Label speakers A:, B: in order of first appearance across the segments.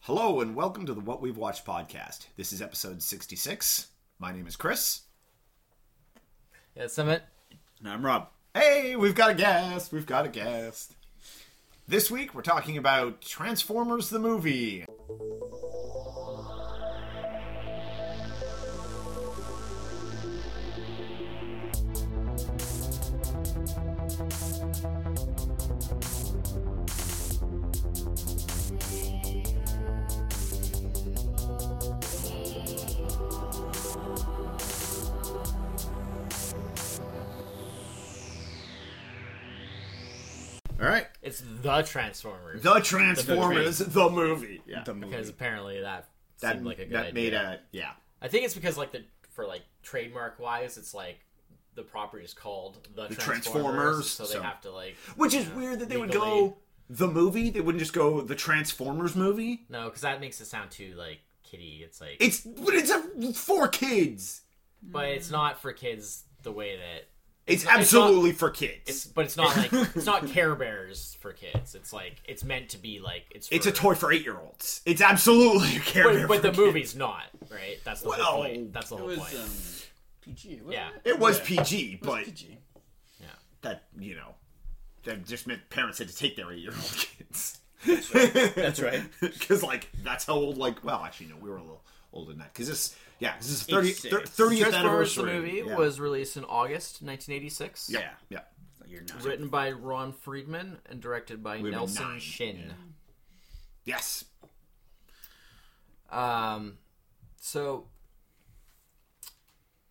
A: Hello and welcome to the What We've Watched podcast. This is episode 66. My name is Chris.
B: Yeah, Summit.
C: And I'm Rob.
A: Hey, we've got a guest. We've got a guest. This week we're talking about Transformers the movie. All right.
B: It's the Transformers.
A: The Transformers the movie. Yeah. The movie.
B: because apparently that,
A: that
B: seemed like a good
A: that
B: idea.
A: made a yeah.
B: I think it's because like the for like trademark wise, it's like the property is called the, Transformers,
A: Transformers,
B: so they
A: so-
B: have to like
A: Which is
B: you know,
A: weird that they would
B: legally-
A: go the movie. They wouldn't just go the Transformers movie.
B: no, because that makes it sound too like kiddie. It's like
A: It's but it's a, for kids.
B: but it's not for kids the way that
A: It's,
B: not- it's not-
A: absolutely for kids.
B: it's but it's not like it's not Care Bears for kids. It's like it's meant to be like it's for,
A: It's a toy for eight year olds. It's absolutely a character.
B: but, but
A: for
B: the
A: kids.
B: movie's not right. That's the
A: Well,
B: whole point. That's the
C: It
B: whole
C: was
B: point.
C: um, PG. wasn't
B: Yeah.
A: It was PG,
C: It was
A: but
C: PG.
A: that you know, that just meant parents had to take their eight year old kids.
C: That's right.
A: Because like that's how old. Like well, actually no, we were a little older than that. Because this yeah, this is thirty
C: Eighty-six.
A: thirtieth
B: Transformers the
A: anniversary.
B: movie
A: yeah.
B: was released in August 1986.
A: yeah yeah.
C: You're not.
B: Written by Ron Friedman and directed by
A: been
B: Nelson
A: nine,
B: Shin.
A: Yes.
B: Um, so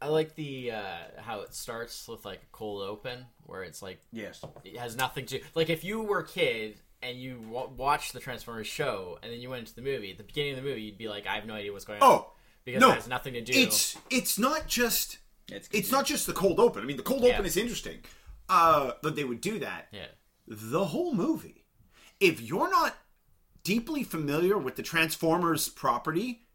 B: I like the uh, how it starts with like a cold open where it's like
C: Yes.
B: it has nothing to like if you were a kid and you w- watched the Transformers show and then you went into the movie at the beginning of the movie you'd be like I have no idea what's going on
A: Oh,
B: because
A: no.
B: it has nothing to do
A: it's it's not just
C: It's,
A: it's not just the cold open. I mean, the cold open is interesting. Uh, that they would do that.
B: yeah
A: the whole movie. If you're not deeply familiar with the Transformers property,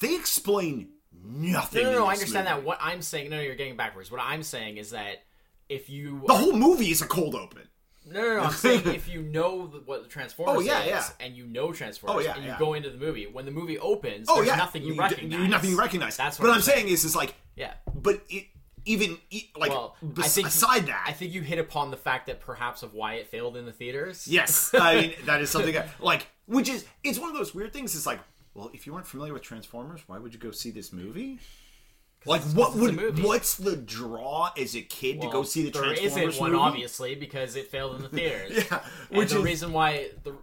A: they explain nothing.
B: No, no,
A: in
B: no. I
A: this
B: understand
A: movie.
B: that. What I'm saying, no, no, you're getting backwards. What I'm saying is that if you,
A: The whole movie is a cold open.
B: no, no, no, I'm saying if you know th- what the Transformers
A: Oh, yeah,
B: is,
A: yeah.
B: and you know Transformers,
A: Oh, yeah,
B: and you
A: yeah.
B: go into the movie, when the movie opens,
A: Oh
B: there's
A: yeah,
B: nothing you,
A: d-
B: recognize.
A: nothing you recognize.
B: That's what
A: but
B: I'm
A: I'm saying, is, is like,
B: Yeah.
A: but it even e- like
B: Well,
A: bes-
B: I think
A: aside that,
B: I think you hit upon the fact that perhaps of why it failed in the theaters.
A: Yes, I mean that is something that, like which is it's one of those weird things. It's like, well, if you weren't familiar with Transformers, why would you go see this movie? Like, what
B: it's a
A: would
B: movie.
A: what's the draw as a kid to go
B: Well,
A: see the
B: there
A: Transformers
B: isn't one
A: movie?
B: obviously because it failed in the theaters.
A: Yeah,
B: and
A: which
B: the
A: is
B: reason why the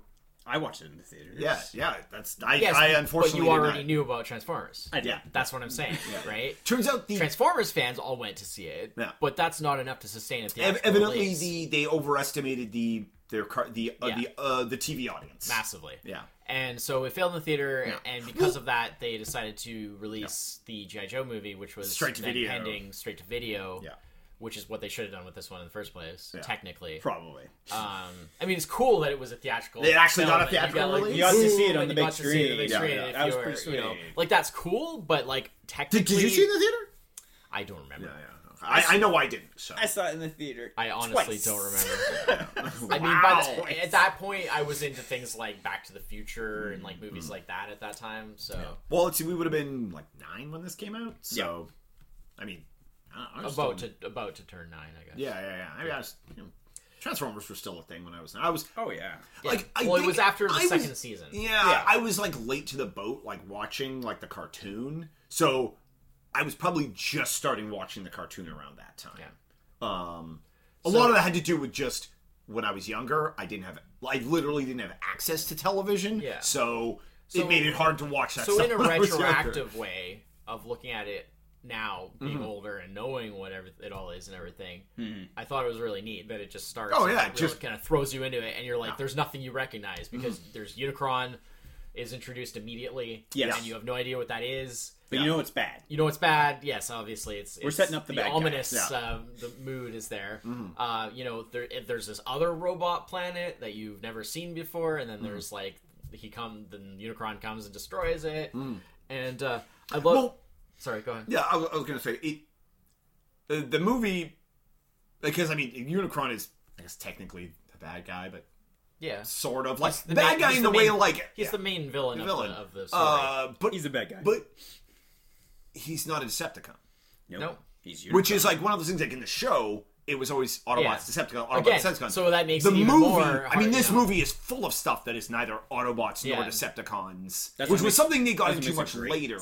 C: I watched it in the theater.
A: yeah, yeah. That's I,
B: yes,
A: I
B: but-
A: unfortunately
B: but you already
A: did not.
B: knew about Transformers.
C: I did.
A: Yeah.
B: That's what I'm saying, right?
A: Turns out the
B: Transformers fans all went to see it,
A: Yeah.
B: but that's not enough to sustain a
A: ev-
B: theatrical
A: evidently
B: release
A: the they overestimated the their car the uh,
B: Yeah.
A: the uh, the TV audience.
B: massively.
A: Yeah.
B: And so it failed in the theater,
A: Yeah.
B: and because of that, they decided to release the GI Joe movie, which was
A: Straight to
B: then
A: video.
B: pending straight to video.
A: Yeah.
B: Which is what they should have done with this one in the first place, technically.
C: Probably.
B: Um, I I mean, it's cool that it was a theatrical.
A: They actually got a
B: film, and
A: theatrical release?
C: You got to
B: boom,
C: see it on
B: and
C: the
B: you got
C: big
B: to see it on the
C: screen.
B: big
C: Yeah,
B: screen
C: yeah.
B: if
C: That was
B: you were,
C: pretty
B: you know,
C: sweet.
B: like that's cool, but like technically,
A: Did, did you see it in the theater?
B: I don't remember.
A: I, I know I didn't. So
C: I saw it in the theater.
B: I honestly
C: twice.
B: don't remember. I mean,
A: Wow.
B: but at that point, I was into things like Back to the Future and like
A: Mm.
B: movies like that at that time. So
A: Well, let's see. We would have been like nine when this came out. So, I mean, I, I was
B: about
A: still-
B: to about to turn nine, I guess.
A: Yeah, yeah, yeah. I mean, I was. You know, Transformers were still a thing when I was. I was.
C: Oh yeah.
B: Yeah.
A: Like, I
B: well, it
A: think
B: was after the
A: I was-
B: second season.
A: Yeah, I was like late to the boat, like watching like the cartoon. So, I was probably just starting watching the cartoon around that time.
B: Yeah.
A: Um, a lot of that had to do with just when I was younger. I didn't have. I literally didn't have access to television.
B: Yeah.
A: So.
B: So-
A: it made it hard to watch that
B: So
A: stuff
B: in a
A: when I was younger.
B: retroactive way of looking at it now, being
A: Mm-hmm.
B: older and knowing what every, it all is and everything, I thought it was really neat that it just starts.
A: Oh,
B: and
A: yeah,
B: it really
A: just- Mm-hmm.
B: kind of throws you into it, and you're like, there's nothing you recognize because there's Unicron is introduced immediately,
C: Yes.
B: and you have no idea what that is.
C: But you know it's bad.
B: you know it's bad. Yes, obviously it's we're
C: setting up the bad guy.
B: ominous
A: Yeah. Mm-hmm.
B: um, the mood is there. Uh, you know there if there's this other robot planet that you've never seen before, and then
A: Mm-hmm.
B: there's like he come then Unicron comes and destroys it, and uh, I love.
A: Mm. Well-
B: sorry, go ahead.
A: Yeah, I, was- I was gonna say it. The, the movie, because I mean, Unicron is I guess technically the bad guy, but
B: Yeah.
A: sort of like
B: the
A: bad
B: main-
A: guy
B: he's
A: in
B: the
A: the, way
B: main-
A: like
B: He's
A: yeah,
B: the main villain,
A: villain
B: of the, of the story.
A: Uh, but
C: He's a bad guy.
A: but he's not a Decepticon,
B: Nope.
C: He's
A: which is like one of those things like in the show. It was always Autobots,
B: Yeah.
A: Decepticon, Autobots,
B: Again,
A: Decepticon.
B: so that makes
A: the
B: it even
A: movie.
B: more
A: I mean,
B: hard,
A: this
B: you know.
A: movie is full of stuff that is neither Autobots nor
B: Yeah.
A: Decepticons,
C: That's
A: which was
C: what makes-
A: something they got
C: that's what
A: into
C: makes
A: much
C: it great.
A: later.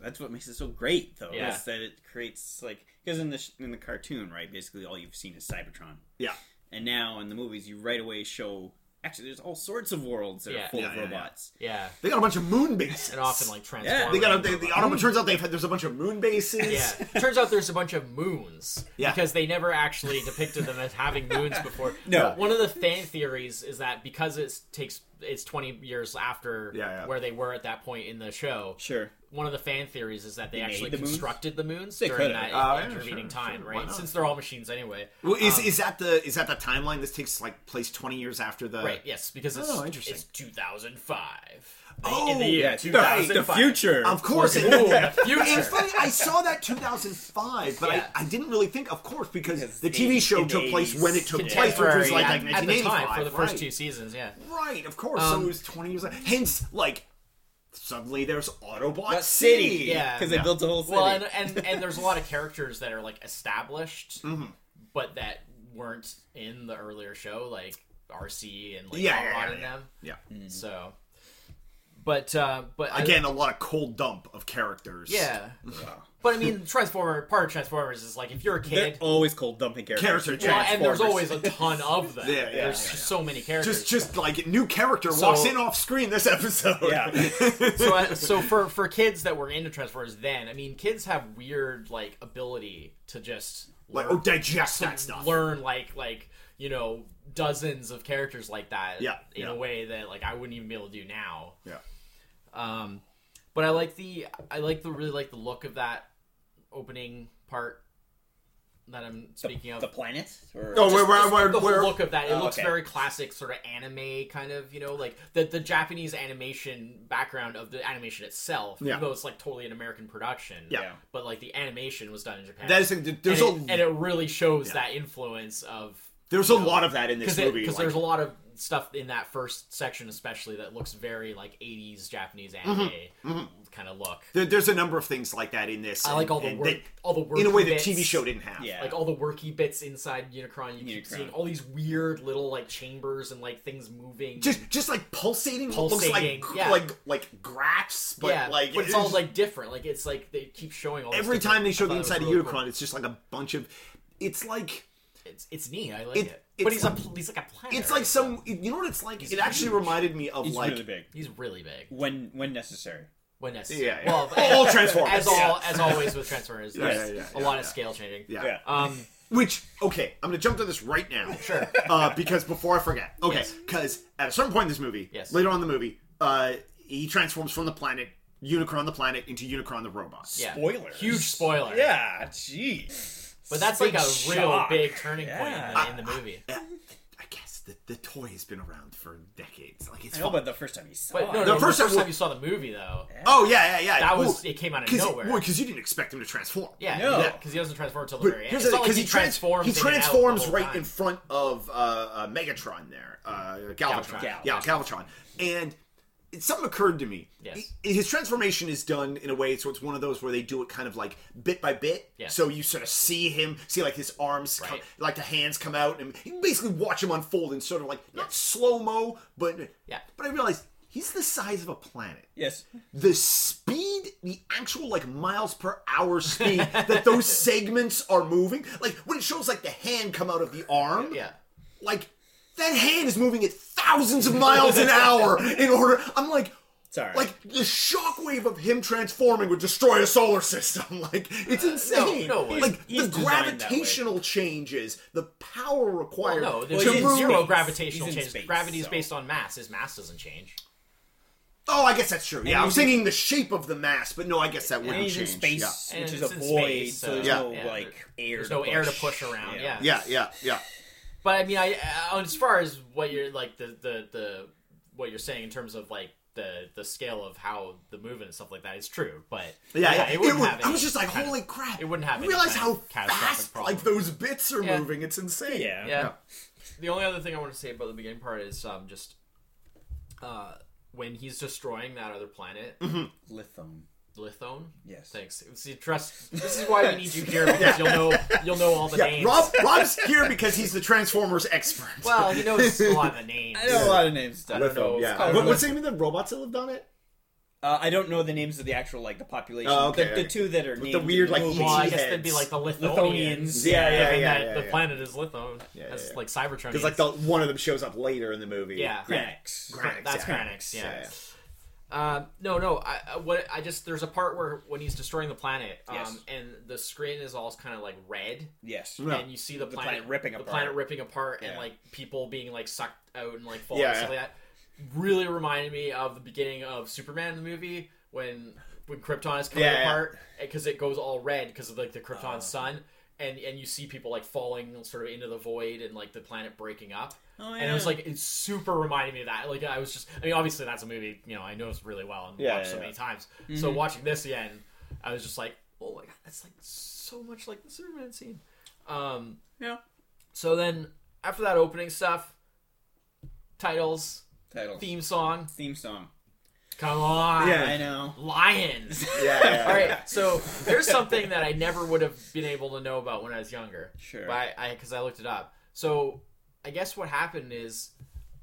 C: That's what makes it so great, though,
B: Yeah.
C: is that it creates like because in the sh- in the cartoon, right? Basically, all you've seen is Cybertron,
A: Yeah,
C: and now in the movies, you right away show actually there's all sorts of worlds that
B: Yeah.
C: are full
A: Yeah,
C: of
A: yeah, yeah.
C: robots.
B: yeah.
A: they got a bunch of moon bases.
B: And often like transform.
A: they got a,
B: around
A: they, the
B: robots.
A: Autobot turns out they've had, there's a bunch of moon bases.
B: Yeah. Turns out there's a bunch of moons.
A: Yeah.
B: Because they never actually depicted them as having moons before.
C: No.
B: But one of the fan theories is that because it takes it's 20 years after
A: Yeah, yeah.
B: where they were at that point in the show.
C: Sure.
B: One of the fan theories is that they,
C: made
B: actually
C: the moons?
B: constructed the moons
C: They
B: during
C: could've.
B: that
A: Oh, yeah,
B: intervening
A: sure,
B: time,
A: sure. Why
B: right?
A: not?
B: Since they're all machines anyway.
A: Well, is,
B: Um,
A: is that the is that the timeline? This takes like place twenty years after the
B: Right, yes, because it's,
A: Oh, interesting.
B: it's 2005.
A: Oh,
B: in the year
A: yeah,
C: The, the
B: 2005.
C: future.
A: Of course,
B: Ooh,
A: it,
B: the
A: It's
B: future.
A: funny. I saw that 2005, but
B: Yeah.
A: I, I didn't really think, of course, because
C: Because
A: the
C: the
A: TV
C: eight-
A: show
C: in the
A: took place
C: 80s.
A: when it took place, which
B: Contemporary
A: was like, like
B: at- at the
A: 1985
B: time for the first
A: right.
B: two Um, seasons, yeah.
A: Right, of course. so it was 20 years. Later. Hence, like suddenly there's Autobot
C: That
A: City.
C: city,
B: yeah.
C: because they built a whole city.
B: Well, and, and and there's a lot of characters that are like established,
A: Mm-hmm.
B: but that weren't in the earlier show, like RC and like
A: Yeah,
B: Hot
A: yeah,
B: Rod
A: yeah,
B: and
A: yeah.
B: them.
A: Yeah.
B: So, but uh, but I-
A: Again, a lot of cold dump of characters.
B: yeah.
C: Wow.
B: But I mean, Transformer part of Transformers is like if you're a
C: They're
B: kid,
C: always called dumping characters.
A: Character
B: well, and there's always
A: Transformers.
B: a ton of them.
A: Yeah, yeah,
B: there's
A: yeah, yeah.
B: so many characters.
A: Just, just like new character walks in off screen this episode.
C: Yeah.
B: so, uh, so for for kids that were into Transformers then, I mean, kids have weird like ability to just
A: like,
B: learn
A: oh, digest that
B: to
A: stuff.
B: learn like like you know dozens of characters like that
A: Yeah,
B: in
A: yeah.
B: a way that like I wouldn't even be able to do now.
A: Yeah.
B: Um, but I like the I like the really like the look of that opening part that I'm speaking of.
C: the planet. Or...
A: Oh, we're, we're,
B: Just
A: we're,
B: the
A: we're-
B: whole look of that. It
C: Oh,
B: looks
C: okay.
B: very classic, sort of anime kind of, you know, like the the Japanese animation background of the animation itself.
A: Yeah.
B: Even though it's like totally an American production.
A: Yeah.
C: Yeah.
B: But like the animation was done in Japan.
A: that is, there's
B: and, it,
A: a
B: and it really shows that influence of
A: there's a lot of that in this
B: because
A: movie. like-
B: there's a lot of stuff in that first section especially that looks very like 80s Japanese
A: Mm-hmm.
B: anime kind of look.
A: There, there's a number of things like that in this.
B: I like all the
A: and
B: work,
A: that-
B: all the work
A: in a way that
B: bits.
A: TV show didn't have.
C: Yeah.
B: like all the worky bits inside Unicron. You keep
C: Unicron.
B: seeing all these weird little like chambers and like things moving.
A: Just, just like pulsating, what
B: Pulsating,
A: looks like,
B: yeah.
A: like, like graphs, but
B: yeah,
A: like,
B: but it's all like different. Like it's like they keep showing all. this
A: every
B: different-
A: time they show the
B: I thought it was
A: inside of
B: really
A: Unicron, it's just like a bunch of, it's like,
B: cool. It's it's neat. I like
A: It-
B: it.
A: it's
B: But he's a pl- he's like a planet.
A: it's like some, you know what it's like? it actually reminded me of
C: He's
A: like,
C: really big
B: He's really big
C: when when necessary.
B: when necessary.
A: yeah, yeah,
B: Well,
A: all
B: as,
A: Transformers,
B: as
A: yeah.
B: all as always with Transformers,
A: Yeah,
B: there's
A: yeah, yeah,
B: a
A: yeah,
B: lot of
A: yeah.
B: scale changing.
A: yeah.
C: Yeah.
B: Um.
A: Which okay, I'm gonna jump to this right now. Sure. Uh, because before I forget. Okay,
B: Yes.
A: because at a certain point in this movie,
B: Yes.
A: later on in the movie, uh, he transforms from the planet Unicron the planet into Unicron the robot.
B: Yeah.
C: Spoilers.
B: Huge spoiler.
C: Yeah, jeez.
B: But that's like
C: Big
B: a
C: shock.
B: real big turning point
C: Yeah.
B: in the, in the movie.
A: Uh, I guess the, the toy has been around for decades. Like it's
C: I know,
A: fun.
C: but Oh, the first time you saw
B: But no, no,
A: The
B: the
A: first
B: first,
A: time-
B: time you saw the movie though,
A: oh yeah, yeah, yeah.
B: that was
A: Well,
B: it came out of
A: cause,
B: nowhere.
A: because you didn't expect him to transform.
B: Yeah,
C: No.
B: because he doesn't transform until the
A: But
B: very end.
A: here's
B: It's
A: the
B: not
A: thing, because
B: like he
A: trans-
B: transforms.
A: He
B: in and out
A: transforms
B: the whole
A: right
B: time.
A: in front of uh, uh, Megatron there, uh, Galvatron.
B: Galvatron.
A: Yeah, Galvatron. And it, something occurred to me.
B: Yes.
A: I- his transformation is done in a way, so it's one of those where they do it kind of like bit by bit.
B: Yes.
A: So you sort of see him, see like his arms, come,
B: Right.
A: like the hands come out, and you basically watch him unfold in sort of like not slow mo, but
B: Yeah.
A: But I realized he's the size of a planet
C: Yes.
A: the speed, the actual like miles per hour speed that those segments are moving. Like when it shows like the hand come out of the arm,
B: Yeah,
A: like that hand is moving at thousands of miles an hour in order. I'm like,
C: Sorry.
A: like the shockwave of him transforming would destroy a solar system. Like it's
C: Uh,
A: insane.
B: no way.
A: like
C: He's- he's
A: the
C: designed that way.
A: gravitational changes, the power required
B: no,
A: to
B: there's
C: he's in
A: move.
B: zero
C: space.
B: gravitational
C: He's in
B: change.
C: space,
B: Gravity is
C: so-
B: based on mass. His mass doesn't change.
A: Oh, I guess that's true. Yeah, I was
C: he's in-
A: thinking the shape of the mass, but no, I guess that
C: And
A: wouldn't
C: he's in
A: change.
C: space,
A: Yeah.
B: And
C: which is a
B: it's in
C: void,
B: space,
C: so there's
A: Yeah.
C: no
B: yeah,
C: like air.
B: There's no air to push around. Yeah,
A: Yeah, yeah, yeah.
B: uh, But I mean, I, I as far as what you're like the the the what you're saying in terms of like the the scale of how the movement and stuff like that is true, but
A: Yeah, yeah,
B: it wouldn't
A: would-
B: have.
A: I
B: any
A: was just like,
B: kind of-
A: holy crap!
B: it wouldn't have
A: You
B: any
A: realize
B: kind
A: how
B: of catastrophic
A: fast,
B: problem.
A: like those bits are
B: Yeah.
A: moving. It's insane.
C: Yeah.
B: Yeah. The only other thing I want to say about the beginning part is um, just uh, when he's destroying that other planet,
A: Mm-hmm.
C: Lithone.
B: Lithone.
C: Yes.
B: Thanks. See, trust. This is why we need you here because you'll know you'll know all the
A: Yeah,
B: names.
A: Rob, Rob's here because he's the Transformers expert.
B: Well, he knows a lot of the names.
C: I know a lot of names.
A: I
C: Stuff.
A: don't know.
B: It's
A: Yeah.
B: called
A: What, what's the name of the robots that lived on it?
C: Uh, I don't know the names of the actual like the population.
A: Oh, okay,
C: the,
A: okay.
C: the two that are named
A: the
C: in
A: weird, like,
C: movie.
B: Well, I
A: ET
B: guess they'd be
A: heads.
B: like the Lithonians.
C: Lithonians.
A: Yeah, yeah,
B: given
A: yeah,
B: that
A: yeah,
B: the
A: yeah.
B: planet is Lithone.
A: Yeah,
B: That's
A: yeah.
B: like Cybertron.
A: Because like the one of them shows up later in the movie.
B: yeah,
C: Granix.
A: Granix,
B: That's
A: yeah.
B: Granix, yeah. Um, no, no. I, I- what I just there's a part where when he's destroying the planet, um,
C: Yes.
B: and the screen is all kind of like red,
C: Yes.
A: Yeah.
B: and you see the
C: The
B: planet,
C: planet ripping
B: the
C: apart.
B: planet ripping apart, and
C: Yeah.
B: like people being like sucked out and like falling
A: Yeah,
B: and stuff
A: yeah.
B: like that. Really reminded me of the beginning of Superman the movie when when Krypton is coming
A: Yeah, yeah.
B: apart because it goes all red because of like the Krypton sun. And, and you see people like falling sort of into the void and like the planet breaking up
C: Oh,
B: and it was
C: yeah.
B: like it super reminded me of that like i was just i mean obviously that's a movie you know i know it's really well and
A: Yeah,
B: watched
A: yeah,
B: so
A: yeah.
B: many times so watching this again i was just like oh my god that's like so much like the superman scene um
C: Yeah.
B: so then after that opening stuff titles
C: Title.
B: theme song
C: Theme song.
B: come on
A: Yeah.
C: I know.
B: lions
A: Yeah. yeah, yeah.
B: all right so there's something that i never would have been able to know about when i was younger
C: Sure.
B: But I because I, looked it up. So I guess what happened is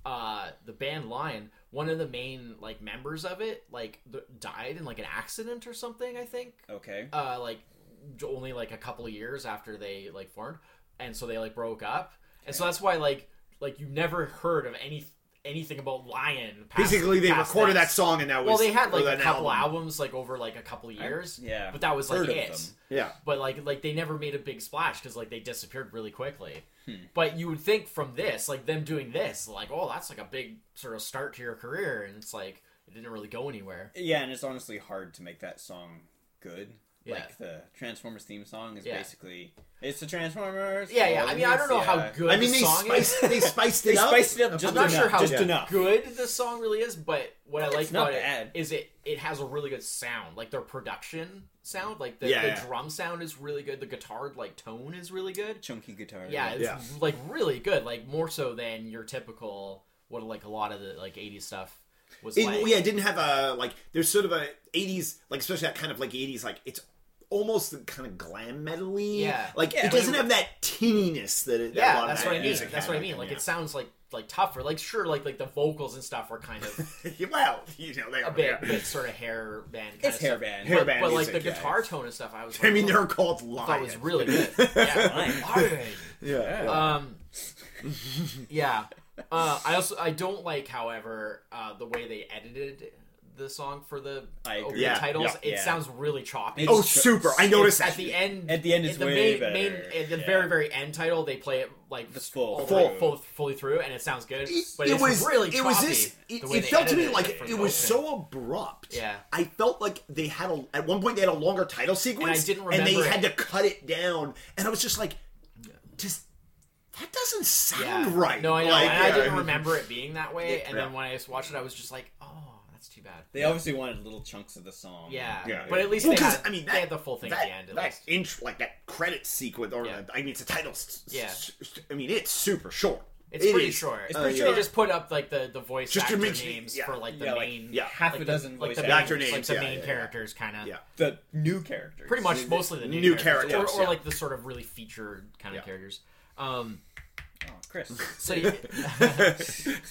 B: uh the band Lion, one of the main like members of it, like th- died in like an accident or something. I think
C: Okay.
B: uh like j- only like a couple of years after they like formed, and so they like broke up, and so that's why like like you never heard of any anything about Lion. Past,
A: Basically, they
B: past
A: recorded
B: this.
A: that song and that was
B: Well, they had like
A: or
B: a
A: an
B: couple
A: album.
B: albums like over like a couple of years.
C: yeah.
B: but that was like
C: Heard of
B: it
C: them.
A: Yeah.
B: but like like they never made a big splash because like they disappeared really quickly.
C: Hmm.
B: But you would think from this, like them doing this, like oh that's like a big sort of start to your career, and it's like it didn't really go anywhere.
C: Yeah, and it's honestly hard to make that song good.
B: Yeah.
C: Like the Transformers theme song is
B: Yeah.
C: basically it's the Transformers.
B: Yeah, yeah.
C: all
B: I
C: of
B: mean, I
C: these,
B: don't know how
C: yeah.
B: good
A: I mean,
B: the
A: they
B: song
A: spiced,
B: is.
A: they spiced it
C: They
A: up.
C: spiced it up just
B: I'm not
C: enough.
B: sure how
C: just enough.
B: good the song really is, but what I like
C: It's not
B: about it
C: bad.
B: is it it has a really good sound. Like their production sound, like the,
A: Yeah,
B: the
A: yeah.
B: drum sound is really good. The guitar like tone is really good.
C: Chunky guitar.
B: Yeah, it's
A: Yeah.
B: like really good. Like more so than your typical what like a lot of the like '80s stuff was
A: It,
B: like.
A: yeah, it didn't have a like. There's sort of a '80s, like especially that kind of like '80s, like it's almost kind of glam metally.
B: Yeah.
A: like
C: Yeah,
A: it doesn't
B: like-
A: have that tinniness that. It, that a
B: Yeah,
A: lot
B: that's
A: of that
B: what I mean.
A: music
B: That's
A: had
B: what I
A: back
B: mean.
A: then,
B: Like
A: yeah.
B: it sounds like like tougher. Like sure, like like the vocals and stuff were kind of
A: well, you know, they are
B: a bit,
A: yeah.
B: bit sort of hair band. Kind
C: It's
B: of
C: hair
B: stuff.
C: band.
A: Hair
B: but,
A: band
B: but
A: music,
B: like the
A: yeah.
B: guitar tone and stuff, I was.
A: I
B: Like,
A: mean,
B: oh,
A: they're called
B: I
A: lions.
B: thought was really good. Yeah, Lion.
A: yeah.
B: Um, yeah. Uh, I also I don't like, however, uh, the way they edited the song for the
C: I agree.
B: opening
A: Yeah,
B: titles.
A: yeah,
B: it
C: yeah.
B: sounds really choppy.
A: oh,
C: it's-
A: super! I noticed that.
B: at the end.
C: At the end, it's
B: in the
C: way
B: main,
C: better.
B: main at the
C: Yeah.
B: very very end title, they play it like
C: The full
B: all
C: through.
B: the way- full, fully through, and it sounds good. But
A: it
B: it's
A: was
B: really
A: it was
B: choppy,
A: this it,
B: the way
A: it
B: they
A: felt to me
B: edited
A: like
B: for
A: it,
B: the
A: was
B: opening.
A: so abrupt
B: Yeah.
A: i felt like they had a at one point they had a longer title sequence
B: didn't
A: they
B: remember it.
A: had to cut it down and i was just like just that doesn't
B: Yeah.
A: sound right
B: No, I know.
A: Like,
B: and I
A: yeah.
B: didn't remember it being that way. And then
A: Yeah.
B: when I just watched it, I was just like, oh, that's too bad.
C: They obviously wanted little chunks of the song.
B: Yeah.
A: Yeah.
B: But at least
A: well,
B: they,
A: because
B: had,
A: I mean, that,
B: they had the full thing
A: that,
B: at the end. At
A: that
B: least.
A: inch, like that credit sequence, or
B: Yeah.
A: I mean, it's a title. s- s-
B: Yeah.
A: s- I mean, it's super short.
B: It's
A: It
B: pretty
A: is. Uh,
B: short.
C: It's pretty
B: they
C: short.
B: just put up like the, the voice
A: Just to
B: actor
A: make-
B: names
A: yeah.
B: for like the
C: Yeah, like-
B: main
A: yeah.
C: half
B: like
C: a
B: the-
C: dozen
B: like
C: voice
B: the main,
A: actor
B: like
A: names,
B: the
A: yeah,
B: main
A: yeah, yeah.
B: characters kind of
A: Yeah.
C: The new characters.
B: pretty much mostly the new,
A: New
B: characters,
A: characters,
B: or, or
A: yeah.
B: like the sort of really featured kind of
A: Yeah.
B: characters. Um,
C: Oh, Chris.
B: so you-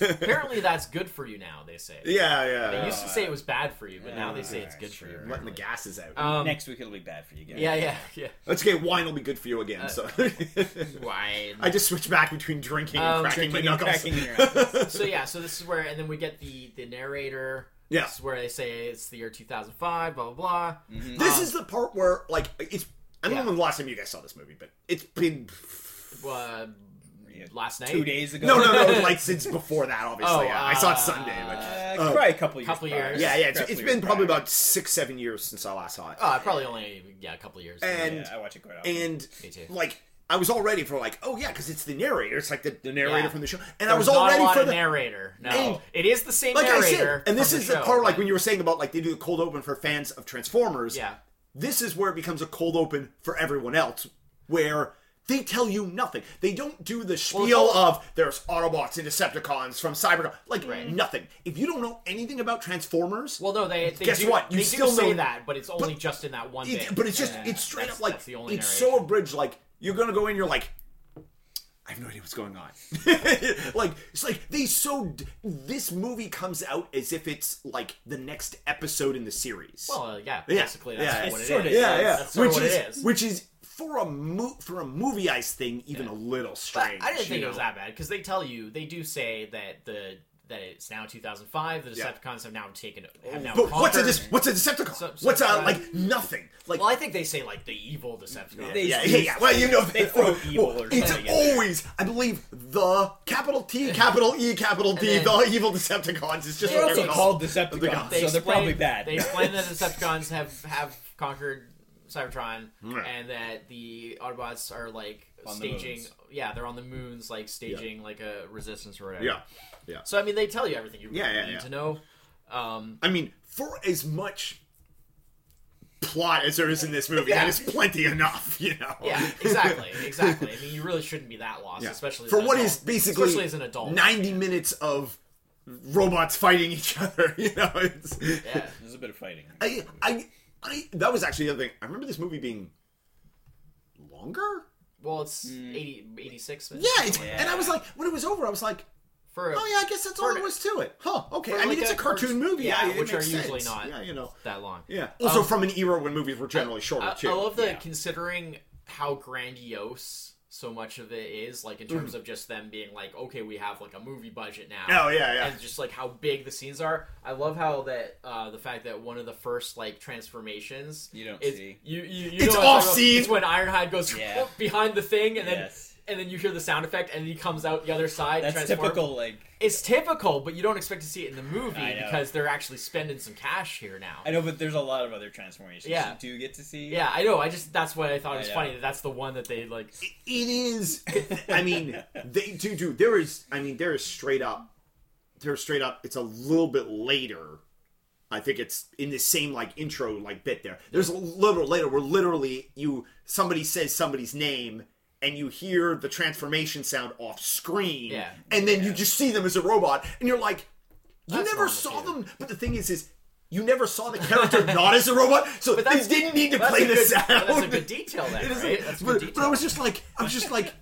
B: apparently that's good for you now. They say.
A: Yeah,
B: They
A: yeah.
B: used to say it was bad for you, but now they say it's
C: Yeah,
B: good for you.
C: sure.
A: I'm letting the gases out.
B: Um,
C: Next week it'll be bad for you guys.
B: yeah, yeah, yeah.
A: That's okay. Wine will be good for you
B: Uh,
A: again. so
B: Why?
A: I just switch back between drinking and
B: Um,
A: cracking
C: Drinking
A: my
C: and
A: knuckles.
C: cracking your knuckles.
B: so yeah, so this is where, and then we get the the narrator.
A: Yeah.
B: This is where they say it's the year 2005, blah blah blah.
A: this is the part where, like, it's. I don't
B: Um, Yeah.
A: know when the last time you guys saw this movie, but it's been
B: Uh,
C: Yeah.
B: last night,
C: Two days ago.
A: no, no, no, like since before that. Obviously,
B: Oh,
A: yeah. I saw it
B: uh,
A: Sunday, but
C: Uh,
A: uh,
C: probably a couple years.
B: Oh, couple
C: prior.
B: years.
A: yeah, yeah, it's,
C: Couple
A: it's
C: years
A: been probably
C: prior.
A: about six, seven years since I last saw it,
B: Oh, probably Uh, only yeah, a couple of years.
A: and
C: Yeah, I watch it quite often.
A: and
B: Me too.
A: like I was all ready for like, oh yeah, because it's the narrator. It's like the, the narrator
B: Yeah.
A: from the show, and I
B: There's
A: was all
B: not a
A: ready
B: lot
A: for
B: of
A: the
B: narrator. No,
A: And-
B: it is the same
A: like I
B: narrator.
A: said, and this
B: from
A: is the,
B: show,
A: part like
B: but-
A: when you were saying about like they do the cold open for fans of Transformers.
B: Yeah.
A: This is where it becomes a cold open for everyone else, where they tell you nothing. They don't do the spiel
B: all-
A: of there's Autobots and Decepticons from Cybertron, like nothing. If you don't know anything about Transformers,
B: Well, no, they, they
A: Guess
B: do,
A: what? You
B: they
A: still
B: do say
A: know-
B: that, but it's only just in that one
A: it-
B: bit.
A: but it's just
B: Yeah,
A: it's straight
B: that's-
A: up like
B: that's the only
A: it's so
B: narration.
A: abridged. Like you're gonna go in, you're like, I have no idea what's going on. like it's like they so d- this movie comes out as if it's like the next episode in the series.
B: Well, uh, yeah,
A: Yeah,
B: basically that's
A: yeah,
B: what
A: it's
B: it
C: sorta-
B: is.
A: yeah, yeah,
B: That's sort of
A: which
B: what
A: is,
B: it is.
A: which is for a mo- for a movie ice thing, even a little
B: I,
A: strange.
B: I didn't
A: you
B: think it was
A: know?
B: that bad because they tell you they do say that the that it's now 2005. The Decepticons
A: Yeah.
B: have now taken have now
A: But what's a
B: conquered-
A: this? What's a Decepticon?
B: So-
A: what's a
B: Decepticon.
A: like nothing? Like
B: Well, I think they say like the evil Decepticon.
C: They-
A: yeah, yeah, yeah. Well, you know,
C: They throw evil or
A: It's
C: something in there.
A: always, I believe, the capital T, capital E, capital D,
B: And then-
A: the evil Decepticons. It's just
C: They're
A: what
C: also
A: they're
C: called
A: called.
C: Decepticons,
A: They
C: so they're probably bad.
B: They explain that the Decepticons have have conquered Cybertron,
A: Yeah.
B: and that the Autobots are like
C: On the
B: staging.
C: moons.
B: yeah, they're on the moons, like staging like a resistance or whatever.
A: Yeah, yeah.
B: So I mean, they tell you everything you really
A: Yeah, yeah,
B: need
A: yeah.
B: to know. Um,
A: I mean, for as much plot as there is in this movie, that
B: Yeah.
A: is plenty enough. You know.
B: yeah, exactly, exactly. I mean, you really shouldn't be that lost,
A: Yeah.
B: especially
A: for
B: as an
A: what
B: adult.
A: is basically
B: especially as an adult.
A: ninety minutes of robots fighting each other. You know, it's,
B: yeah.
C: There's a bit of fighting.
A: I, I, I. That was actually the other thing. I remember this movie being longer.
B: Well, it's 80, 86 minutes.
A: Mm. Yeah, it's, and I was like, when it was over, I was like,
B: For a,
A: oh yeah, I guess that's all there was to it. Huh? Okay. I mean,
B: like
A: it's a
B: a cart-
A: cartoon movie.
B: yeah,
A: it
B: which are
A: makes sense.
B: usually not-
A: Yeah, you know.
B: that long.
A: Yeah. Also from an era when movies were generally shorter
B: I,
A: too.
B: I love the
C: Yeah.
B: considering how grandiose so much of it is, like in
A: Mm-hmm.
B: terms of just them being like, okay, we have like a movie budget now.
A: Oh yeah, yeah.
B: And just like how big the scenes are, I love how that uh, the fact that one of the first like transformations
C: You don't
B: is,
C: see.
B: you you, you
A: It's
B: know what I'm
A: off
B: talking about.
A: scene.
B: It's when Ironhide goes
C: Yeah.
B: behind the thing, and then
C: Yes.
B: and then you hear the sound effect, and he comes out the other side.
C: That's
B: transformed.
C: typical, like
B: It's typical, but you don't expect to see it in the movie
C: I know.
B: because they're actually spending some cash here now.
C: I know, but there's a lot of other transformations
B: Yeah.
C: you do get to see.
B: Yeah, I know. I just that's what I thought
C: I
B: was
C: know.
B: funny. That that's the one that they like.
A: it is. I mean, they do do. There is. I mean, there is straight up. There's straight up. It's a little bit later. I think it's in the same like intro like bit there. There's a little bit later where literally you somebody says somebody's name and you hear the transformation sound off screen.
B: Yeah.
A: And then you just see them as a robot and you're like, you
B: That's
A: never
B: normal,
A: saw
B: too.
A: them. But the thing is, is you never saw the character not as a robot, so they
B: that's-
A: didn't need to
B: That's
A: play
B: a
A: the
B: good,
A: sound.
B: That's a good detail then,
A: It is-
B: right? That's a good
A: but, but I
B: detail.
A: was just like, I was just like,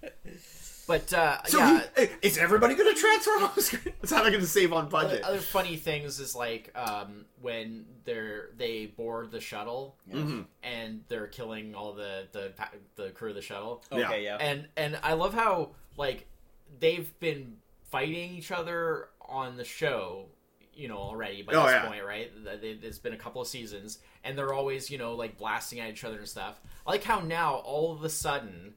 B: But uh,
A: so
B: yeah,
A: he- hey, is everybody going to transform on screen? That's how they're going to save on budget.
B: other, other funny things is like um, when they're they board the shuttle
A: Mm-hmm.
B: and they're killing all the the pa- the crew of the shuttle.
C: Okay,
A: Oh, Yeah.
C: yeah.
B: And and I love how like they've been fighting each other on the show, you know, already by
A: Oh,
B: this
A: yeah.
B: point, right? That they- It's been a couple of seasons, and they're always you know like blasting at each other and stuff. I like how now all of a sudden,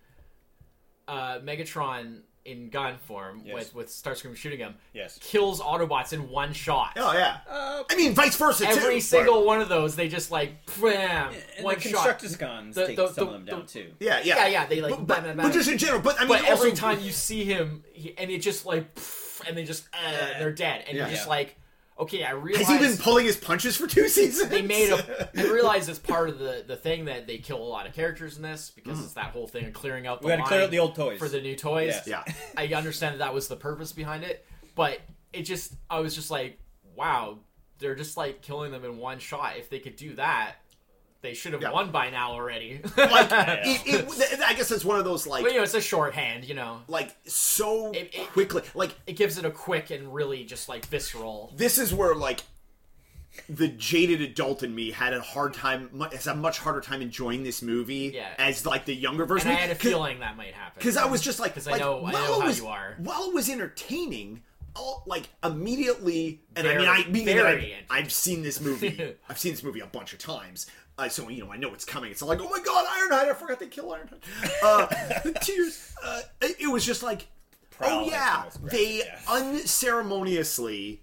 B: uh, Megatron in gun form
C: Yes.
B: with with Starscream shooting him
C: Yes.
B: kills Autobots in one shot.
A: oh yeah.
C: Uh,
A: I mean, vice versa too.
B: Every
A: but-
B: single one of those, they just like bam,
C: and
B: one
C: the
B: shot.
C: Constructicons
B: The-
C: take
B: the-
C: some
B: the-
C: of them down
B: the-
C: too.
A: Yeah, yeah,
B: Yeah, yeah, they like
A: But,
B: bam,
A: but,
B: bam,
A: but
B: bam.
A: just in general, but I mean,
B: But
A: also,
B: every time you see him, he, and it just like, pff, and they just, uh, and they're dead, and
A: Yeah.
B: you're just
C: Yeah.
B: like, okay, I realize
A: has he been pulling his punches for two seasons?
B: they made a. I realize it's part of the the thing that they kill a lot of characters in this because
A: Hmm.
B: it's that whole thing of clearing out the
C: We got to clear
B: line
C: out the old toys.
B: for the new toys.
C: Yes.
A: Yeah,
B: I understand that that was the purpose behind it, but it just, I was just like, wow, they're just like killing them in one shot. If they could do that, they should have
A: Yeah.
B: won by now already.
A: like
B: but
A: it, it, I guess it's one of those like
B: you know, it's a shorthand, you know.
A: like so
B: It- it-
A: quickly like
B: It gives it a quick and really just like visceral
A: this is where like the jaded adult in me had a hard time mu- has a much harder time enjoying this movie
B: Yeah.
A: as like the younger version
B: And I had a
A: Cause-
B: feeling that might happen.
A: because I was just like,
B: 'Cause I
A: like
B: know-
A: while
B: I know
A: it
B: how
A: was,
B: you are.
A: While it was entertaining, all like immediately, and I mean,
B: Very,
A: I mean,
B: very
A: I,
B: entertaining.
A: I've seen this movie. I've seen this movie a bunch of times. Uh, so you know, I know it's coming. It's like, oh my god, Ironhide! I forgot they killed Ironhide. Uh, the tears. Uh, it, it was just like,
C: Prowl
A: oh
C: is
A: yeah,
C: the most graphic,
A: they
C: yeah.
A: unceremoniously,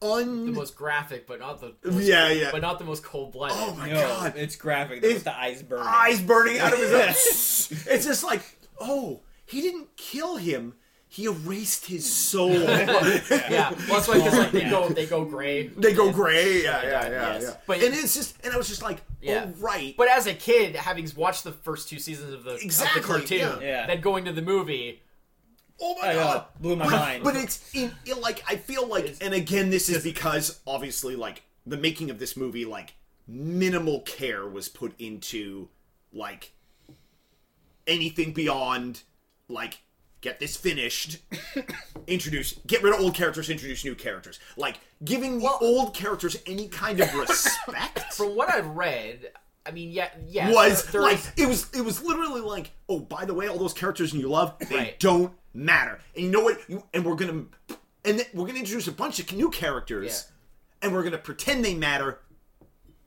B: the
A: un.
B: most graphic, but not the
A: Yeah, yeah.
B: but not the most cold blooded.
A: Oh my
C: No,
A: god,
C: it's graphic.
A: It's-
C: It's the eyes burning.
A: eyes burning out of his. it's just like. oh, he didn't kill him. He erased his soul. they
B: Yeah, well, that's why because like they go they go gray.
A: go gray. Yeah, yeah, yeah.
B: Yes.
A: yeah.
B: But-
A: and it's just, and I was just like,
B: Yeah.
A: oh, right.
B: But as a kid, having watched the first two seasons of the, of the
A: Exactly, yeah.
B: cartoon,
C: Yeah.
B: then going to the movie,
A: oh my
C: I know,
A: god,
C: uh, blew my
A: But-
C: mind.
A: But it's in, it, like I feel like, and again, this is because obviously, like the making of this movie, like minimal care was put into like anything beyond like get this finished, introduce, get rid of old characters, introduce new characters, like giving the
B: Well-
A: old characters any kind of respect
B: from what I've read, I mean, yeah, yeah,
A: was
B: there- there
A: like
B: is-
A: it was it was literally like oh by the way all those characters you love they
B: Right.
A: don't matter and you know what you and we're gonna and then we're gonna introduce a bunch of new characters and we're gonna pretend they matter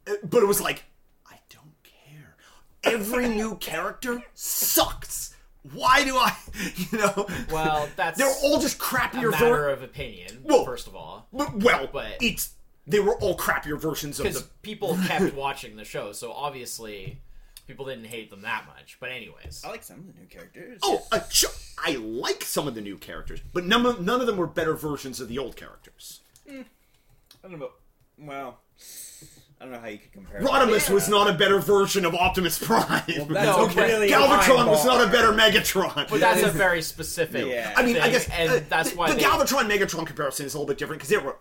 A: Uh, but it was like i don't care every new character sucks why do i you know
B: well, that's
A: they're all just
B: a
A: crappier ver-
B: matter of opinion.
A: Well-
B: first of all,
A: but, well
B: but-
A: it's they were all crappier versions of
B: because
A: the
B: people kept watching the show, so obviously people didn't hate them that much. But anyways,
C: I like some of the new characters.
A: Oh, uh, sure. I like some of the new characters, but none of, none of them were better versions of the old characters.
C: I don't know. Well, I don't know how you could compare.
A: Rodimus
C: that.
A: was not a better version of Optimus Prime.
C: That's
B: No,
C: a
B: but
C: really
A: Galvatron
C: high
A: was not a
C: bar.
A: better Megatron.
B: but that's a very specific.
C: Yeah.
A: I mean, I
B: thing,
A: guess,
B: and
A: uh,
B: that's
A: the,
B: why
A: the
B: they,
A: Galvatron Megatron comparison is a little bit different because they were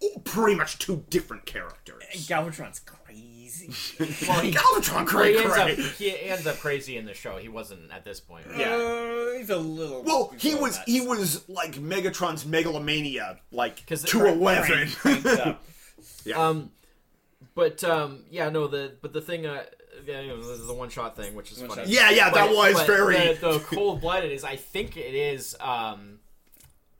A: all pretty much two different characters.
C: Galvatron's crazy.
B: Eh, well, he,
A: Galvatron,
B: well,
A: great,
B: he ends up
A: great.
B: he ends up crazy in the show. He wasn't at this point.
C: yeah, uh, he's a little.
A: Well, he
C: he's a
A: was
C: little
A: he was like Megatron's megalomania, like
B: 'Cause-
A: to eleven.
C: nuts. Cranked up.
B: Um, but um, yeah, no, the but the thing, uh, yeah, it was the one shot thing, which is funny.
C: One-shot.
A: yeah, yeah, that
B: But-
A: was
B: but
A: very.
B: the, cold blooded is. I think it is. Um,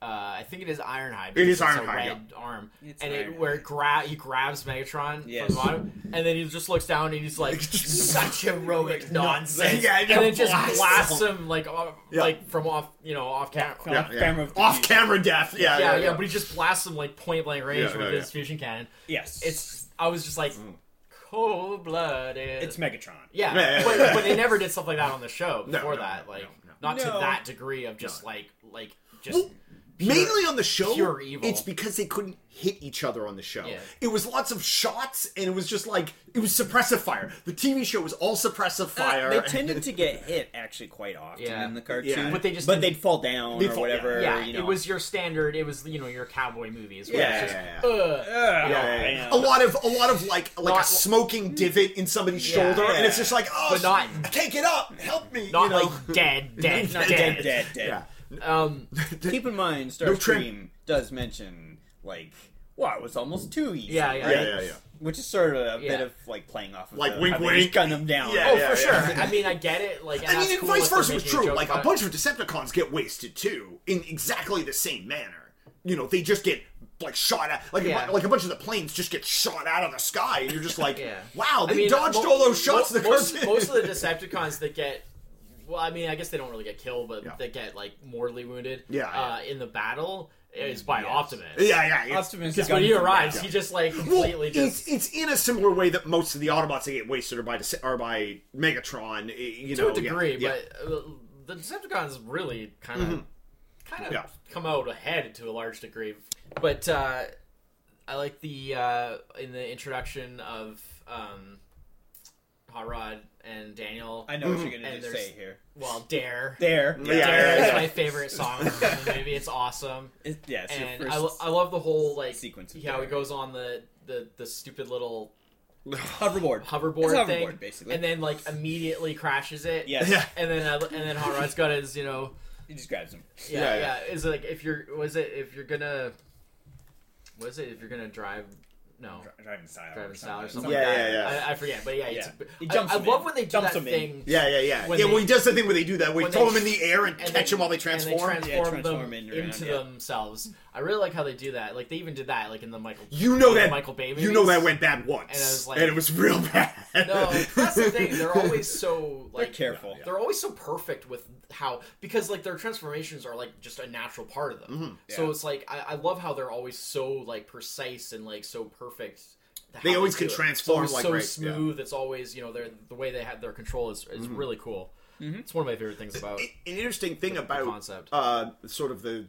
B: uh, I think it is Ironhide.
A: It is
B: because it's a
A: Ironhide,
B: Red arm,
C: It's
B: and it
C: Ironhide.
B: where it gra- he grabs Megatron
C: Yes.
B: from the bottom, and then he just looks down and he's like, "Such heroic nonsense,"
A: Yeah,
B: and
A: yeah,
B: it just
A: blasts
B: blasts
A: him.
B: him like off,
A: Yeah.
B: like from off, you know, off camera.
C: Yeah. Off camera of the
A: Off
C: future.
A: camera death. Yeah,
B: Yeah, yeah, but he just blasts him like point blank range
A: Yeah,
B: with
A: yeah,
B: his
A: yeah.
B: fusion cannon.
C: yes,
B: It's I was just like
C: Mm.
B: cold blooded.
C: it's Megatron.
B: Yeah,
A: Yeah, yeah,
B: but,
A: yeah.
B: but they never did stuff like that on the show
A: No,
B: before
A: no,
B: that.
A: no,
B: like
A: no, no.
B: not
C: No.
B: to that degree of just like like just
A: Well, Mainly on the show,
B: pure evil.
A: it's because they couldn't hit each other on the show.
B: Yeah.
A: It was lots of shots, and it was just like it was suppressive fire. The TV show was all suppressive
B: Uh,
A: fire.
C: Uh, they tended to get hit actually quite often
B: Yeah.
C: in the cartoon,
A: Yeah.
B: But they just
C: but
B: didn't-
C: they'd fall down
A: They'd
C: or
A: fall-
C: whatever.
B: yeah,
C: you know.
B: it was your standard. It was you know your cowboy movies. Where
C: Yeah,
B: it's just,
A: yeah,
B: Ugh.
C: Ugh,
A: Yeah, yeah,
C: I
A: yeah.
C: know.
A: a lot of a lot of like like a
B: Not-
A: smoking divot in somebody's
B: Yeah.
A: shoulder, and it's just like oh,
B: But not-
A: I can't get up. Help me.
B: not
A: you know?
B: like dead, dead,
A: Not
B: dead,
C: dead, dead, dead.
A: yeah.
B: Um,
C: Keep in mind,
A: No trim.
C: Starscream does mention like, "Wow, it was almost too easy."
B: Yeah, yeah.
C: right?
A: yeah, yeah, yeah.
C: Which is sort of a
B: Yeah.
C: bit of like playing off of
A: Like
C: the,
A: wink,
C: how they just
A: wink.
C: gun them down.
A: Yeah,
B: oh,
A: yeah,
B: for sure.
A: yeah.
B: I mean, I get it. Like,
A: I
B: and
A: mean,
B: that's
A: and
B: cool
A: vice
B: if they're
A: versa was
B: making
A: true.
B: joke
A: Like a
B: about it.
A: bunch of Decepticons get wasted too in exactly the same manner. You know, they just get like shot at, like
B: Yeah.
A: a, bu- like a bunch of the planes just get shot out of the sky, and you're just like,
B: Yeah.
A: wow,
B: I
A: they
B: mean,
A: dodged
B: mo-
A: all those shots.
B: mo-
A: the
B: most,
A: cartoon."
B: most of the Decepticons that get, well, I mean, I guess they don't really get killed, but
A: Yeah.
B: they get like mortally wounded.
A: Yeah, Mm,
B: Uh, in the battle is by
C: Yes.
B: Optimus.
A: yeah, yeah, it's-
C: Optimus.
B: Because
C: guns
B: when he
C: them
B: arrives,
C: down.
B: he just like
A: well,
B: completely
A: it's
B: just.
A: it's in a similar way that most of the Autobots that get wasted are by Dece- are by Megatron. eh, You
B: to
A: know,
B: a
A: yeah,
B: degree,
A: yeah.
B: but uh, the Decepticons really kind of kind of
A: Yeah.
B: come out ahead to a large degree. But uh, I like the uh, in the introduction of um, Hot Rod and Daniel.
C: I know what you're
B: Mm-hmm. And
C: gonna just
B: there's-
C: say here.
B: well, Dare.
C: There,
A: Yeah, yeah,
B: Dare
A: yeah,
B: is
A: yeah.
B: my favorite song from the movie. It's awesome,
C: It, yeah, it's
B: and
C: your
B: I,
C: first
B: lo- I love the whole like
C: sequence of
B: how he
C: Dare.
B: goes on the the, the stupid little hoverboard,
C: hoverboard. It's a hoverboard,
B: thing,
C: basically.
B: and then like immediately crashes it.
C: Yes.
A: Yeah.
B: And then uh, and then Hot Rod's got his, you know,
C: He just grabs him.
B: yeah,
A: Yeah,
B: yeah.
A: yeah.
B: Is it like if you're was it if you're gonna what is it if you're gonna drive no
C: Dri- Driving style.
B: driving style or
C: like
B: something
A: Yeah,
B: like
A: yeah,
B: that.
A: yeah.
B: I, I forget, but yeah, it's,
C: Yeah. He
B: I-
C: jumps
B: I,
C: him
B: love
C: in.
B: when they do
C: Jumps
B: that
C: him in.
B: thing.
A: yeah, yeah, yeah.
B: When
A: yeah,
B: they-
A: well, he does the thing where they do that, where you
B: when
A: throw
B: they
A: them in the air and, catch
B: then-
A: them while they
B: and
A: transform.
B: transform,
C: transform
B: them
C: in around,
B: into
C: yeah.
B: themselves. I really like how they do that. Like they even did that, like in the Michael.
A: You know
B: the
A: that
B: Michael Bay.
A: You know
B: movies.
A: that went bad once,
B: And I was like-
A: and it was real bad.
B: No, that's the thing. They're always so
C: They're
B: like
C: careful.
B: They're always so perfect with how because like their transformations are like just a natural part of them. So
A: Mm-hmm.
C: Yeah.
B: it's like I, I love how they're always so like precise and like so perfect. to how
A: They always
B: do
A: can
B: it.
A: transform,
B: So,
A: like,
B: it's so
A: right, yeah. Mm-hmm.
B: smooth. It's always you know they're the way they have their control is is really cool. It's one of my favorite things about
A: An interesting thing about
B: concept.
A: uh, sort of the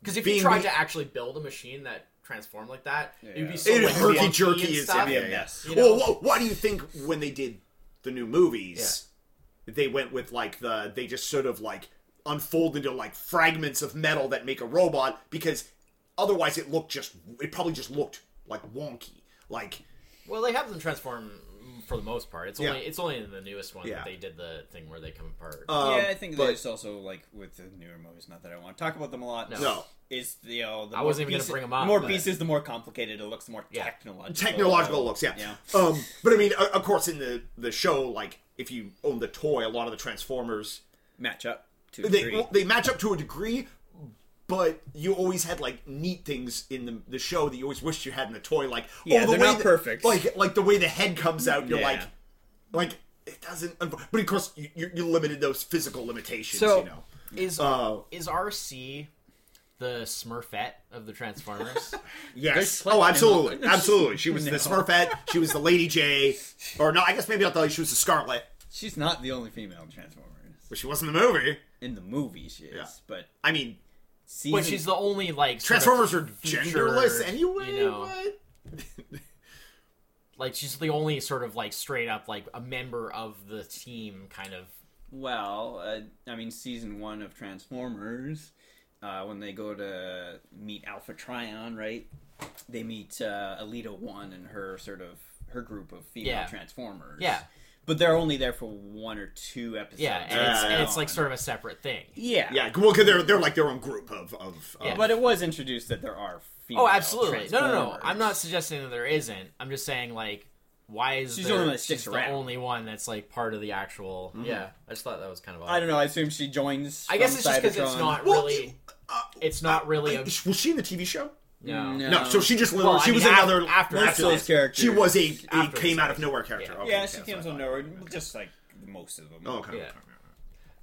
B: because if
A: being
B: you tried
A: me-
B: to actually build a machine that transformed like that, it'd
C: Yeah.
B: be so
A: It'd
B: like,
A: herky
B: clunky
A: jerky
B: and
A: as-
B: stuff.
A: yeah,
C: yeah.
B: You know?
A: well, wh- why do you think when they did the new movies, they went with like the they just sort of like unfold into like fragments of metal that make a robot because otherwise it looked just it probably just looked like wonky. Like
B: Well, they have them transform for the most part. It's
A: Yeah.
B: only it's only in the newest one
A: Yeah.
B: that they did the thing where they come apart.
A: um,
C: yeah, I think
A: but-
C: there's also like with the newer movies. Not that I want to talk about them a lot.
B: No.
A: No.
C: Is you know the
B: I
C: more
B: wasn't even gonna
C: pieces-
B: bring 'em up,
C: The more
B: but-
C: pieces, the more complicated it looks. The more
B: Yeah.
C: technological.
A: technological looks, yeah.
C: Yeah.
A: Um, but I mean, o- of course, in the the show, like if you own the toy, a lot of the Transformers
C: Match up to a
A: they
C: degree.
A: they match up to a degree, but you always had like neat things in the the show that you always wished you had in the toy. Like
C: Yeah,
A: oh, the
C: they're
A: way
C: not
A: the-
C: perfect.
A: Like like the way the head comes out, you're
C: Yeah.
A: like like it doesn't. But of course, you you, you limited those physical limitations.
B: So-
A: you know.
B: is
A: Uh,
B: is RC the Smurfette of the Transformers?
A: yes.
C: plenty
A: Oh,
C: of-
A: absolutely, absolutely. She was
C: No.
A: the Smurfette. She was the Lady J, or no? I guess maybe not the. She was the Scarlet,
C: She's not the only female Transformer
A: but she wasn't in the movie.
C: in the movie. She is,
A: Yeah.
C: but
A: I mean,
C: season,
B: but she's the only like sort of
A: Transformers are
B: feature,
A: genderless anyway.
B: You know,
A: what?
B: like she's the only sort of like straight up like a member of the team kind of.
C: well, uh, I mean, season one of Transformers, uh, when they go to meet Alpha Trion, right? They meet uh, Alita One and her sort of her group of female
B: Yeah.
C: Transformers.
B: Yeah.
C: but they're only there for one or two episodes.
B: Yeah, and it's,
A: Yeah,
B: and
A: yeah.
B: it's like sort of a separate thing.
C: yeah,
A: Yeah, well, because they're they're like their own group of of. of
B: Yeah.
C: But it was introduced that there are female.
B: Oh, absolutely. No, no, no.
C: Transformers.
B: I'm not suggesting that there isn't. I'm just saying like why is
C: She's the
B: there,
C: only one that sticks
B: she's the
C: around. Mm-hmm.
B: only one that's like part of the actual? Yeah, I just thought that was kind of. Odd.
C: I don't know. I assume she joins.
B: I guess
C: from
B: it's just because it's
C: Cybertron.
B: not
A: Well,
B: really.
A: uh,
B: It's not really a.
A: Is- was she in the TV show?
B: No.
C: No.
A: No, so she just literally
B: Well, I
A: she was
B: mean, af-
A: another
B: after-
C: Most of those
A: this.
C: characters.
A: She was a, a
B: After
A: came
B: this.
A: out of nowhere character.
B: Yeah.
A: Okay,
C: Yeah, she came
A: that's
C: from
A: what I
C: nowhere, just like most of them.
A: thought. Oh, okay.
B: Yeah.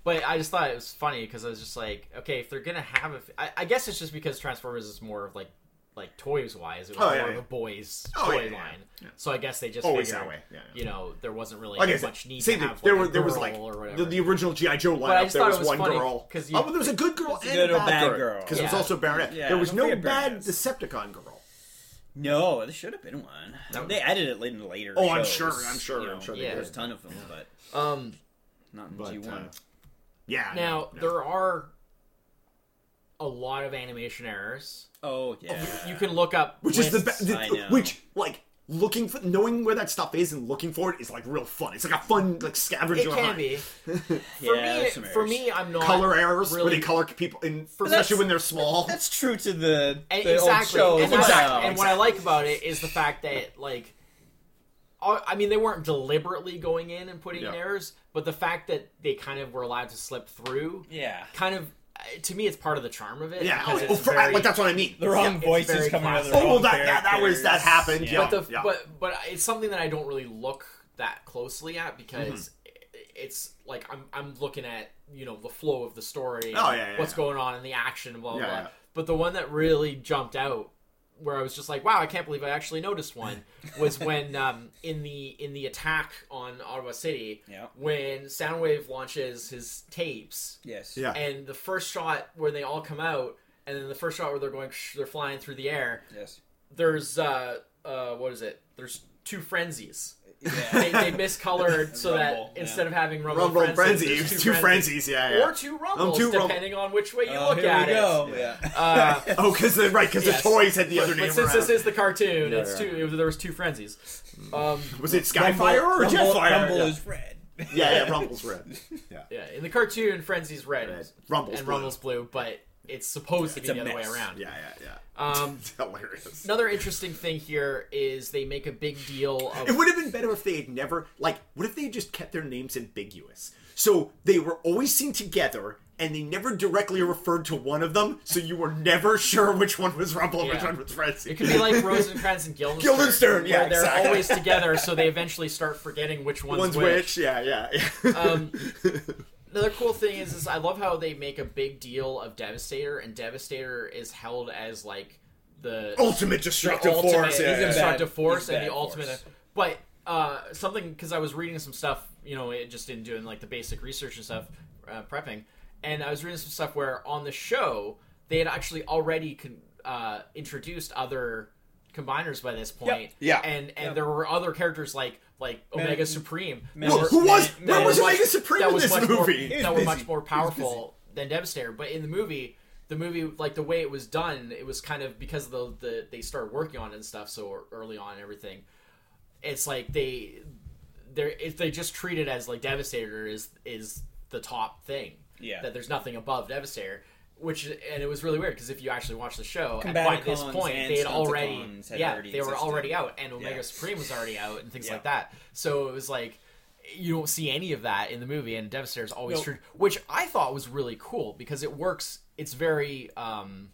B: But I just thought it was funny because I was just like, okay, if they're gonna have a, f- I, I guess it's just because Transformers is more of like, like toys wise, it was
A: Oh,
B: more
A: yeah,
B: of
A: yeah.
B: a boys
A: Oh,
B: toy
A: yeah, yeah, yeah.
B: line.
A: Yeah.
B: So I guess they just
A: Always
B: figured,
A: that way. Yeah, yeah.
B: you know, there wasn't really
A: Like I said,
B: much need
A: same
B: to
A: thing.
B: have.
A: There
B: like,
A: were
B: a
A: there was
B: girl
A: like
B: or
A: the,
B: whatever.
A: the original GI Joe
B: I
A: lineup.
B: just
A: There
B: thought
A: was
B: it was
A: one
B: funny,
A: girl.
B: 'cause you-
A: oh, but there was a good girl
C: There's a
A: and
C: good
A: a
C: or
A: bad,
C: bad
A: girl.
C: girl.
A: Because there was
B: Yeah.
A: also Baroness.
C: Yeah,
A: there was
C: don't
A: no
C: forget
A: bad
C: Baroness.
A: Decepticon girl.
C: No, there should have been one.
B: That-
C: They added it in later.
A: Oh, I'm
C: shows,
A: sure, I'm sure,
C: you
A: I'm sure
B: they
C: There's
B: did.
C: a ton of them, but
B: um,
C: not in
A: But
C: G1.
A: uh, yeah. no,
B: now
A: no.
B: there are a lot of animation errors.
C: oh yeah.
B: You can look up
A: which is the,
B: lists.
A: be- the-
C: I know.
A: which like looking for knowing where that stuff is and looking for it is like real fun. It's like a fun like scavenger
B: It can
A: hunt.
B: be. For
C: Yeah,
B: me,
C: there's some
B: for
C: errors.
B: me, I'm not
A: Color errors where
B: really-
A: they color people, in,
B: that's-
A: especially when they're small.
C: That's true to the,
B: And-
C: the
B: exactly.
C: old show.
B: And, What, and what I like about it is the fact that like, all- I mean, they weren't deliberately going in and putting in
A: Yeah.
B: errors, but the fact that they kind of were allowed to slip through,
C: yeah.
B: kind of, uh, to me, it's part of the charm of it.
A: Yeah,
B: because
A: oh,
B: it's
A: for-
B: very-
A: like, that's what I mean.
C: The wrong
B: Yeah, it's
C: voices
B: very
C: coming out of the
B: classic.
C: wrong
A: Oh, that- yeah, that was- that
C: characters.
A: happened, yeah.
B: but the
A: yeah.
B: but but it's something that I don't really look that closely at
A: Mm-hmm.
B: because. i- It's like I'm I'm looking at you know the flow of the story, and
A: Oh, yeah, yeah,
B: what's
A: yeah.
B: going on in the action, blah blah.
A: Yeah,
B: blah.
A: yeah.
B: But the one that really jumped out, where I was just like, wow, I can't believe I actually noticed one, was when um, in the in the attack on Ottawa City,
C: Yeah.
B: when Soundwave launches his tapes,
C: Yes.
A: Yeah.
B: and the first shot where they all come out, and then the first shot where they're going, sh- they're flying through the air,
C: Yes.
B: there's uh uh what is it? There's two frenzies.
C: Yeah.
B: They, they miscolored so
C: Rumble,
B: that
C: yeah.
B: instead of having rumble,
A: Rumble and
B: frenzies,
A: Frenzy,
B: there's
A: two, frenzies, yeah, yeah. Um,
B: or two rumbles,
A: two rumble-
B: depending on which way you
C: Oh,
B: look
C: here
B: at
C: we
B: it.
C: go.
A: Yeah.
C: Yeah.
B: Uh,
A: oh, because the right, because
B: Yes.
A: the toys had the
B: but,
A: other
B: but
A: name.
B: since
A: around.
B: this is the cartoon,
C: Yeah,
B: it's
C: yeah.
B: two. There was two frenzies. Um,
A: was it Skyfire or
C: Rumble,
A: Jetfire?
C: Rumble
A: yeah.
C: is red.
A: yeah, yeah, Rumble's red. Yeah,
B: yeah, in the cartoon, frenzies red,
A: Red. Rumble's
B: and
A: blue.
B: rumbles blue, but it's supposed
C: It's
B: to
C: a
B: be the other
C: mess.
B: way around.
A: yeah, yeah, yeah.
B: Um,
A: It's hilarious.
B: another interesting thing here is they make a big deal of
A: It would have been better if they had never like. What if they had just kept their names ambiguous? So they were always seen together, and they never directly referred to one of them. So you were never sure which one was Rumble and which
B: Yeah.
A: one was Frenzy.
B: It could be like Rosencrantz and Guildenstern.
A: Guildenstern, yeah,
B: where they're
A: exactly.
B: always together, so they eventually start forgetting which one's,
A: one's
B: which.
A: witch. Yeah, yeah. yeah.
B: Um, another cool thing is, is I love how they make a big deal of Devastator, and Devastator is held as like the
A: ultimate destructive
B: ultimate
A: force. Yeah,
B: he's
A: yeah,
B: a
C: bad-
B: destructive force
C: he's a
B: and the
C: bad
B: ultimate.
C: force.
B: But uh, something because I was reading some stuff, you know, it just in doing like the basic research and stuff, uh, prepping, and I was reading some stuff where on the show they had actually already con- uh, introduced other combiners by this point.
A: Yeah.
B: and and
C: Yep.
B: there were other characters like like
C: Man-
B: Omega Supreme.
C: Man-
B: that
C: Who-
B: were-
A: who was-
B: that
A: where
B: were
A: was
B: much-
A: Omega Supreme
B: that
A: in
B: was
A: this
B: much
A: movie?
B: More,
A: He
C: was
B: that were
C: busy.
B: much more
C: He was busy.
B: powerful than Devastator. But in the movie, the movie like the way it was done, it was kind of because of the, the they started working on it and stuff so early on and everything. It's like they they if they just treat it as like Devastator is is the top thing.
C: Yeah.
B: that there's nothing above Devastator. Which and it was really weird because if you actually watch the show, and by
C: Combaticons
B: this point
C: and
B: they had already
C: Stunticons had
B: yeah
C: already
B: they were
C: existed.
B: already out and Omega
C: Yeah.
B: Supreme was already out and things
C: Yeah.
B: like that. So it was like you don't see any of that in the movie and Devastator's always
C: No.
B: true which I thought was really cool because it works it's very um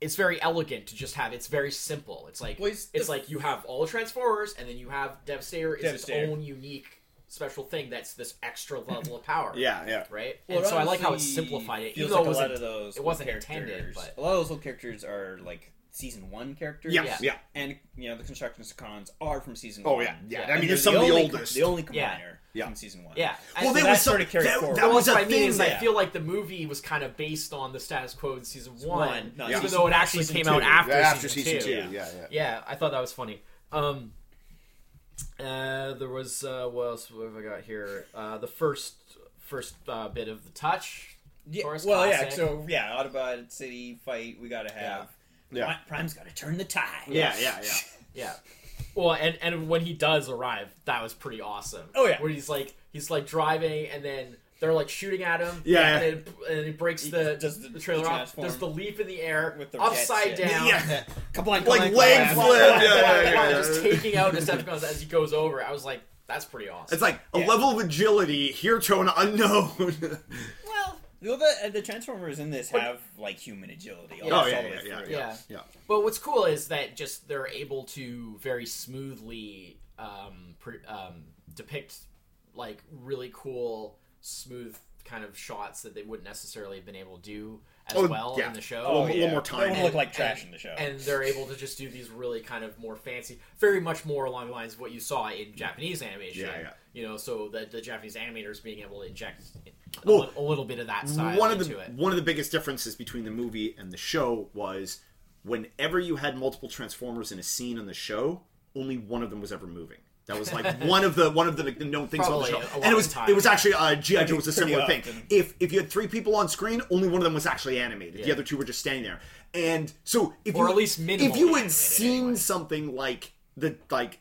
B: it's very elegant to just have it's very simple. It's like
C: Well,
B: it's,
C: it's the-
B: like you have all the Transformers and then you have Devastator is its
C: Devastator.
B: own unique special thing that's this extra level of power.
A: Yeah, yeah.
B: Right?
C: Well,
B: and so I like how it
C: honestly
B: simplified it.
C: Feels
B: Even though it
C: like a
B: wasn't
C: lot of those
B: it wasn't
C: characters-
B: intended, but-
C: a lot of those little characters are like season one characters.
A: Yeah, yeah.
B: Yeah.
C: and you know the Constructionist cons are from season
A: Oh
C: one.
A: yeah, yeah.
B: Yeah.
A: I mean,
C: they're
A: it's some of the
C: only,
A: oldest.
C: The only combiner
B: Yeah.
A: Yeah.
C: from season one.
B: Yeah. I-
A: well,
B: so
A: there
C: that
A: was some,
C: started to carry
A: that,
C: forward.
A: that was
B: that's
A: a
B: what I mean
A: thing
B: is
A: that
B: I feel like the movie was kind of based on the status quo in season one,
C: one, not
B: even
C: season-
B: though it actually
C: season
B: came
C: two.
B: out after,
A: Yeah, after
B: season, two.
A: Yeah,
C: yeah.
A: yeah.
B: Yeah, I thought that was funny. Um, uh, there was uh, what else have I got here? Uh, the first first uh, bit of the touch.
C: Yeah,
B: Taurus
C: well, yeah.
B: Classic.
C: So yeah, Autobot City fight. We gotta have.
A: Yeah.
C: Pri- Prime's gotta turn the tide.
A: Yeah, yeah, yeah.
B: Yeah. Well, and and when he does arrive, that was pretty awesome.
C: Oh, yeah.
B: where he's like he's like driving, and then they're like shooting at him.
A: Yeah.
B: and then, and he breaks
C: He
B: the
C: does the-
B: the, trailer
C: the
B: off.
C: transform.
B: Does the leap in the air
C: With the
B: upside
C: jets, yeah.
B: down.
A: Yeah.
C: Kablank,
A: Like
C: kablank,
A: leg
C: kablank.
A: flip. Yeah, yeah, yeah, yeah.
B: Flying, Just taking out Decepticons as he goes over. I was like, that's pretty awesome.
A: It's like a
C: Yeah.
A: level of agility here to an unknown.
C: Well, the, uh, the, the Transformers in this have like human agility.
B: Yeah.
A: oh
C: almost
A: yeah,
C: all the
A: yeah,
C: way
A: yeah,
C: through.
A: yeah,
B: Yeah.
A: yeah.
B: But what's cool is that just they're able to very smoothly um, pre- um, depict like really cool, smooth kind of shots that they wouldn't necessarily have been able to do as
A: Oh,
B: well
A: yeah.
B: in
A: A
B: the
A: little,
B: show.
C: Oh,
A: a
C: yeah.
A: little more
C: They won't
A: time.
C: look like trash in the show.
B: And they're able to just do these really kind of more fancy, very much more along the lines of what you saw in Japanese animation.
A: Yeah, yeah.
B: You know, so that the Japanese animators being able to inject a,
A: Well,
B: li- a little bit of that style
A: One of the
B: into it.
A: one of the biggest differences between the movie and the show was whenever you had multiple transformers in a scene on the show, only one of them was ever moving. That was like one of the one of the, the known things about the show,
B: Probably a
A: and
B: lot
A: it
B: of
A: was
B: time.
A: it was actually uh, GI Joe
C: Pretty-
A: was a
C: pretty
A: similar thing.
C: often.
A: If if you had three people on screen, only one of them was actually animated. The other two were just standing there. And so if
B: Or
A: you
B: at least
A: if
B: minimally
A: you had
B: animated
A: seen
B: anyway.
A: something like the like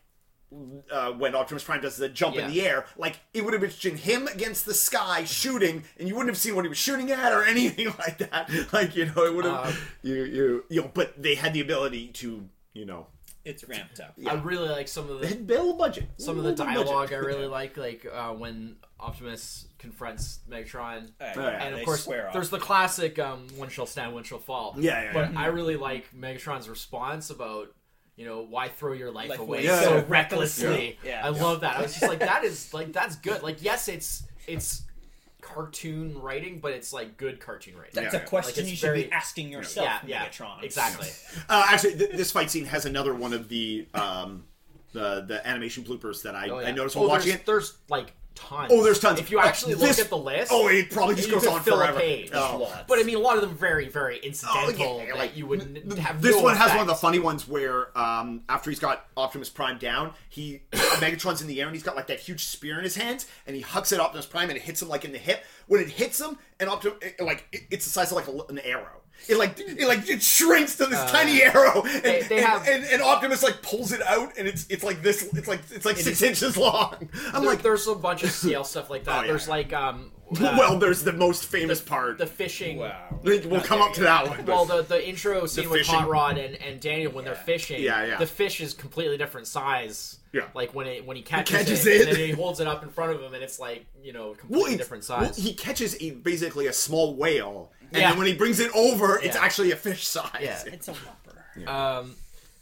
A: uh, when Optimus Prime does the jump in
B: Yeah.
A: the air, like it would have been him against the sky shooting, and you wouldn't have seen what he was shooting at or anything like that. Like you know, it would have
B: Um,
A: you you you know. But they had the ability to you know
C: it's ramped up.
B: I really like some of
A: they
B: the
A: had a little budget.
B: some of
A: a
B: the
A: little bit
B: dialogue I
A: budget.
B: really like, like uh, when Optimus confronts Megatron,
C: Uh,
A: Oh, yeah,
B: and
C: they
B: of course
C: swear off.
B: there's the classic um, "one shall stand, one shall fall."
A: Yeah, yeah,
B: But
A: yeah.
B: I really like Megatron's response about. You know why throw your life
C: Like,
B: away
A: yeah,
B: so
A: yeah.
B: recklessly?
C: Yeah. Yeah.
B: I love that. I was just like, that is like that's good. Like, yes, it's it's cartoon writing, but it's like good cartoon writing.
C: That's
A: Yeah.
C: a question
B: Like,
C: you
B: it's
C: should
B: very-
C: be asking yourself,
B: Yeah, yeah,
C: Megatron.
B: exactly.
A: Uh, actually, th- this fight scene has another one of the um the the animation bloopers that I,
B: Oh, yeah.
A: I noticed
B: Oh,
A: while watching
B: there's,
A: it.
B: There's like tons.
A: Oh, there's tons.
B: If you
A: Uh,
B: actually
A: this-
B: look at the list,
A: Oh, it probably just
B: You
A: goes
B: could
A: on
B: fill a
A: forever.
B: page.
A: Oh.
C: Lots.
B: But I mean, a lot of them very, very incidental.
A: Oh, yeah, like,
B: that you would n- have.
A: this
B: no
A: one has
B: effect.
A: one of the funny ones where um, after he's got Optimus Prime down, he Megatron's in the air and he's got like that huge spear in his hands, and he hucks at Optimus Prime and it hits him like in the hip. When it hits him, and Optimus it, like it, it's the size of like a, an arrow. It like it like it shrinks to this tiny arrow, and,
B: Uh, they- they
A: and,
B: have-
A: and, and Optimus like pulls it out, and it's it's like this, it's like it's like six inches long. I'm
B: There-
A: like, Oh,
B: there's a bunch of scale stuff like that.
A: yeah.
B: There's like um. uh,
A: well, there's the most famous part.
B: the fishing.
C: Wow.
A: we'll come up to that one. but-
B: Well, the, the intro scene with
A: fishing.
B: Hot Rod and, and Daniel when they're fishing,
A: Yeah, yeah.
B: the fish is completely different size.
A: Yeah.
B: Like when it when he catches,
A: catches
B: it,
A: it.
B: and then he holds it up in front of him, and it's like you know completely
A: it's-
B: different size.
A: well, he catches a, basically a small whale, and
B: Yeah.
A: then when he brings it over, it's
B: Yeah.
A: actually a fish size.
B: Yeah.
C: It's a whopper.
B: um,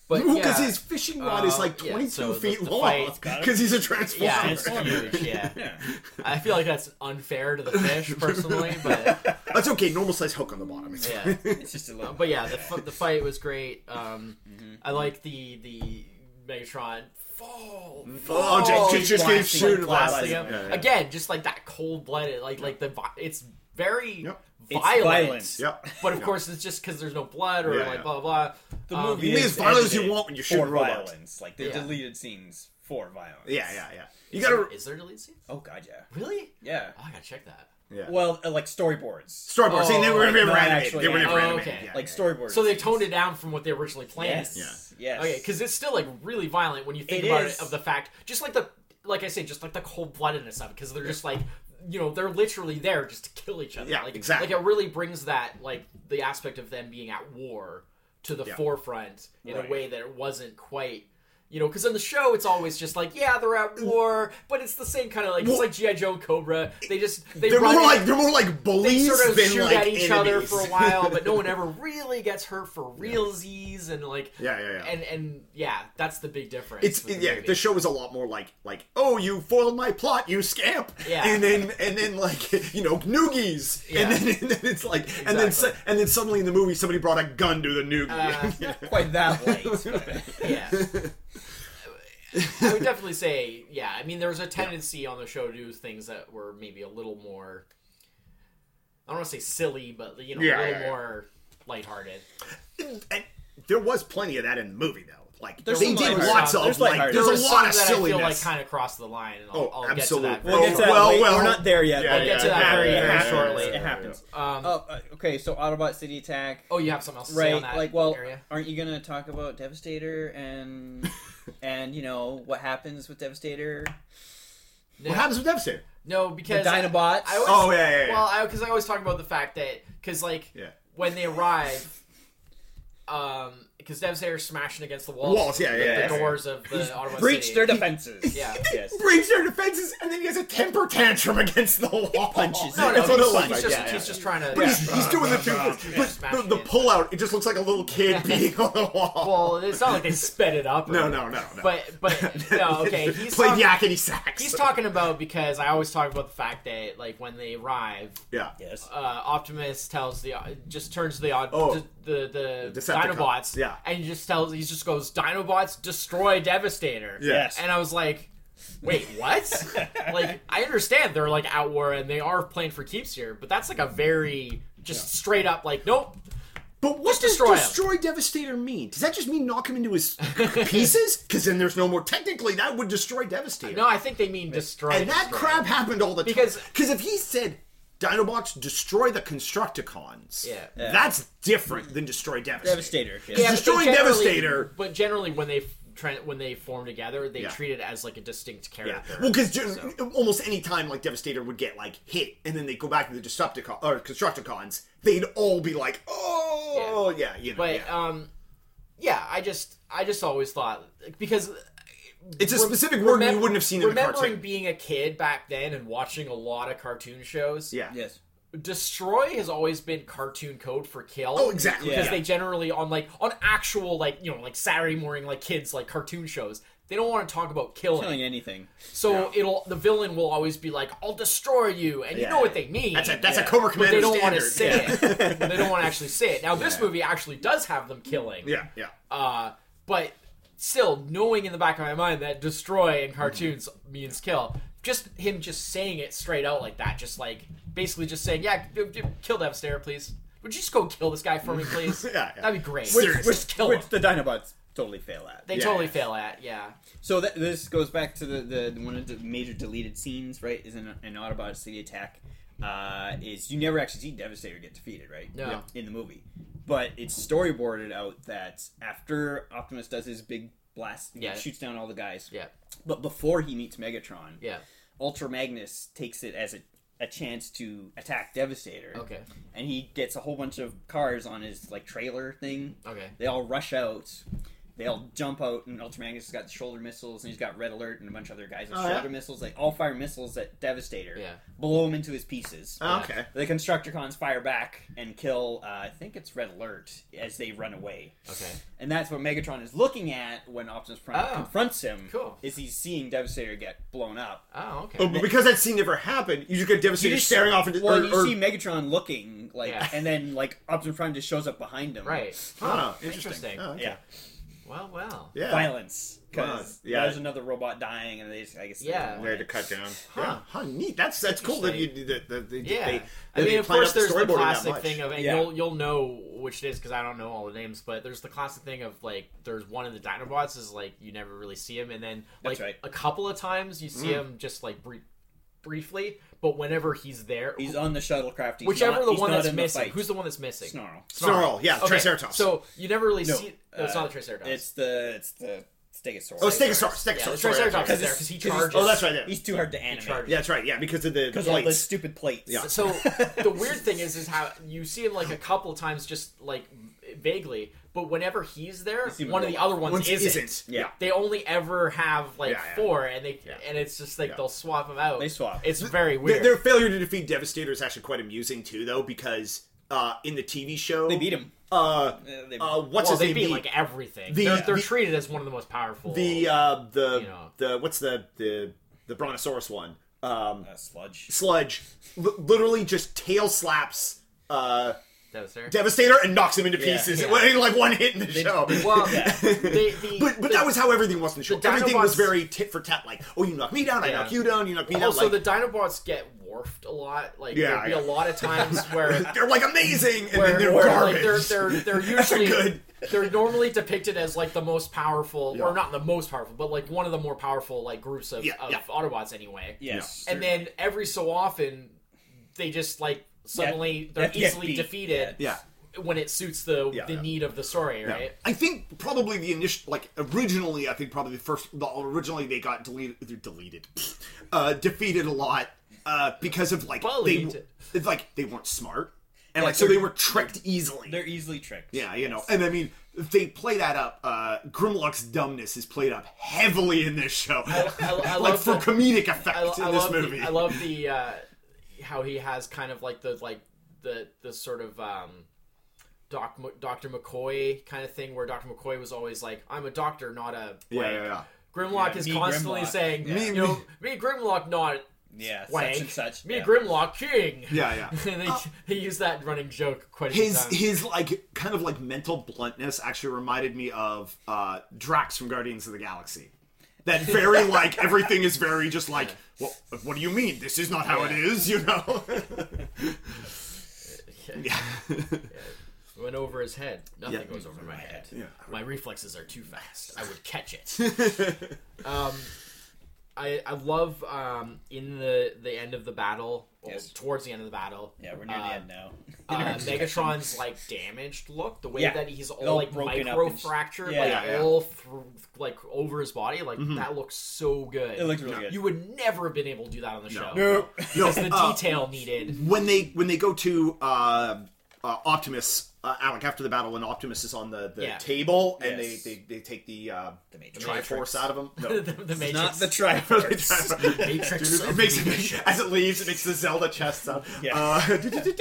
B: but
A: Because
B: yeah,
A: his fishing rod is
B: Uh,
A: like
B: yeah,
A: 22
B: so the-
A: feet
B: the
A: long
B: fight-
A: because he's a transformer.
B: yeah, it's
C: Transformer.
B: huge. Yeah.
C: Yeah.
B: I feel like that's unfair to the fish personally, but
A: That's okay. Normal size hook on the bottom. It's
B: yeah.
C: It's just a little.
B: But yeah, the, f- the fight was great. Um, I like the the Megatron fall.
A: Oh,
B: fall,"
A: just- just
B: blasting,
A: keep shooting
B: like,
A: him.
B: blasting
A: Yeah,
B: him.
A: yeah, yeah.
B: Again, just like that cold blooded, like like the vi- it's very
A: Yep.
C: It's
B: violent.
C: violent.
A: Yep.
B: But of
A: Yeah.
B: course, it's just because there's no blood or
A: Yeah,
B: like
A: yeah.
B: blah blah.
C: The
B: Um,
C: movie
A: You can be
C: is
A: as violent as you
C: edited
A: want when you're shooting
C: for
A: robots.
C: violence. Like the
B: Yeah.
C: deleted scenes for violence.
A: Yeah, yeah, yeah. You
B: is
A: gotta
B: there- Is there deleted scenes?
C: Oh god, yeah,
B: Really?
C: yeah.
B: Oh, I gotta check that.
A: yeah.
C: Well, uh, like storyboards.
A: storyboard. See, they
B: Oh,
A: were never
C: not
A: animated.
C: actually
A: They were never
B: animated. Oh,
A: animated.
B: okay.
A: Yeah,
C: like
A: yeah,
C: storyboards.
B: So they toned it down from what they originally planned.
C: Yes.
A: Yeah.
C: Yes.
B: Okay, because it's still like really violent when you think
C: It
B: about
C: is.
B: it of the fact, just like the like I say, just like the cold bloodedness of it, because they're just like you know they're literally there just to kill each other.
A: Yeah,
B: like,
A: exactly.
B: Like it really brings that like the aspect of them being at war to the
A: Yeah.
B: forefront in
C: Right.
B: a way that it wasn't quite. You know, because in the show it's always just like, yeah, they're at war, but it's the same kind of like it's
A: Well-
B: like GI Joe and Cobra. They just they
A: yeah. They're
B: run
A: more
B: in-
A: like they're more like
B: they
A: bullies
B: sort of
A: than
B: shoot
A: like
B: at each other for a
A: enemies.
B: while, but no one ever really gets hurt for realsies, and like
A: Yeah, yeah, yeah.
B: and and yeah, that's the big difference.
A: It's
B: with the
A: yeah.
B: movie.
A: The show was a lot more like like oh you foiled my plot you scamp
B: Yeah.
A: and then and then like you know noogies
B: Yeah.
A: and, then, and then it's like and then su-
B: Exactly.
A: and then suddenly in the movie somebody brought a gun to the noogie.
B: Uh,
A: Yeah.
C: quite that late. but-
B: yeah. I would definitely say, yeah. I mean, there was a tendency on the show to do things that were maybe a little more. I don't want to say silly, but you know,
A: Yeah,
B: a little
A: yeah, yeah.
B: more lighthearted. Uh,
A: and there was plenty of that in the movie though. Like
C: There's
A: they
C: some
A: did
C: lighthearted
A: lots
C: stuff.
A: of
C: There's
A: like
C: lighthearted
A: there's
B: was
A: a
B: some
A: lot of
B: that I feel like
A: silliness.
B: kind of crossed the line, and I'll,
A: Oh,
B: I'll get to
A: absolutely.
B: that.
A: We'll
B: very
A: get to
B: shortly.
A: that. Well,
C: Wait,
A: well.
C: we're not there yet.
A: Yeah,
C: but
A: yeah,
B: We'll get to that
A: yeah,
B: very,
A: yeah,
B: very
A: yeah,
B: shortly.
A: yeah, yeah,
C: It happens.
B: Um,
C: Oh, uh, okay. So Autobot City Attack.
B: oh, you have something else to say
C: right.
B: on that
C: like, well,
B: area?
C: aren't you gonna talk about Devastator and and you know what happens with Devastator?
B: No,
A: What happens with Devastator?
B: no,
C: The
B: because
C: Dinobots.
B: I always-
A: Oh yeah, yeah, yeah.
B: Well, because I, always talk about the fact that because like
A: Yeah.
B: when they arrive, um, because Devastator's smashing against the walls,
A: Walls, yeah,
B: the-
A: yeah,
B: the
A: yeah.
B: doors of the Ottawa
C: breach
B: City.
C: their defenses.
B: Yeah.
C: Yes.
A: breaks their defenses and then he has a temper tantrum against the wall.
C: punches
B: no, no,
C: it.
A: That's what
B: he's,
A: it looks
B: he's
A: like.
B: just
A: yeah,
B: he's
A: yeah.
B: just trying to.
A: But he's, he's doing the two things.
B: Yeah.
A: But the, the pullout, it just looks like a little kid beating on the wall.
B: Well, it's not like they sped it up. or
A: No,
B: anything.
A: no, no, no.
B: But but no, okay. He's
A: played
B: talking,
A: yakety sax.
B: he's talking about because I always talk about the fact that like when they arrive,
A: Yeah.
C: Yes.
B: uh, Optimus tells the just turns to the odd
A: Oh.
B: d- the the
A: Decepticon.
B: Dinobots,
A: Yeah.
B: and he just tells he just goes Dinobots destroy Devastator,
A: Yes.
B: and I was like, wait, what? like I understand they're like at war and they are playing for keeps here, but that's like a very just straight up like nope.
A: But what does
B: destroy
A: destroy,
B: him.
A: Devastator mean? Does that just mean knock him into his pieces? Because then there's no more. Technically, that would destroy Devastator.
B: No, I think they mean destroy.
A: and that
B: destroy.
A: crap happened all the time.
B: Because-
A: Because if he said Dinobots destroy the Constructicons,
B: Yeah. Yeah.
A: that's different than destroy Devastator.
C: Devastator. Yes.
B: Yeah, but
A: destroying
B: generally-
A: Devastator-
B: But generally, when they f- tran- when they form together, they
A: Yeah.
B: treat it as like a distinct
A: Yeah.
B: character.
A: Well, because almost any time like Devastator would get like hit, and then they go back to the Decepticon or Constructicons, they'd all be like, "Oh, yeah, you know."
B: but
A: yeah.
B: um, yeah, I just I just always thought because
A: it's a specific word
B: remem-
A: you wouldn't have seen in a
B: remembering
A: cartoon.
B: being a kid back then and watching a lot of cartoon shows.
A: yeah.
C: Yes.
B: destroy has always been cartoon code for kill.
A: Oh, exactly.
B: Because
A: Yeah.
B: they generally on like on actual like you know like Saturday morning like kids like cartoon shows. They don't want to talk about killing,
C: Killing anything.
B: so it'll the villain will always be like, "I'll destroy you," and you
A: Yeah.
B: know what they mean.
A: That's a that's
C: Yeah.
A: a Cobra
B: but
A: Commander
B: they don't want to say
A: standard.
B: it. they don't want to actually say it. Now this movie actually does have them killing.
A: Yeah, yeah. yeah.
B: Uh, but still, knowing in the back of my mind that destroy in cartoons means kill, just him just saying it straight out like that, just like basically just saying, yeah, d- d- kill Devastator, please. Would you just go kill this guy for me, please?
A: Yeah, yeah.
B: That'd be great.
A: Which-
B: Just
A: which-
B: kill
C: Which
B: him.
C: the Dinobots totally fail at.
B: They
A: yeah,
B: totally
A: yeah.
B: fail at, yeah.
C: So that, this goes back to the, the, the one of the major deleted scenes, right? Is in an Autobot City Attack. Uh, is you never actually see Devastator get defeated, right?
B: No. Yeah.
C: In the movie, but it's storyboarded out that after Optimus does his big blast, he
B: Yeah.
C: shoots down all the guys.
B: Yeah,
C: But before he meets Megatron,
B: yeah.
C: Ultra Magnus takes it as a, a chance to attack Devastator.
B: Okay,
C: And he gets a whole bunch of cars on his like trailer thing.
B: okay.
C: They all rush out. They all jump out, and Ultramagnus has got shoulder missiles, and he's got Red Alert and a bunch of other guys with
A: Oh, yeah.
C: shoulder missiles. They all fire missiles at Devastator,
B: Yeah.
C: blow him into his pieces.
A: Oh, okay.
C: The Constructicons fire back and kill, uh, I think it's Red Alert, as they run away.
B: Okay.
C: And that's what Megatron is looking at when Optimus Prime
B: Oh,
C: confronts him.
B: cool.
C: Is he's seeing Devastator get blown up.
B: Oh,
A: Oh,
B: okay.
A: but because that scene never happened, you just get Devastator
C: just-
A: staring off into
C: Well,
A: or,
C: you
A: or-
C: see Megatron looking, like,
B: Yeah.
C: and then like Optimus Prime just shows up behind him.
B: Right.
A: Oh,
B: Huh,
A: interesting.
B: Interesting.
A: Oh, okay.
C: Yeah.
B: Well, well.
A: Yeah.
C: violence
A: Wow.
C: because
A: Yeah.
C: there's another robot dying, and they just, I guess, they
B: Yeah.
C: don't
B: They're
A: There to cut down.
B: Huh.
A: Yeah. Huh, neat. That's that's cool that you that, that they,
B: Yeah,
A: they,
B: I
A: they
B: mean, of
A: planned
B: course,
A: out the
B: there's the
A: storyboarding that
B: classic
A: much.
B: thing of, and
C: Yeah.
B: you'll you'll know which it is because I don't know all the names, but there's the classic thing of like, there's one of the Dinobots is like you never really see him, and then like
C: That's right.
B: a couple of times you
A: Mm.
B: see him just like brie- briefly, but whenever he's there,
C: He's on the shuttlecraft. He's
B: whichever
C: not-
B: the
C: he's
B: one
C: not
B: that's
C: in the
B: missing,
C: fight.
B: who's the one that's missing?
C: Snarl?
A: Snarl, yeah, Triceratops.
B: So you never really
C: No,
B: see. No, it's
C: uh,
B: not the Triceratops.
C: It's the it's the Stegosaurus.
A: oh, Stegosaurus, Stegosaurus.
B: yeah, the
A: sorry,
B: Triceratops
A: that's
B: is there
C: it's-
B: because he
C: 'cause he's-
B: charges.
A: right. Oh, that's right. Yeah,
C: He's too hard to animate
B: charges.
A: Yeah, that's right. Yeah, because of the
C: because all the
A: plates.
C: stupid plates.
A: Yeah.
B: So the weird thing is, is how you see him like a couple of times, just like vaguely. But whenever he's there,
C: see him
B: one of the
C: go,
B: other ones
A: Once it
B: isn't.
A: isn't. Yeah.
B: They only ever have like
A: Yeah, yeah.
B: four, and they
A: Yeah.
B: and it's just like
A: Yeah.
B: they'll swap them out.
C: They swap.
B: It's very
A: Their,
B: weird.
A: their failure to defeat Devastator is actually quite amusing too, though, because uh, in the TV show
C: they beat him.
A: Uh,
C: Uh, they-
A: uh, what's
B: well,
A: his
B: they
A: name?
B: beat
A: The-
B: like everything.
A: the-
B: they're they're
A: the-
B: treated as one of the most powerful.
A: the uh, the
B: You know.
A: the what's the the the Brontosaurus one? Um,
C: uh, sludge.
A: Sludge li- literally just tail slaps uh,
B: that was there.
A: Devastator and knocks him into
C: Yeah.
A: pieces.
B: Yeah.
A: It- like one hit in the show.
B: well, they, the,
A: But, but
B: the-
A: that was how everything was in the show.
B: the
A: everything was
B: Dinobots-
A: very tit for tat, like, oh, you knock me down, I
B: Yeah.
A: knock you down, you knock me
B: also
A: down.
B: the
A: Like,
B: Dinobots get warped a lot. Like
A: Yeah,
B: there'd be
A: yeah.
B: a lot of times where
A: they're like amazing, and
B: where,
A: then they're
B: where,
A: garbage.
B: like they're they're they're usually
A: good.
B: they're normally depicted as like the most powerful
A: Yeah.
B: or not the most powerful but like one of the more powerful like groups of,
A: Yeah,
B: of
A: yeah.
B: Autobots anyway.
C: Yes.
B: And then every so often they just like suddenly
C: Yeah,
B: they're
C: yeah,
B: easily
C: beat.
B: defeated
A: yeah.
B: when it suits the
A: Yeah,
B: the
A: yeah.
B: need of the story, right?
A: I think probably the initial, like originally, I think probably the first, the, originally they got deleted, they're deleted, uh, defeated a lot uh, because of like they,
B: Bullied.
A: it's like they weren't smart, and
C: Yeah,
A: like so
C: they're-
A: they were tricked easily.
C: they're easily tricked.
A: Yeah, you know, and I mean they play that up. Uh, Grimlock's dumbness is played up heavily in this show,
B: I- I
A: like
B: love
A: for
B: the-
A: comedic effect
B: I, lo- I
A: in this
B: love
A: movie.
B: The, I love the uh, how he has kind of like the like the the sort of um, Doc M- Doctor McCoy kind of thing where Doctor McCoy was always like, "I'm a doctor, not a."
A: yeah,
B: blank."
A: yeah, yeah.
B: Grimlock
C: Yeah,
B: is
C: me,
B: constantly
C: Grimlock.
B: saying,
C: Yeah.
B: you know, me Grimlock, not
C: Yeah,
B: Wank.
C: such and such.
B: me
C: yeah.
B: Grimlock King.
A: Yeah, yeah.
B: and they, they use that running joke quite a few
A: His
B: times.
A: his like kind of like mental bluntness actually reminded me of uh, Drax from Guardians of the Galaxy. That very like everything is very just like well, what do you mean? This is not how it
C: Yeah.
A: is, you know. yeah.
B: It went over his head. Nothing
A: Yeah.
B: goes over my head.
A: Yeah.
B: My reflexes are too fast. I would catch it. um, I I love um, in the the end of the battle, or
C: Yes.
B: towards the end of the battle.
C: Yeah, we're near
B: uh,
C: the end now.
B: Uh, Megatron's like damaged look, the way
C: Yeah.
B: that he's all
C: All
B: like
C: broken up
B: micro
C: and sh-
B: fractured,
C: Yeah, Mm-hmm.
B: like
A: yeah, yeah.
B: all through, like over his body, like that looks so good.
C: It looks really good.
B: you would never have been able to do that on the show.
C: No.
A: No,
B: It's the
A: uh,
B: detail needed.
A: when they when they go to uh, uh, Optimus, uh, Alec after the battle, when Optimus is on the, the
B: Yeah.
A: table and
C: Yes.
A: they, they, they take the uh,
C: The Matrix.
A: Triforce out of him.
B: the,
A: No.
B: the
C: It's
B: Matrix.
C: not the Triforce.
B: Matrix.
A: It makes it, as it leaves, it makes the Zelda chest sound.
C: Yeah.
A: Uh,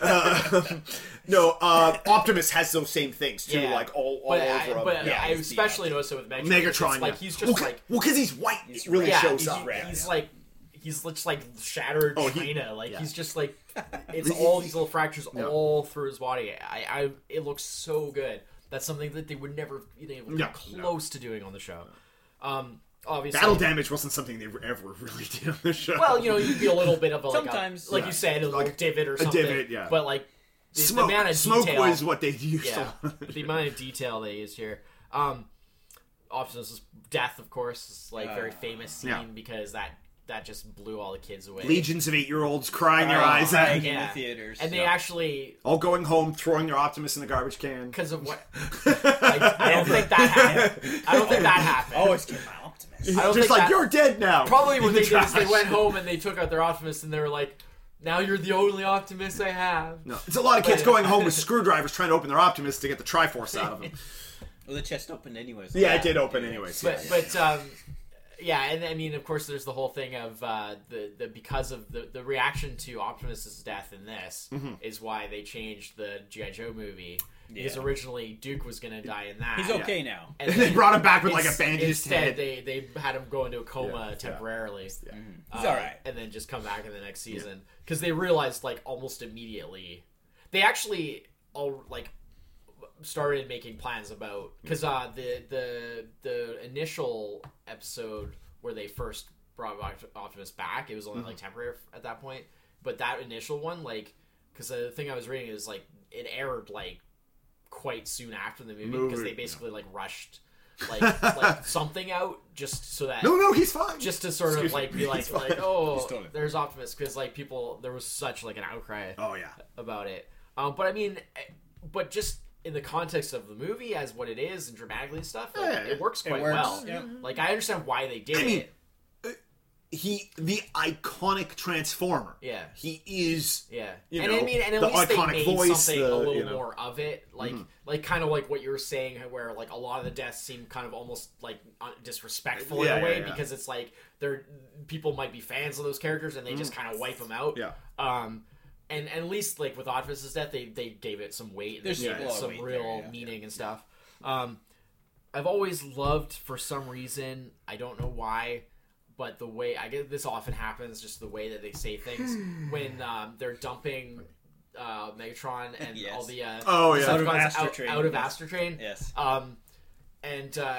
A: uh, no, uh, Optimus has those same things too,
B: Yeah.
A: like all, all
B: but
A: over
B: I,
A: him.
B: but
A: yeah.
B: I
C: he's the
B: especially noticed it with Megatron.
A: Megatron,
B: It's like
A: yeah.
B: he's
A: well,
B: just
A: c-
B: like
A: well, because he's white, it really
B: yeah,
A: shows
B: he's,
A: up.
C: red.
B: he's
C: Yeah.
B: like he's just like shattered
A: Oh,
B: oh,
A: he-
B: like
A: yeah.
B: he's just like it's all these little fractures
A: Yeah.
B: all through his body. I, I it looks so good. That's something that they would never have been able to
A: No,
B: get
A: no.
B: close to doing on the show. Um, obviously,
A: Battle damage wasn't something they ever really did on the show.
B: well, you know, you'd be a little bit of a, like a-
C: Sometimes,
B: like
A: yeah.
B: you said, a little
A: Like
B: divot or
A: a
B: something.
A: divot, yeah.
B: But like the, the
A: smoke,
B: amount of
A: smoke
B: detail,
A: was what they used.
B: yeah,
A: A lot.
B: the amount of detail they used here. Um, Optimus' death, of course, is like very
C: Uh,
B: famous scene
A: yeah.
B: because that that just blew all the kids away.
A: Legions of eight-year-olds crying their
C: Oh,
A: eyes out,
C: in
B: Yeah.
C: the theaters.
B: and they
C: Yeah.
B: actually
A: all going home, throwing their Optimus in the garbage can.
B: because of what I, I don't think that happened. I don't think that happened.
C: I always keep my optimist.
B: I don't
A: Just
B: think
A: like
B: that-
A: you're dead now.
B: probably
A: In
B: what
A: the
B: they did is they
A: trash.
B: went home and they took out their Optimus and they were like, "Now you're the only Optimus I have."
A: No, it's a lot of kids going home with screwdrivers trying to open their Optimus to get the Triforce out of them.
C: Well, the chest opened anyways.
A: Yeah, it did open anyways. yeah,
B: but but um yeah and i mean of course there's the whole thing of uh the, the because of the the reaction to optimus's death in this
C: Mm-hmm.
B: is why they changed the gi joe movie because
C: Yeah.
B: originally duke was gonna die in that
C: He's okay now.
B: and
A: they
B: then
A: brought him back with like a
B: ins-
A: bandaged
B: instead
A: head.
B: they they had him go into a coma
A: Yeah,
B: temporarily Uh,
C: He's all right.
B: and then just come back in the next season because they realized like almost immediately they actually all like started making plans about because uh, the the the initial episode where they first brought Opt- Optimus back, it was only
A: Mm-hmm.
B: like temporary f- at that point. But that initial one, like, because the thing I was reading is like it aired like quite soon after the movie because
A: Movie,
B: they
A: yeah.
B: basically like rushed like like something out just so that
A: No, no, he's fine.
B: just to sort
A: Excuse
B: of like
A: me.
B: be like
A: He's
B: like
A: fine.
B: oh
D: done it.
B: there's Optimus because like people there was such like an outcry
A: oh yeah,
B: about it. Um, but I mean, eh, but just in the context of the movie as what it is and dramatically and stuff, like,
A: Yeah,
B: it works
D: it
B: quite
D: works,
B: well.
D: yeah.
B: Like I understand why they did
A: I mean,
B: it.
A: he the iconic Transformer.
B: Yeah.
A: he is.
B: Yeah,
A: you
B: and I
A: know,
B: mean, and at
A: the
B: least they
A: iconic
B: made
A: voice,
B: something
A: the-
B: a little
A: you know. Mm-hmm.
B: more of it, like like kind of like what you were saying, where like a lot of the deaths seem kind of almost like un- disrespectful
A: Yeah,
B: in
A: yeah,
B: a way
A: yeah.
B: because it's like they're people might be fans of those characters and they just kind of wipe them out.
A: Mm-hmm. Yeah.
B: Um, and, and at least like with Optimus's death, they they gave it some weight. and
C: There's
B: they gave
C: still
B: it
C: a lot of
B: some
C: weight
B: real
C: there, yeah.
B: meaning and stuff. Um, I've always loved for some reason I don't know why, but the way I get this often happens just the way that they say things when um, they're dumping uh, Megatron and
C: Yes.
B: all the uh,
A: Oh yeah.
B: Decepticons
C: Out of Astra
B: out,
C: Train,
B: out of
C: yes.
B: Astra Train.
C: Yes.
B: Um, and uh,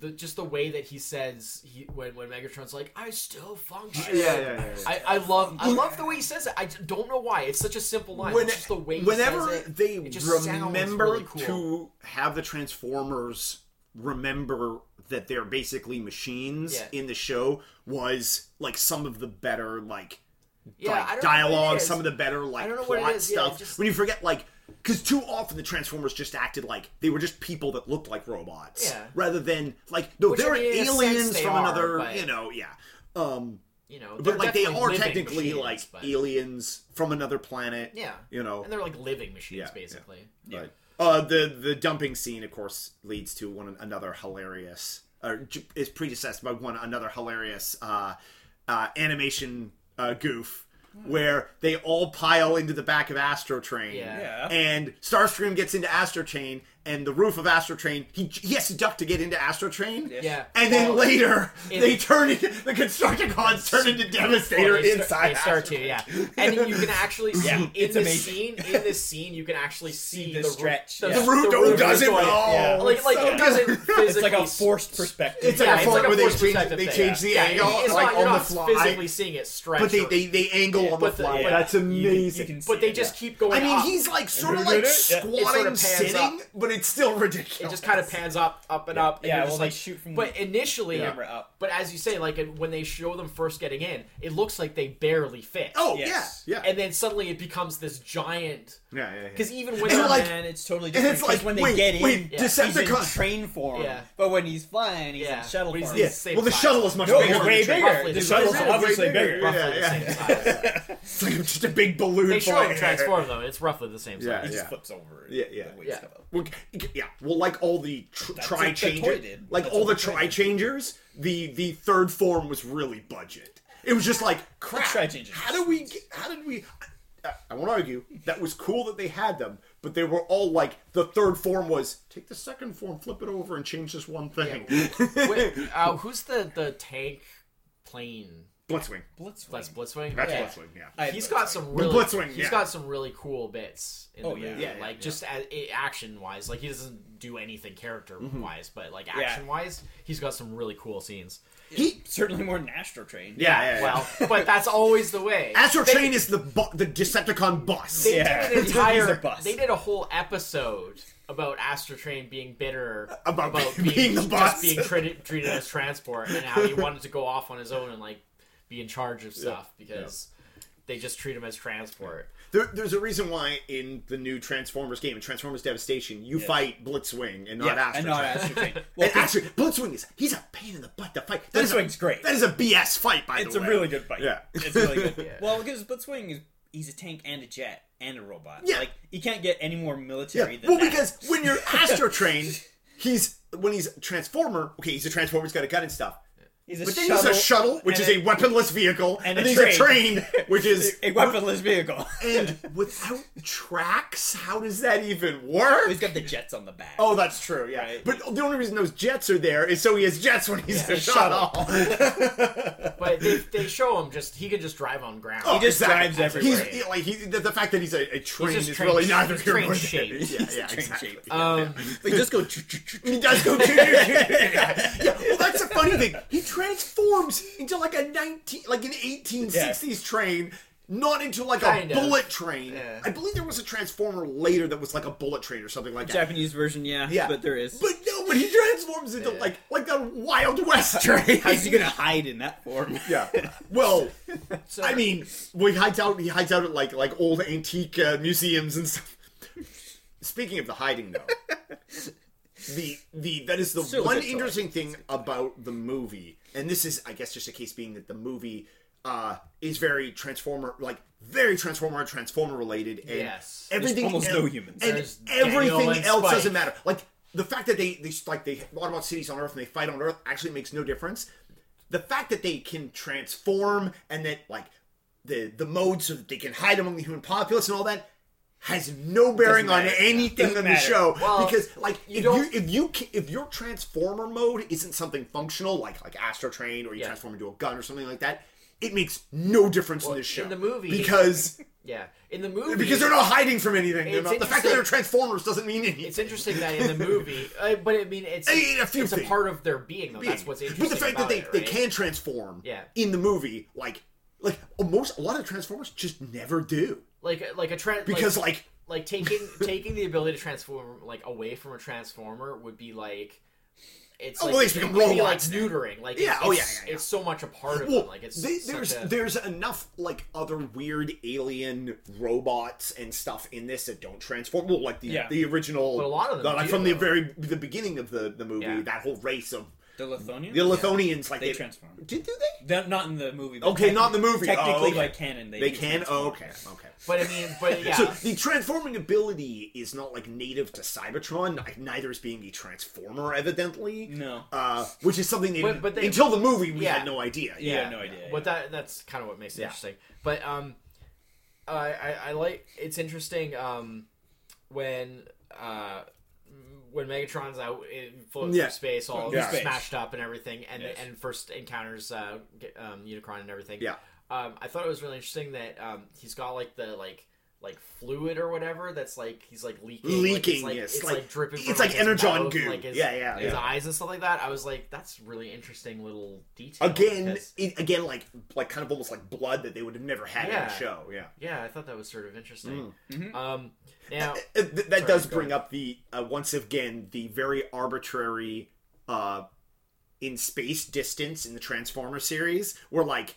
B: the just the way that he says he when when Megatron's like I still function.
A: Yeah, yeah, yeah, yeah.
B: I, I love I love the way he says it. I d- don't know why. It's such a simple line.
A: When-
B: it's just the way he
A: whenever
B: says it.
A: they
B: it just sounds
A: remember
B: really cool.
A: to have the transformers remember that they're basically machines
B: Yeah.
A: in the show was like some of the better like,
B: yeah, I
A: like
B: don't know what it
A: dialogue
B: is.
A: some of the better like
B: don't know what it
A: plot
B: is, yeah,
A: stuff
B: it just-
A: when you forget like because too often the transformers just acted like they were just people that looked like robots
B: Yeah.
A: rather than like no
B: Which, I
A: they're
B: mean, in a sense,
A: aliens
B: they
A: from
B: are,
A: another
B: but-
A: you know yeah um
B: you know,
A: but
B: they're
A: like they
B: definitely
A: are
B: living
A: technically
B: machines,
A: like
B: but-
A: aliens from another planet
B: yeah,
A: you know
B: and they're like living machines
A: Yeah, yeah.
B: basically.
A: Right. Uh, the the dumping scene, of course, leads to one another hilarious, or j- is predecessed by one another hilarious uh, uh, animation uh, goof, where they all pile into the back of Astro Train,
B: Yeah.
C: Yeah.
A: and Starscream gets into Astro Train, and the roof of Astro Train, he, he has to duck to get into Astro Train,
C: Yeah.
B: Yeah,
A: and then
B: Well,
A: later
B: in-
A: they turn into, the Constructicons turn into Devastator
B: Well, they start-
A: inside.
B: they start
A: Astro
B: to,
A: Train.
B: yeah. And you can actually see in
C: it's
B: this
C: amazing.
B: scene, in this scene, you can actually see,
C: the
B: roo-
C: stretch,
B: The,
C: yeah.
A: The roof
B: roof
A: doesn't.
B: going-
A: Oh,
B: Like, like it doesn't physically.
C: It's like a forced perspective.
A: It's like
B: Yeah,
A: a
B: it's
A: fort
B: like a
A: where they
B: forced
A: change,
B: perspective
A: they
B: thing,
A: change the
B: yeah,
A: angle
B: it's
A: like
B: not,
A: on
B: you're
A: the
B: not
A: fly,
B: physically seeing it stretch.
A: but they,
B: or-
A: they, they angle on the
B: but the-
A: fly.
B: but-
A: That's amazing.
B: but they just keep going.
A: I mean,
B: up.
A: he's like sort of
D: Yeah.
A: like
D: It
A: squatting,
B: sort of pans
A: sitting,
B: up.
A: but it's still ridiculous.
B: it just kind of pans up, up and up. And
C: Yeah,
B: you're
C: well,
B: just
C: they
B: like
C: shoot from
B: But
C: the
B: initially,
C: camera up.
B: But as you say, like it- when they show them first getting in, it looks like they barely fit.
A: Oh
C: Yes.
A: yeah, yeah,
B: and then suddenly it becomes this giant.
A: yeah, yeah, yeah.
B: Because even uh, when
A: And
B: they're
A: like-
B: like,
C: and it's totally
A: and
C: different.
A: it's like
C: 'cause when they
A: wait,
C: get in,
A: wait,
B: Yeah.
C: he's in
A: Decepticon.
C: train form.
B: Yeah.
C: But when he's flying, he's
B: Yeah.
C: in shuttle
B: But he's
C: form.
B: in
A: Yeah.
B: same
A: Well, the
B: size.
A: shuttle is much
C: No,
A: bigger.
C: it's way
A: than the
C: bigger.
A: train.
B: Roughly
C: The
B: the
C: shuttle's
B: same size.
C: obviously
A: Way bigger.
C: bigger.
B: roughly
A: Yeah, yeah.
B: the same size.
A: It's like just a big balloon.
B: They show
A: flying.
B: him transform though. It's roughly the same size.
A: Yeah,
C: He
A: yeah.
C: just flips over.
A: Yeah, yeah.
C: the way
B: Yeah.
C: stuff up.
A: Well, g- yeah, well, like all the tr-
C: what
A: tri
C: the toy
A: changers,
C: did.
A: like
C: That's
A: all
C: what
A: the
C: the toy
A: tri changers, the the third form was really budget. It was just like crap.
C: tri-changers.
A: How do we? Get, how did we? I, I won't argue. That was cool that they had them, but they were all like the third form was take the second form, flip it over, and change this one thing.
B: Wait, uh, who's the the tank plane?
A: Blitzwing.
C: Blitzwing.
B: That's Blitzwing.
A: That's
C: Yeah.
A: Blitzwing. Yeah.
C: I-
B: He's got some
A: The
B: really
A: Blitzwing,
B: He's
A: yeah.
B: got some really cool bits in
C: Oh,
B: the
C: yeah.
B: movie.
A: Yeah, yeah,
B: like
A: yeah.
B: just as, action wise, like he doesn't do anything character wise,
A: Mm-hmm.
B: but like action wise, he's got some really cool scenes.
A: He.
C: certainly more than Astro Train.
A: Yeah. yeah, yeah.
B: Well, but that's always the way.
A: Astro
B: They-
A: Train is the bu- the Decepticon bus.
B: They
C: Yeah.
B: did an
C: He's a
B: entire.
C: bus.
B: They did a whole episode about Astro Train being bitter
A: About being the
B: just
A: bus.
B: being treated, treated as transport, and how he wanted to go off on his own and like be in charge of stuff because they just treat him as transport.
A: There, there's a reason why in the new Transformers game, in Transformers Devastation, you fight Blitzwing and not Astro
C: and not
A: Train.
C: Astro Train. Well,
A: And actually, Blitzwing is he's a pain in the butt to fight. That is a-
C: Blitzwing's great.
A: That is a BS fight, by
C: it's
A: the
C: a
A: way.
C: really good fight.
A: Yeah.
C: it's really good.
B: Yeah.
C: Well, because Blitzwing is he's a tank and a jet and a robot.
A: Yeah.
C: like you can't get any more military
A: Yeah.
C: than
A: Well,
C: that.
A: because when you're Astro Train, he's when he's a Transformer. Okay, he's a Transformer. He's got a gun and stuff.
C: He's a
A: But then
C: shuttle,
A: he's a shuttle, which
C: and
A: is
C: a-
A: a weaponless vehicle, and, then
C: and a
A: he's a train, which is
C: a weaponless vehicle.
A: and without tracks. How does that even work?
C: he's got the jets on the back.
A: Oh, that's true. Yeah,
C: Right.
A: but the only reason those jets are there is so he has jets when he's
C: Yeah,
A: a shuttle.
B: But they, they show him just he could just drive on ground.
A: Oh,
C: just drives
A: He's,
C: everywhere.
A: he- like he, the, the fact that he's a, a train
B: just
A: is
B: train-
A: really neither
B: he's
A: here
B: train
A: nor there.
B: shaped.
A: Yeah,
C: He's
A: yeah,
C: train
A: exactly.
C: shaped.
B: um,
C: They just go.
A: He does go. yeah, yeah. Well, that's the funny thing. He transforms into like a nineteen, like an eighteen sixties train. Not into like
B: Kind
A: a
B: of.
A: bullet train.
C: Yeah.
A: I believe there was a transformer later that was like a bullet train or something like that.
C: Japanese version, yeah,
A: Yeah.
C: but there is.
A: But no, but he transforms into like like a Wild West train.
C: How's he gonna hide in that form?
A: Yeah. Well,
B: so-
A: I mean, we hides out. He hides out at like like old antique uh, museums and stuff. Speaking of the hiding, though, the the that is the
C: Still a
A: one
C: good toy.
A: interesting thing about the movie, and this is, I guess, just a case being that the movie uh is very transformer like very transformer transformer related and
B: Yes. There's
A: everything
C: almost
A: and,
C: no humans.
A: and
B: There's Daniel
A: everything
B: and
A: else
B: Spike.
A: doesn't matter like the fact that they they like they what about cities on earth and they fight on earth actually makes no difference the fact that they can transform and that like the the mode so that they can hide among the human populace and all that has no bearing on
C: matter.
A: anything
C: Doesn't
A: in the
C: matter.
A: show
B: Well,
A: because like
B: you
A: if
B: don't-
A: you if you ca- if your transformer mode isn't something functional like like Astro Train or you
B: Yeah.
A: transform into a gun or something like that it makes no difference in this show
B: in the movie-
A: because
B: yeah, in the movie
A: because they're not hiding from anything they're
B: It's
A: not, the fact that
B: interesting.
A: they're transformers doesn't mean anything
B: It's interesting that in the movie, uh, but I mean, it's
A: I mean, a few
B: it's
A: things.
B: a part of their being. Though. That's what's interesting.
A: But the fact that
B: about
A: they,
B: it,
A: they
B: right?
A: can transform
B: Yeah.
A: in the movie, like like most a lot of Transformers just never do
B: like like a trend
A: because like,
B: like taking taking the ability to transform like away from a transformer would be like it's
A: Oh,
B: like,
A: well, they just
B: it
A: become
B: would be like
A: robots then.
B: neutering like
A: Yeah,
B: it's,
A: oh, yeah,
B: it's-
A: yeah, yeah.
B: it's so much a part of
A: well,
B: them like it's
A: they,
B: such
A: there's
B: a-
A: there's enough like other weird alien robots and stuff in this that don't transform. Well, like the
C: Yeah.
A: the original,
B: But a lot of them
A: like
B: do,
A: from the
B: though.
A: very the beginning of the the movie,
B: Yeah.
A: that whole race of
C: The Lithonians?
A: the Lithonians, like
C: They transform.
A: Did do they?
C: They're not in the movie. but
A: Okay, not in the movie.
C: Technically,
A: Oh, okay.
C: by canon, they
A: They
C: do
A: can.
C: transform.
A: Oh, okay, okay.
B: but I mean but yeah
A: So the transforming ability is not like native to Cybertron. like, Neither is being a transformer, evidently.
C: No.
A: Uh, which is something they,
B: But- but they-
A: until the movie we
B: yeah.
A: had no idea.
C: Yeah, no idea,
B: But
C: yeah.
B: that that's kind of what makes it interesting. But um, I, I I like it's interesting um when uh when Megatron's out it floats
A: Yeah.
B: through space, all
A: Yeah.
B: smashed up and everything, and
C: Yes.
B: and first encounters uh get- um, Unicron and everything.
A: Yeah.
B: Um, I thought it was really interesting that um he's got like the like. Like fluid or whatever, that's like he's like leaking, like,
A: Leaking,
B: it's like,
A: yes,
B: it's
A: like-
B: like, dripping. From,
A: it's
B: like
A: like
B: his
A: Energon
B: mouth,
A: goo.
B: like his,
A: Yeah, yeah,
B: his
A: yeah.
B: eyes and stuff like that. I was like, that's really interesting little detail.
A: Again,
B: because-
A: it, again, like like kind of almost like blood that they would have never had in
B: Yeah.
A: the show. Yeah.
B: Yeah, I thought that was sort of interesting.
A: Mm.
C: Mm-hmm.
B: Um, now,
A: Uh, th- that does
B: go
A: bring up the uh, once again the very arbitrary uh in space distance in the transformer series where like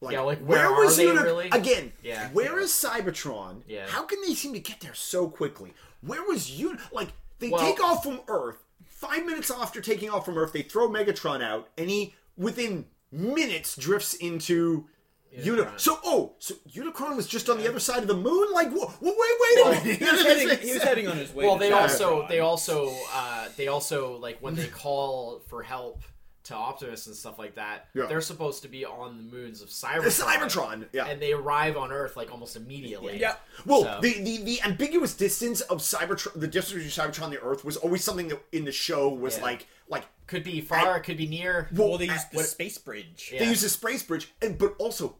A: like,
B: Yeah, like, where are they
A: Uni-
B: really?
A: again
B: Yeah.
A: where is cybertron
B: Yeah.
A: how can they seem to get there so quickly where was you like they
B: Well-
A: take off from earth five minutes after taking off from earth they throw megatron out and he within minutes drifts into Uni-
B: Unicron.
A: so oh so Unicron was just on the other side of the moon like wha- wha- wait wait a minute
C: He was, heading, he was heading on his way.
B: well,
C: to
B: they
C: Cybertron.
B: also they also uh, they also like when they call for help to Optimus and stuff like that.
A: Yeah.
B: They're supposed to be on the moons of Cybertron.
A: It's Cybertron, yeah.
B: and they arrive on Earth like almost immediately.
C: Yeah.
A: well,
B: So-
A: the, the the ambiguous distance of Cybertron, the distance between Cybertron and the Earth was always something that in the show was
B: Yeah.
A: like like
B: could be far, could be near.
C: Well, they used the
A: what-
C: space bridge.
A: they
B: Yeah.
A: used a space bridge, and but also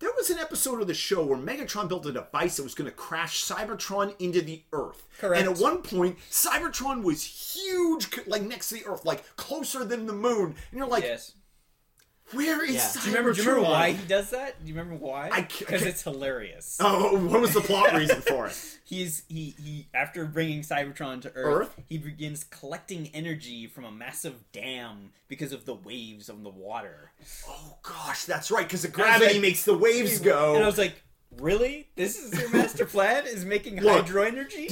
A: there was an episode of the show where Megatron built a device that was going to crash Cybertron into the Earth.
C: Correct.
A: And at one point, Cybertron was huge, c- like next to the Earth, like closer than the moon. And you're like,
C: Yes.
A: where is
B: Yeah.
A: Cybertron?
C: Do you remember? Do you remember why he does that? Do you remember why?
A: I ca-
C: Because
A: ca-
C: it's hilarious.
A: Oh, what was the plot reason for it?
C: He's he he after bringing Cybertron to Earth,
A: Earth?
C: he begins collecting energy from a massive dam because of the waves on the water.
A: Oh gosh, that's right, because the gravity
C: like-
A: makes the waves go.
C: And I was like, really? This is your master plan? Is making
A: Look,
C: hydro energy?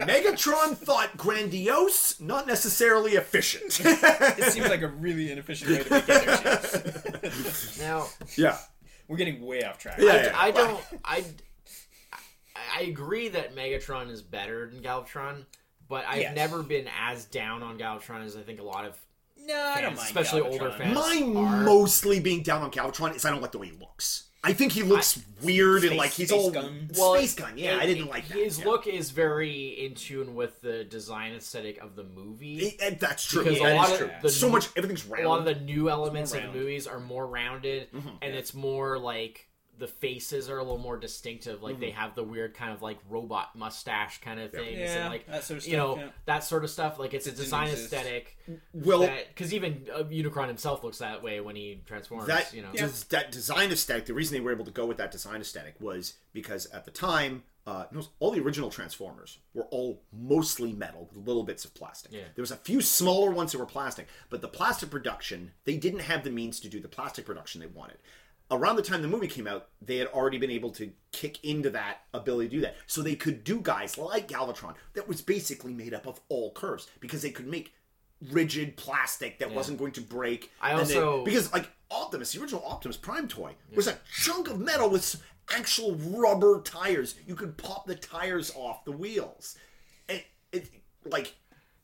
A: Megatron thought grandiose, not necessarily efficient.
C: it seems like a really inefficient way to make energy.
B: Now,
A: yeah.
C: We're getting way off track.
A: Yeah.
B: I don't. I I agree that Megatron is better than Galvatron, but I've
C: Yes.
B: never been as down on Galvatron as I think a lot of
C: No, I don't
B: Fans,
C: mind.
B: especially older
C: Galvatron.
B: fans.
A: My
B: are-
A: mostly being down on Galvatron is I don't like the way he looks. I think he looks weird and
C: space-
A: like he's
C: space
A: all
C: gun.
B: Well,
A: space gun. Yeah, I didn't like that.
B: His
A: yeah.
B: look is very in tune with the design aesthetic of the movie.
A: It- and that's true.
B: Because
A: Yeah,
B: a
A: that
B: lot
A: is
B: of
A: true.
B: the
A: so
B: new-
A: much everything's
B: a lot of
A: round.
B: the new elements
C: more
B: of the
C: round.
B: movies are more rounded
A: Mm-hmm,
B: and it's more like the faces are a little more distinctive like
A: Mm-hmm.
B: they have the weird kind of like robot mustache kind of things
C: Yeah,
B: and like
C: that sort of
B: you know
C: stuff, yeah.
B: that sort of stuff like it's a
C: didn't
B: design
C: exist.
B: aesthetic
A: Well, that,
B: because even uh, unicron himself looks that way when he transforms you know
A: des- that design aesthetic. The reason they were able to go with that design aesthetic was because at the time, uh, notice all the original Transformers were all mostly metal with little bits of plastic.
B: Yeah.
A: There was a few smaller ones that were plastic, but the plastic production they didn't have the means to do the plastic production they wanted. Around the time the movie came out, they had already been able to kick into that ability to do that. So they could do guys like Galvatron that was basically made up of all curves because they could make rigid plastic that wasn't going to break.
B: I
A: and they-
B: also-
A: because like Optimus, the original Optimus Prime toy was a chunk of metal with s- actual rubber tires. You could pop the tires off the wheels. It, it like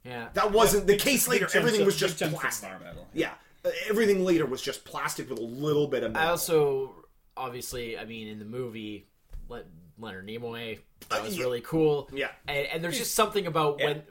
B: yeah
A: that wasn't the case later.
C: Big chunks
A: Everything
C: of-
A: was
C: big
A: just
C: chunks of
A: plastic.
C: bar metal.
A: Yeah, Uh, everything later was just plastic with a little bit of
B: i
A: metal.
B: also obviously i mean in the movie Le- leonard nimoy that
A: Uh,
B: was
A: yeah.
B: really cool
A: Yeah.
B: and, and there's just something about when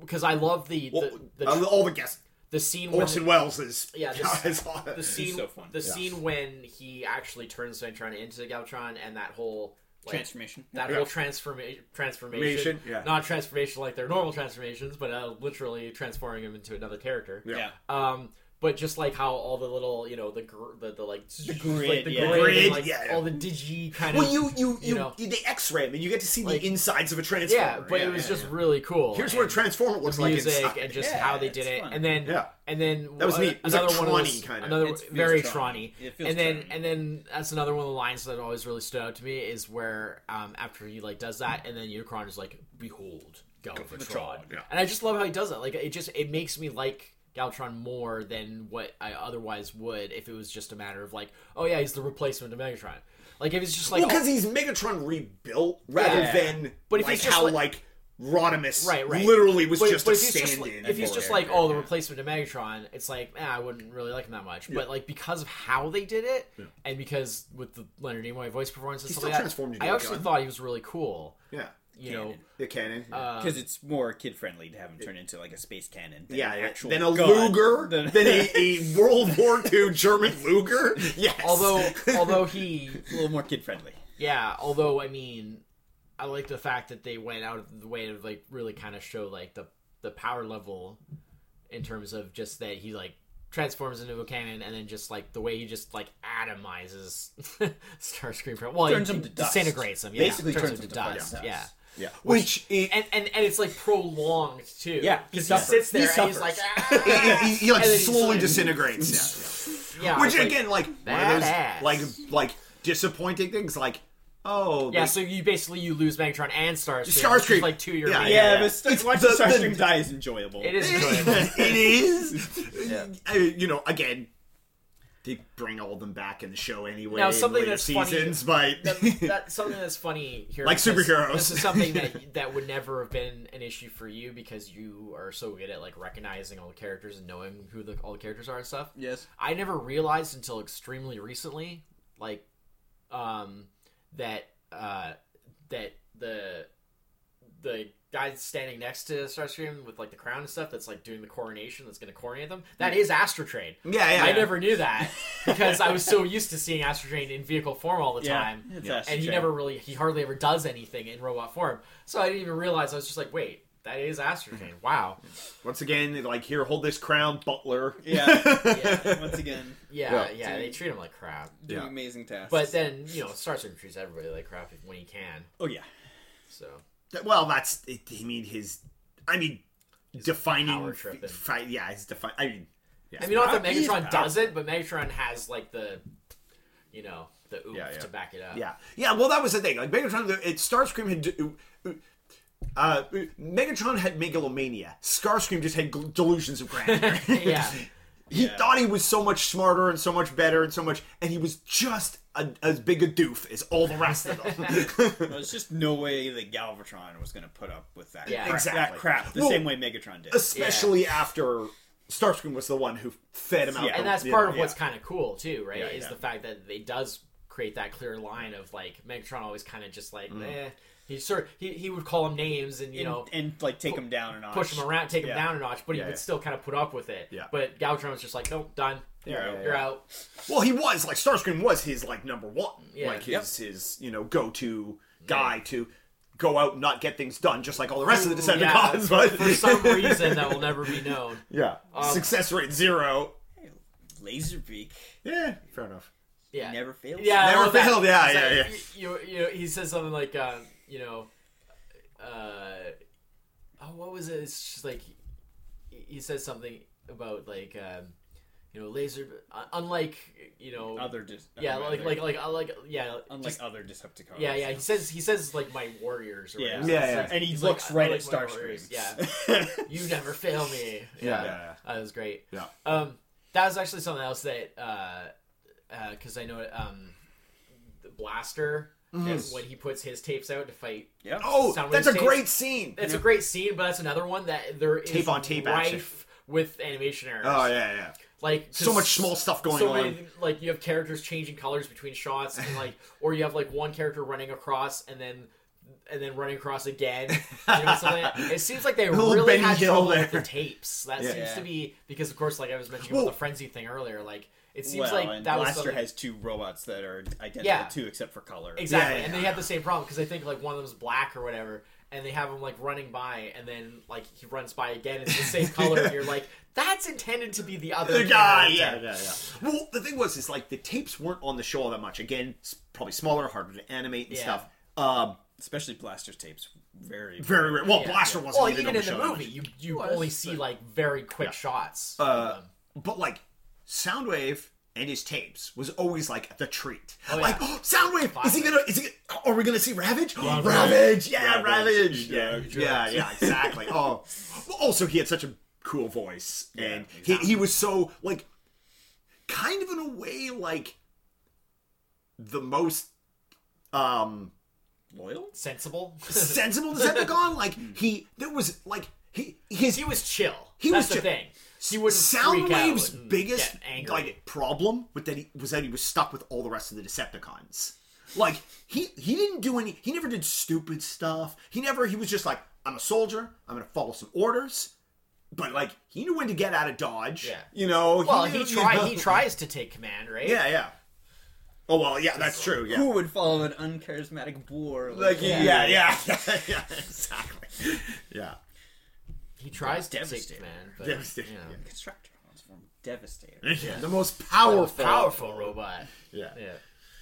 B: because i love the
A: Well,
B: the, the,
A: uh, all the guests.
B: the scene when
A: Orson Welles is
B: Yeah, this-
A: is-
B: the scene,
C: so fun.
B: the
C: Yeah.
B: scene when he actually turns Ventron into Galvatron, and that whole like,
C: Transformation.
B: that
A: Yeah.
B: whole transforma- transformation,
A: Formation, yeah.
B: not transformation like their normal transformations, but uh, literally transforming him into another character.
A: Yeah.
C: Yeah.
B: Um, but just like how all the little, you know, the gr- the, the like the
C: grid,
B: like, the
C: yeah.
B: grid,
A: Grid,
B: and, like,
A: yeah, yeah.
B: all the digi kind
A: Well,
B: of,
A: you you you,
B: you know.
A: you they X-ray him and you get to see
B: Like-
A: the insides of a transformer.
B: yeah. But it was
A: yeah,
B: just
A: yeah.
B: really cool.
A: here's what a
B: and
A: transformer looks
B: the
A: like
B: music
A: inside.
B: and just
C: Yeah,
B: how they
C: it's
B: did it,
C: fun.
B: and then
A: Yeah.
B: and then
A: That was neat. It was
B: another
A: like
B: one was
A: Tron-y kinda.
B: another
C: It feels
B: very
C: Tron-y.
B: Tron-y.
C: It feels
B: and then
C: Tron-y.
B: and then that's another one of the lines that always really stood out to me is where um, after he like does that, and then Unicron is like, "Behold, Galvatron,"
A: yeah.
B: and I just love how he does that. Like it just it makes me like. Galvatron more than what I otherwise would if it was just a matter of like, oh yeah, he's the replacement to Megatron. Like if it's just like, oh.
A: well, because he's Megatron rebuilt rather
B: Yeah.
A: than
B: But if
A: like
B: he's just
A: how
B: like-
A: like, Rodimus
B: Right, right.
A: literally was
B: But-
A: just
B: but
A: a
B: if he's just like-
A: stand-in.
B: If he's
A: for
B: just
A: it.
B: like, oh, the replacement to Megatron, it's like, eh, I wouldn't really like him that much. But like because of how they did it, and because with the Leonard Nimoy voice performance and
A: He
B: stuff
A: still
B: like
A: transformed
B: that,
A: into
B: I
A: a
B: actually
A: gun.
B: thought he was really cool.
A: yeah,
B: You know,
C: Cannon.
A: the cannon. yeah.
B: Uh,
C: Because it's more kid friendly to have him turn into like a space cannon. Than
A: yeah,
C: an
A: yeah.
C: actual
A: then a
C: gun.
A: Luger,
C: Than-
A: then a, a World War II German Luger. Yes,
B: although although he,
C: a little more kid friendly.
B: yeah, although I mean, I like the fact that they went out of the way to like really kind of show like the the power level in terms of just that he like transforms into a cannon and then just like the way he just like atomizes Starscream. from- Well,
C: Turns
B: he
C: him to dust.
B: disintegrates him. Yeah.
C: Basically turns him to
B: dust.
C: dust.
B: Yeah.
A: yeah, which it,
B: And, and and it's like prolonged too.
C: Yeah, he
B: because he
C: suffers.
B: sits there
C: He
B: and he's
C: suffers.
B: like,
A: he,
B: "Ah!"
A: he- he, like
B: And then he's
A: slowly
B: like-
A: disintegrates. Yeah, yeah.
B: yeah,
A: Which
B: it's like-
A: again, like one of
B: badass.
A: those like like disappointing things. Like oh,
B: yeah.
A: they-
B: So you basically you lose Megatron and Starscream.
A: Starscream.
B: which is, like two year.
A: Yeah,
B: reign.
C: Yeah,
A: Yeah,
C: but
A: It's
C: watching
A: the-
C: Starscream
A: the-
C: die is enjoyable.
B: It is enjoyable.
A: it is. I- you know, again, they bring all of them back in the show anyway.
B: Now,
A: in
B: something
A: later
B: that's funny-
A: seasons, but
B: that, that's something that's funny here.
A: Like
B: because
A: superheroes.
B: This is something that that would never have been an issue for you because you are so good at like recognizing all the characters and knowing who the, all the characters are and stuff.
C: Yes.
B: I never realized until extremely recently, like, um, that uh, that the the guy standing next to Starscream with like the crown and stuff that's like doing the coronation that's going to coronate them that is Astro Train.
A: yeah, yeah,
B: I never knew that because I was so used to seeing Astro Train in vehicle form all the time
C: It's
A: Yeah.
C: Astro
B: and he
C: Train.
B: never really he hardly ever does anything in robot form so i didn't even realize i was just like wait that is astro chain wow
A: Once again, they're like here, hold this crown, Butler.
C: Yeah. yeah. Once again,
B: yeah yeah,
A: Yeah.
B: they treat him like crap
C: doing
A: Yeah.
C: amazing tasks.
B: but then you know Starscream treats everybody like crap when he can
C: oh yeah,
B: so
A: well, that's it, I mean his, I mean defining
B: power trip and-
A: fi- yeah, his define. I mean, yeah.
B: i mean not that
A: He's
B: megatron
A: power-
B: does it but megatron has like the you know the oomph
A: Yeah, yeah.
B: to back it up
A: Yeah, yeah. Well, that was the thing. Like Megatron, it Starscream had. Uh, Megatron had megalomania. Starscream just had gl- delusions of grandeur.
B: yeah
A: He thought he was so much smarter and so much better and so much, and he was just a, as big a doof as all the rest of them.
C: there's just no way that Galvatron was going to put up with that.
B: Yeah.
C: crap,
A: Exactly.
C: That crap. The
A: Well,
C: same way Megatron did.
A: Especially after Starscream was the one who fed him out.
C: Yeah.
A: the-
B: and that's
A: yeah,
B: part of
A: yeah.
B: what's kind of cool too, right?
A: Yeah,
B: is
A: yeah.
B: the fact that it does create that clear line of like Megatron always kind of just
A: Mm.
B: like eh. He sort he he would call him names and you know
C: and like take him down and
B: push him around, take him
C: Yeah.
B: down a notch, but he
A: Yeah,
B: would
A: yeah.
B: still kind of put up with it.
A: Yeah.
B: But Galvatron was just like, nope, done. You're
A: Yeah,
B: out.
A: yeah,
B: You're
A: yeah.
B: out.
A: Well, he was like Starscream was his like number one,
B: Yeah.
A: like his his you know go to guy to go out and not get things done, just like all the rest of the
B: Ooh, yeah.
A: Decepticons. But
B: For some reason that Uh, will never be known.
A: yeah, success rate zero.
C: Laserbeak
A: Yeah, fair enough.
B: Yeah.
C: never fails.
B: Yeah. I
A: Never
B: love that.
A: failed, yeah,
B: It's
A: yeah,
B: like, You, you, you know, he says something like, uh, you know, uh, oh, what was it? It's just like he he says something about like, um, you know, laser. Uh, unlike you know,
C: Other dis-
B: yeah,
C: other-
B: like like like uh, like yeah,
C: unlike
B: just-
C: other Decepticons.
B: yeah, yeah. He says he says like my warriors. Or
C: Yeah.
B: whatever.
A: Yeah,
B: It's
A: yeah.
B: like-
C: And he
B: he's
C: looks
B: like,
C: right
B: "I
C: at
B: like my
C: Starscream.
B: warriors." Yeah. you never fail me.
A: Yeah.
B: Yeah.
A: Yeah,
B: Uh, That was great.
A: Yeah.
B: Um, that was actually something else that, uh, uh 'cause cause I know, um, the blaster,
A: Mm-hmm.
B: that when he puts his tapes out to fight,
C: yeah.
A: Oh,
B: Soundwave's
A: that's a
B: tape.
A: great scene.
B: it's a great scene, but that's another one that there is
A: Tape on tape action.
B: rife with animation errors.
A: Oh yeah, yeah.
B: Like
A: So
B: just
A: much small stuff going
B: so
A: on.
B: many, like you have characters changing colors between shots, and like, or you have like one character running across and then and then running across again. You know, something like that. it seems like they
A: Little
B: really
A: Benny
B: had
A: Hill
B: trouble with
A: there.
B: the tapes. That
A: Oh, Yeah.
B: seems to be because, of course, like I was mentioning
A: Well-
B: about the frenzy thing earlier, like it seems
C: well,
B: like
C: and
B: that was
C: Blaster
B: something-
C: has two robots that are identical
B: Yeah.
C: too, except for color.
B: exactly,
A: yeah,
B: and
A: yeah.
B: they have the same problem because I think like one of them's black or whatever. And they have him like running by, and then like he runs by again. It's the same color, and you're like, "That's intended to be the other
A: The guy,
B: character."
A: yeah, yeah, yeah. Well, the thing was, is like the tapes weren't on the show all that much. Again, s- probably smaller, harder to animate and
B: Yeah.
A: stuff. Um,
C: Especially Blaster's tapes, very
A: very rare. Well,
B: Yeah,
A: Blaster
B: yeah.
A: wasn't
B: well,
A: even, on
B: even in
A: show
B: the
A: that
B: movie.
A: much.
B: You you
C: was,
B: only see
C: but-
B: like very quick shots. of
A: Uh,
B: them.
A: but like Soundwave and his tapes was always like the treat.
B: yeah.
A: like oh, Soundwave, is he
B: Classic.
A: gonna? Is he? Gonna, are we gonna see Ravage?
B: Ravage.
A: Ravage, yeah,
C: Ravage.
A: Ravage, yeah,
C: Drugs.
A: yeah, yeah, exactly. oh, well, also he had such a cool voice, and he, he was so like, kind of in a way like the most um
C: loyal.
B: sensible.
A: sensible Decepticon. Like he, there was like he his
B: he was chill.
A: He was
B: That's the
A: chill.
B: thing. He would
A: Soundwave's biggest
B: get angry.
A: like problem with that he was that he was stuck with all the rest of the Decepticons. Like he he didn't do any. He never did stupid stuff. He never. He was just like I'm a soldier. I'm gonna follow some orders. But like he knew when to get out of dodge.
B: Yeah.
A: You know.
B: well,
A: knew,
B: he
A: you
B: tries.
A: know.
B: He tries to take command, right?
A: Yeah. Yeah. Oh well. Yeah. That's true. Yeah.
C: Who would follow an uncharismatic boar?
A: Like
C: you?
A: yeah. Yeah. Yeah. yeah exactly. Yeah.
B: He tries to take
C: Devastator.
B: command. But,
A: Devastating.
B: You know,
C: Constructor transform, devastator.
A: Yeah. The most powerful.
B: powerful robot.
A: Yeah.
B: Yeah.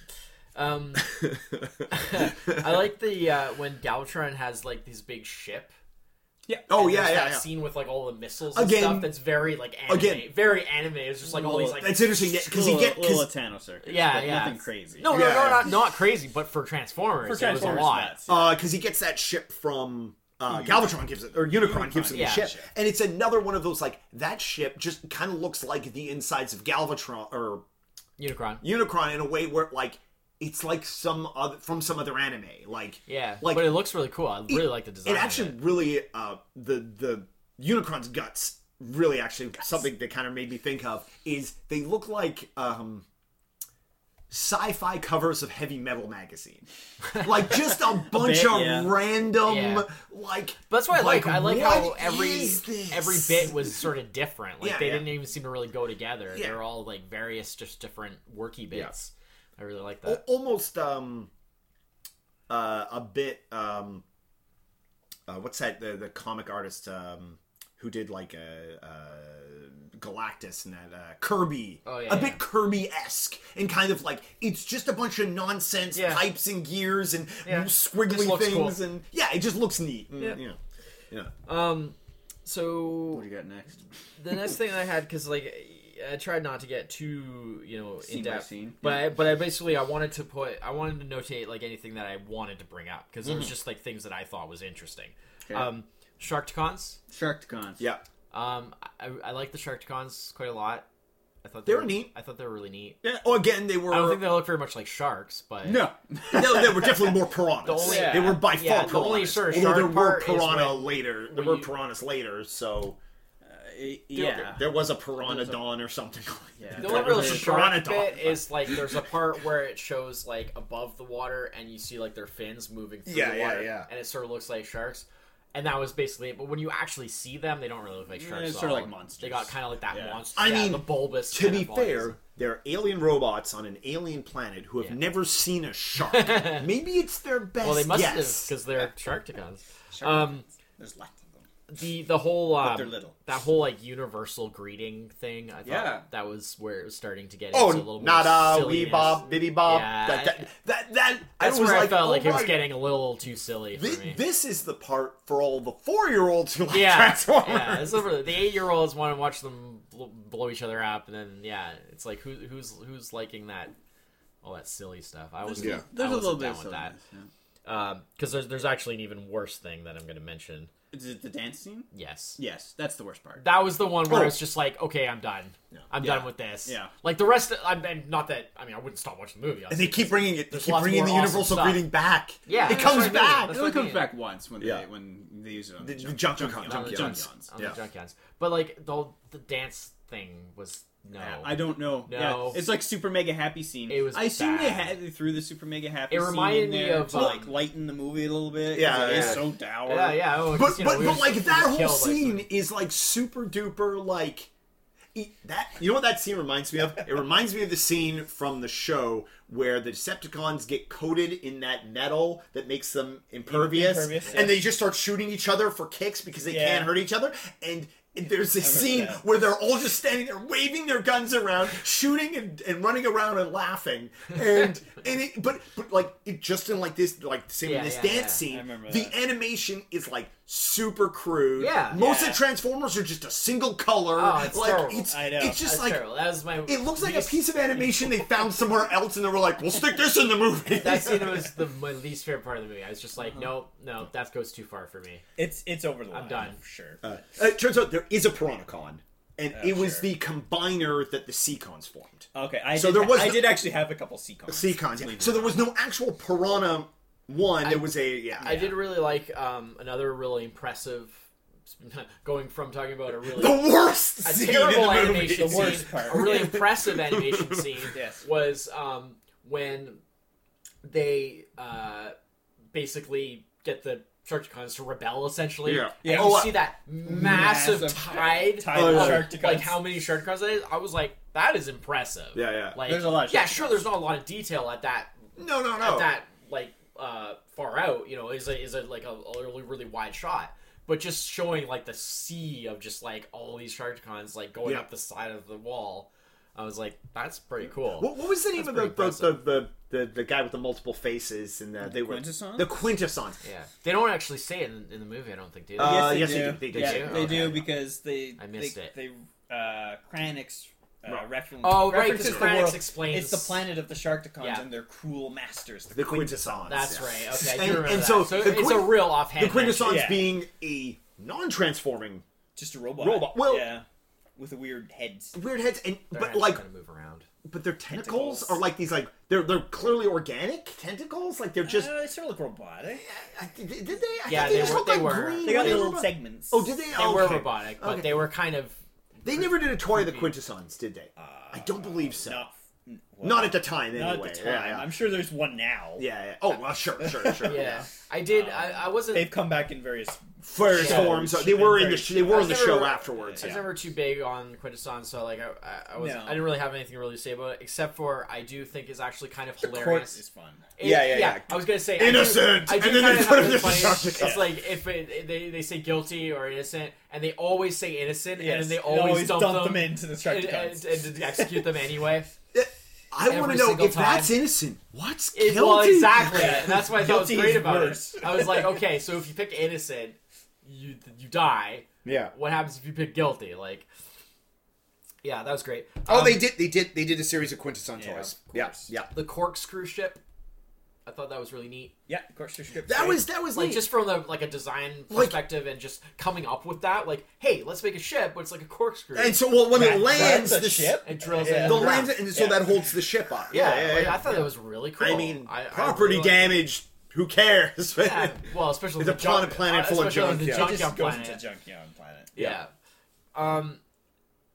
B: Um, I like the uh, when Galtron has like this big ship.
A: Oh
B: And
A: yeah,
B: there's
A: yeah,
B: that
A: yeah.
B: Scene with like all the missiles and
A: Again-
B: stuff. That's very like anime.
A: again-
B: very anime. It's just like all these like
A: That's interesting because he get
C: little
A: because
C: Thanos circus.
B: Yeah,
C: but
B: yeah.
C: Nothing crazy.
B: No, no,
A: Yeah.
B: no, not, not crazy, but for Transformers,
C: for
B: it was
C: Transformers,
B: a lot.
C: that's-
A: uh, 'cause he gets that ship from uh, Galvatron gives it or Unicron gives him
B: Hmm. yeah.
A: the ship, and it's another one of those like that ship just kind of looks like the insides of Galvatron or
B: Unicron.
A: Unicron in a way where like it's like some other from some other anime like
B: Yeah,
A: like
B: but it looks really cool. I really like the design.
A: it
B: of
A: actually really uh the the Unicron's guts really actually something that kind of made me think of is they look like um sci-fi covers of heavy metal magazine like just a bunch
C: bit,
A: of
C: yeah.
A: random
B: Yeah.
A: like
B: But that's why I like. I like how
A: what
B: every
A: is this?
B: every bit was sort of different. Like
A: Yeah,
B: they
A: yeah.
B: didn't even seem to really go together.
A: Yeah.
B: They're all like various, just different worky bits. I really like
A: Oh.
B: that.
A: almost um uh a bit um uh, what's that the, the comic artist um who did like a uh Galactus and that uh Kirby
B: Oh, yeah,
A: a
B: yeah.
A: bit Kirby-esque and kind of like it's just a bunch of nonsense
B: Yeah.
A: pipes and gears and
B: Yeah. Just
A: squiggly
B: looks
A: things and yeah it just looks neat and,
B: Yeah.
A: you know yeah
B: Um, so
C: What do you got next?
B: the next thing I had because like I tried not to get too you know
C: Scene
B: in
C: by
B: depth,
C: scene.
B: but I, but I basically I wanted to put I wanted to notate like anything that I wanted to bring up because there was just like things that I thought was interesting.
C: Mm-hmm. Okay.
B: Um, Sharktacons.
C: Sharktacons.
A: yeah
B: Um, I, I like the Sharktacons quite a lot. I thought
A: They
B: they
A: were neat.
B: I thought they were really neat.
A: yeah oh again they
B: I don't
A: were
B: think they look very much like sharks, but
C: No.
A: no, they were definitely more piranhas.
B: The only-
A: they were by
B: yeah,
A: far
B: the only
A: piranhas.
B: sort of
A: Although there
B: shark
A: were
B: part is
A: piranha
B: when-
A: later. There
B: when
A: were
B: you-
A: piranhas later, so
C: it-
A: There-
C: yeah.
B: Uh,
A: There was a Piranodon or something. like that.
C: Yeah.
B: The
A: There
B: only real
A: was a
B: shark
A: Pteranodon.
B: bit is like there's a part where it shows like above the water and you see like their fins moving through
A: Yeah,
B: the
A: yeah,
B: water,
A: yeah.
B: and it sort of looks like sharks. And that was basically it. But when you actually see them, they don't really look like
C: Yeah,
B: sharks.
C: it's
B: at
C: sort of
B: all.
C: like monsters.
B: They got kind of like that
C: Yeah.
B: monster.
A: I
B: yeah,
A: mean,
B: the bulbous.
A: to
B: kind
A: be
B: of bodies.
A: fair, they're alien robots on an alien planet who have
B: Yeah.
A: never seen a shark. Maybe it's their best
B: well, they must have
A: guess.
B: because they're sharkticons.
C: Sure.
B: Um,
C: There's lots of them.
B: the the whole um,
C: they're little.
B: that whole like universal greeting thing. I thought
C: Yeah.
B: that was where it was starting to get into a little
A: Oh,
B: more
A: nada, wee
B: silliness.
A: bob, biddy bob.
B: Yeah,
A: that,
B: I-
A: that, that, that,
B: That's
A: I was
B: where
A: like,
B: I felt
A: oh
B: like it was
A: my-
B: getting a little too silly for
A: thi-
B: me.
A: This is the part for all the four-year-olds who like
B: yeah,
A: Transformers.
B: yeah. It's over, the eight-year-olds want to watch them bl- blow each other up, and then yeah, it's like who, who's who's liking that, all that silly stuff. I was
A: Yeah.
B: I
C: There's a
B: wasn't
C: little bit
B: down
C: of
B: with that
C: silliness, yeah.
B: because there's there's actually an even worse thing that I'm going to mention.
C: Is it the dance scene?
B: Yes,
C: Yes, that's the worst part.
B: that was the one
A: Oh.
B: where I was just like, okay, I'm done. I'm
C: Yeah.
B: done with this.
C: Yeah.
B: Like the rest, of, I'm and not that. I mean, I wouldn't stop watching the movie.
A: And they
B: Obviously.
A: keep bringing it. They
B: There's
A: keep
B: lots
A: bringing the
B: more awesome
A: universal
B: stuff.
A: greeting back.
B: Yeah,
A: it
B: that's
A: comes
B: what I mean.
A: back.
B: That's
C: It
B: what
C: only
B: I
C: comes
B: mean.
C: back once when
A: Yeah.
C: they when they use it on
A: The,
C: the,
A: the
C: junk,
A: Junkyard.
B: on the
A: Junkyard.
C: Junkyards.
B: junkyards. On
A: Yeah.
B: the junkyards. But like the the dance thing was no.
C: I don't know.
B: No.
C: Yeah, it's like super mega happy scene.
B: It was
C: I assume they
B: bad.
C: had they threw the super mega happy.
B: It
C: scene
B: reminded
C: in
B: me
C: there
B: of,
C: to
B: um,
C: like lighten the movie a little bit.
A: Yeah,
C: it's,
A: yeah.
C: it's so dour.
B: Yeah, yeah. Oh, 'cause,
A: But
B: you know,
A: but,
B: we were
A: but like
B: just- we
A: that
B: were
A: whole
B: killed, like,
A: scene is like super duper like e- that you know what that scene reminds me of? It reminds me of the scene from the show where the Decepticons get coated in that metal that makes them impervious,
C: Impervious,
A: and
C: yeah.
A: they just start shooting each other for kicks because they
C: Yeah.
A: can't hurt each other. And there's this
C: remember
A: scene
C: that.
A: where they're all just standing there waving their guns around, shooting and, and running around and laughing. And and it, but but like it just in like this like same
B: Yeah,
A: in this
B: yeah,
A: dance
B: yeah.
A: scene,
C: I remember
A: the
C: that.
A: animation is like super crude.
B: Yeah.
A: Most
C: Yeah.
A: of Transformers are just a single color.
B: Oh, it's
A: like
B: terrible.
A: it's
C: I know.
A: it's just
B: That's
A: like
B: terrible. that was my.
A: it looks like a piece of animation they found somewhere else and they were like, "We'll stick this in the movie."
B: That scene was the my least favorite part of the movie. I was just
A: Uh-huh.
B: like, no, no, that goes too far for me.
D: It's it's over the line.
B: done.
D: for Sure.
A: Uh, it turns out there is a Piranacon, and
C: Oh,
A: it was
D: sure.
A: the combiner that the Seacons formed.
D: Okay. I
A: So
D: did,
A: there was
D: I
A: the-
D: did actually have a couple C cons.
A: Seacons. yeah. So there was no actual Piranha one. there was a yeah.
B: I did really like um, another really impressive. Going from talking about a really
A: the worst
B: a
A: scene in
B: terrible
A: the movie.
B: animation
D: The
B: scene,
D: worst part.
B: a really impressive animation scene
D: Yes.
B: was um, when they uh, basically get the Sharkticons to rebel, essentially.
A: Yeah.
B: And
D: Yeah.
B: you
A: Oh, uh,
B: see that massive,
C: massive
B: tide,
D: tide
A: of
D: Sharkticons.
B: like how many Sharkticons that is. I was like, that is impressive.
A: Yeah, yeah.
B: Like,
C: There's a lot of
B: yeah,
C: Sharkticons.
B: sure. There's not a lot of detail at that
A: No, no,
B: at
A: no.
B: that like uh, far out, you know, is a, is a, like a, a really really wide shot. But just showing like the sea of just like all these Sharkticons like going
A: Yeah.
B: up the side of the wall, I was like, that's pretty cool.
A: What, what was the name
B: That's
A: of the
B: pretty
A: the, the, the, the guy with the multiple faces and the, they were
C: Quintessons?
A: the quintessons.
B: Yeah, they don't actually say it in, in the movie. I don't think do they?
A: Uh,
C: yes,
A: yes, they do. They
C: they do.
A: do.
C: yeah,
B: They do?
C: they do
B: Okay.
C: because they.
B: I missed
C: they,
B: it.
C: They uh, Kranix. Uh,
A: Right.
C: reference,
B: Oh, right, 'cause
C: references the
B: Kranix
C: world.
B: explains-
C: It's the planet of the Sharkticons
B: Yeah.
C: and their cruel masters.
A: The quintessons.
B: that's
A: yeah.
B: right. Okay, I do
A: And-
B: remember
A: and
B: that.
A: so
B: So,
A: the
B: it's
A: Quin-
B: a real offhand.
A: The quintessons
D: Yeah.
A: being a non-transforming
C: Just a robot.
A: Robot. Well-
C: yeah, with a weird head.
A: weird heads, and but
B: like
A: like
B: gonna move around.
A: but their tentacles,
C: Tentacles.
A: are like these like they're they're clearly organic tentacles. Like they're just
D: Uh, they sort of look robotic.
A: I, th- did they? I
B: Yeah,
A: think
B: they
A: just
B: were-
A: looked
B: they
A: like
B: were.
A: green
B: They
C: They got
A: whatever.
C: little segments.
A: Oh, did they?
B: They
A: oh,
B: were
A: okay.
B: robotic, but
A: Okay.
B: they were kind of
A: They never did a toy of the quintessons, did they?
B: Uh,
A: I don't believe so.
D: Not, well,
A: Not at the time, anyway.
D: not at the time.
A: Yeah, yeah.
D: I'm sure there's one now.
A: yeah, yeah. Oh, well, sure, sure, sure.
B: yeah. I did.
A: Uh,
B: I, I wasn't.
D: They've come back in various.
A: First
B: Yeah.
A: forms. They were in the
D: Very-
A: they were in
B: I've
A: the
B: never-
A: show afterwards.
B: I was
A: Yeah.
B: never too big on Quintessence, so like I, I, I was
C: No.
B: I didn't really have anything really to say about it, except for I do think it's actually kind of
D: Court
B: hilarious.
D: is fun.
B: It-
A: Yeah, yeah, yeah.
B: I was gonna say
A: Innocent!
B: I do, I do
A: And then they
B: kind of
A: put
B: have
A: him
B: it
A: in the
B: funny.
A: shark
B: It's
A: tank.
B: like if it, they they say guilty or innocent, and they always say innocent,
D: Yes,
B: and then they
D: you
B: always, dump, them,
D: into the
B: and,
D: Sharkticons.
B: and- and execute them anyway.
A: I want
B: every
A: to know
B: single
A: if that's
B: time.
A: innocent. What's
B: It-
A: guilty?
B: well, exactly, and that's why I thought was
D: Guilty
B: great
D: is
B: about
D: worse.
B: it. I was like, okay, so if you pick innocent, you you die.
A: Yeah.
B: What happens if you pick guilty? Like, yeah, that was great.
A: Oh,
B: Um,
A: they did. They did. They did a series of Quintesson
D: Yeah,
A: toys.
D: of
A: Yeah,
D: course.
A: yeah.
B: the corkscrew ship. I thought that was really neat.
D: yeah, of course, your script.
A: That was that was
B: Like
A: neat.
B: just from the like a design
A: Like-
B: perspective and just coming up with that, like, hey, let's make a ship, but it's like a corkscrew.
A: and so well, when it
D: That-
A: lands
D: that's a
A: the
D: ship?
B: it drills
D: Yeah.
B: in.
A: the
B: the ground.
A: lands, and so
D: Yeah.
A: that holds the ship up.
B: Yeah, like, I thought that was really cool.
A: I mean,
B: really
A: property
B: liked-
A: damage. Who cares?
B: Yeah, well, especially
A: It's
B: the
A: a planet-
B: junk-
A: planet full of
B: especially
A: junk,
B: The
A: yeah.
D: It
B: junkyard
D: just goes
B: planet.
D: into junkyard planet.
B: yeah. Um,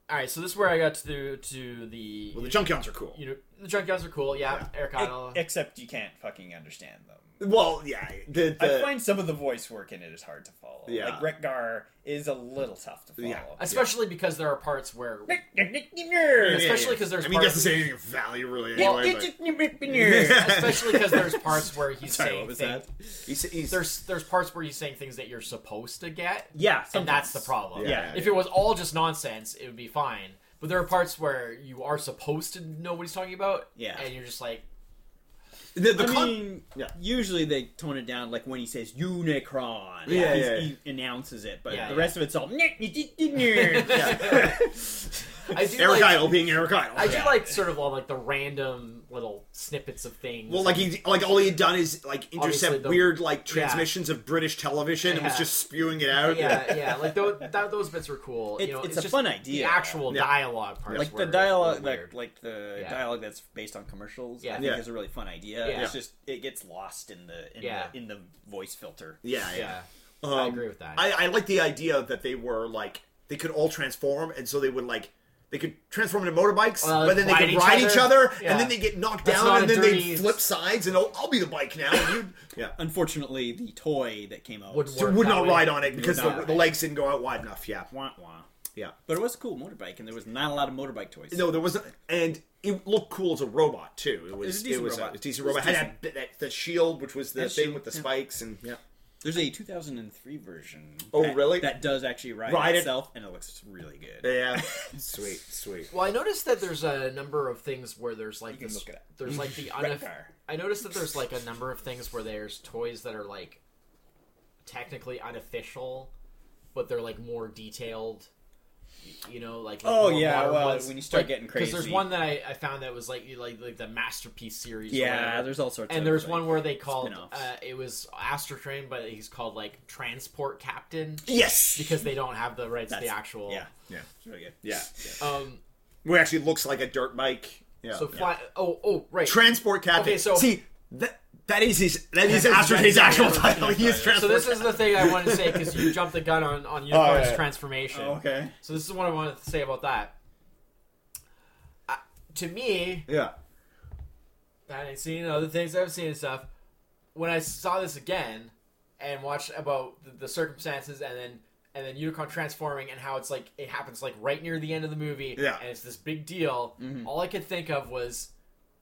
B: all right, so this is where I got to to the
A: Well, the junkyards are cool.
B: you know the junkyards are cool. Yeah, Eric Idle.
D: Except you can't fucking understand them.
A: Well, yeah, the,
D: I
A: the
D: find some of the voice work in it is hard to follow.
A: Yeah.
D: Like Rekgar is a little tough to follow.
A: Yeah.
B: especially because there are parts where
A: Yeah,
B: especially
A: yeah.
B: 'cause there's
A: I mean, he
B: part-
A: doesn't say anything of value really. Anyway, but...
B: especially because there's parts where he's
C: Sorry,
B: saying
C: what was
B: thing-
C: that?
A: He's, he's,
B: there's there's parts where he's saying things that you're supposed to get,
C: Yeah,
B: and that's the problem.
A: Yeah, yeah,
B: if
A: yeah.
B: it was all just nonsense, it would be fine. But there are parts where you are supposed to know what he's talking about,
C: Yeah.
B: and you're just like,
A: the, the
C: I
A: con-
C: mean,
A: Yeah.
C: usually they tone it down, like when he says Unicron.
A: Yeah,
C: he's-
A: yeah,
C: he announces it, but
B: Yeah,
C: the
B: yeah.
C: rest of it's all. Yeah.
B: I do
A: Eric
B: like,
A: Idle being Eric Idle.
B: I do
A: Yeah.
B: like sort of all like the random little snippets of things.
A: Well, like he, like all he had done is like intercept
B: Obviously the-
A: weird like transmissions of British television and was
B: Yeah.
A: just spewing it out.
B: yeah, yeah, like those that, those bits were cool.
C: It's-
B: you know,
C: it's
B: it's,
C: a
B: just
C: fun
B: The
C: idea.
B: actual
A: Yeah.
B: dialogue parts,
C: like the
B: were-
C: dialogue,
B: were
C: like
B: weird.
C: like the
B: Yeah.
C: dialogue that's based on commercials.
B: Yeah.
C: I think
A: Yeah.
C: is a really fun idea.
B: Yeah.
C: It's just it gets lost in the in,
B: Yeah.
C: the in the voice filter.
A: yeah, yeah.
B: yeah,
A: Um,
B: I agree with that.
A: I, I like the idea that they were like they could all transform, and so they would like they could transform into motorbikes,
B: Well,
A: but then they
B: ride
A: could
B: each
A: ride each
B: other.
A: other,
B: Yeah.
A: and then they get knocked
B: That's
A: down,
B: not
A: and
B: a
A: then
B: dirty-
A: they flip sides, and oh, I'll be the bike now. And you, yeah,
C: Unfortunately, the toy that came out
B: Would
A: so
B: work
A: would
B: that
A: not
B: way.
A: ride on it because
C: not.
A: the, the legs didn't go out wide enough. Yeah,
C: wah, wah.
A: yeah.
C: But it was a cool motorbike, and there was not a lot of motorbike toys.
A: No, there wasn't, and it looked cool as a robot too. It was,
C: was a decent
A: it was
C: robot.
A: a decent
C: It was
A: robot. had that, that the shield, which was the
C: That
A: thing
C: shield,
A: with the
C: yeah.
A: spikes, and yeah.
C: There's a 2003 version.
A: Oh,
C: that-
A: really?
C: That does actually ride,
A: Ride it.
C: itself, and it looks really good.
A: Yeah. sweet, sweet.
B: Well, I noticed that there's a number of things where there's like
D: can
B: this,
D: look it up.
B: there's like the
D: Red
B: unif-
D: car.
B: I noticed that there's like a number of things where there's toys that are like technically unofficial, but they're like more detailed. You know, like, like
C: Oh,
B: more
C: yeah,
B: modern
C: well,
B: ones.
C: when you start
B: Like,
C: getting
B: there's
C: crazy.
B: one that I, I found that was like like like the masterpiece series. or
C: Yeah,
B: whatever.
C: there's all sorts.
B: and
C: of,
B: there's
C: like,
B: one where they called
C: spin-offs.
B: uh, it was Astro Train, but he's called like Transport Captain
A: Yes.
B: because they don't have the rights to
C: That's-
B: the actual.
C: Yeah,
A: Yeah.
C: it's really good.
A: Yeah.
B: Um.
A: Where it actually looks like a dirt bike. Yeah.
B: So fly. Oh. Oh. Right.
A: transport captain.
B: Okay, so-
A: see that that is his that is
B: That's
A: Astro Day's
B: his
A: actual
B: actual
A: title. He is
B: So
A: transport.
B: this is the thing I wanted to say because you jumped the gun on on Unicorn's
A: yeah.
B: transformation.
C: Oh, Okay.
B: So this is what I wanted to say about that. I, to me,
A: yeah.
B: I ain't seen other things I've seen and stuff. When I saw this again and watched about the, the circumstances and then and then Unicorn transforming and how it's like it happens like right near the end of the movie
A: Yeah. Mm-hmm.
B: and it's this big deal. All I could think of was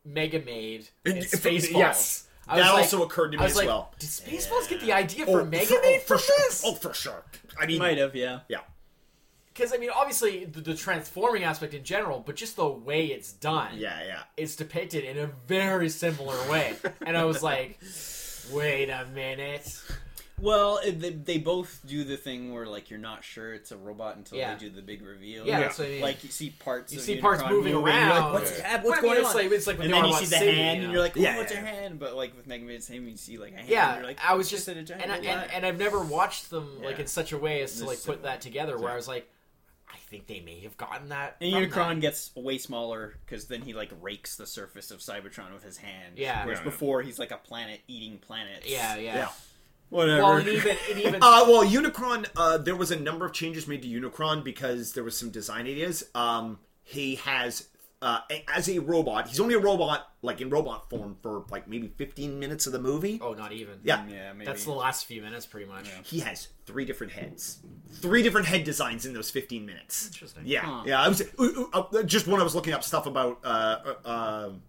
B: Mega Maid and
A: And-
B: Spaceballs.
A: yes.
B: I
A: That
B: was like-
A: also occurred to me
B: I was
A: as
B: like,
A: well.
B: Did Spaceballs get the idea for Mega
A: for,
B: Man
A: oh, for
B: from
A: sure.
B: this?
A: Oh, for sure. I mean,
C: Might have, yeah.
A: yeah.
B: Because I mean, obviously the, the transforming aspect in general, but just the way it's done,
A: Yeah, yeah.
B: it's depicted in a very similar way. and I was like, wait a minute.
C: Well, it- they, they both do the thing where like you're not sure it's a robot until
B: Yeah.
C: they do the big reveal.
B: Yeah,
A: Yeah.
B: that's what I mean.
C: Like you see parts.
B: you
C: of
B: see parts
C: Unicron
B: moving
C: and you're
B: around.
C: like, what's,
B: Yeah.
C: hap- what's
B: Well, I mean,
C: going
B: it's
C: on?
B: like- it's like when
C: and
B: you're
C: then
B: on
C: you
B: Lot
C: see the
B: City,
C: hand,
B: you
C: and
B: know.
C: you're like, oh,
A: Yeah,
C: what's
A: yeah,
C: her hand? But like with Mega Man, it's him. You see like a hand.
B: Yeah,
C: and you're like,
B: I was
C: "It's
B: just,
C: a
B: and, I,
C: giant
B: and
C: robot."
B: and I've never watched them like
C: Yeah.
B: in such a way as to
C: This
B: like
C: is
B: put
C: similar.
B: that together. Where I was like, I think they may have gotten that.
C: And
B: from
C: Unicron
B: that.
C: gets way smaller because then he like rakes the surface of Cybertron with his hand.
B: Yeah.
C: Whereas
A: Yeah.
C: before he's like a planet eating planets.
B: Yeah, yeah.
A: Yeah.
C: Whatever.
B: Well, and even and even
A: Uh, well, Unicron. Uh, there was a number of changes made to Unicron because there was some design ideas. Um, he has uh, a- as a robot. He's only a robot, like in robot form, for like maybe 15 minutes of the movie.
B: oh, not even.
A: Yeah.
C: yeah, maybe.
B: that's the last few minutes, pretty much.
A: He has three different heads, three different head designs in those 15 minutes.
B: Interesting.
A: Yeah,
C: Huh.
A: yeah. I was ooh, ooh, uh, just when I was looking up stuff about uh, uh, um,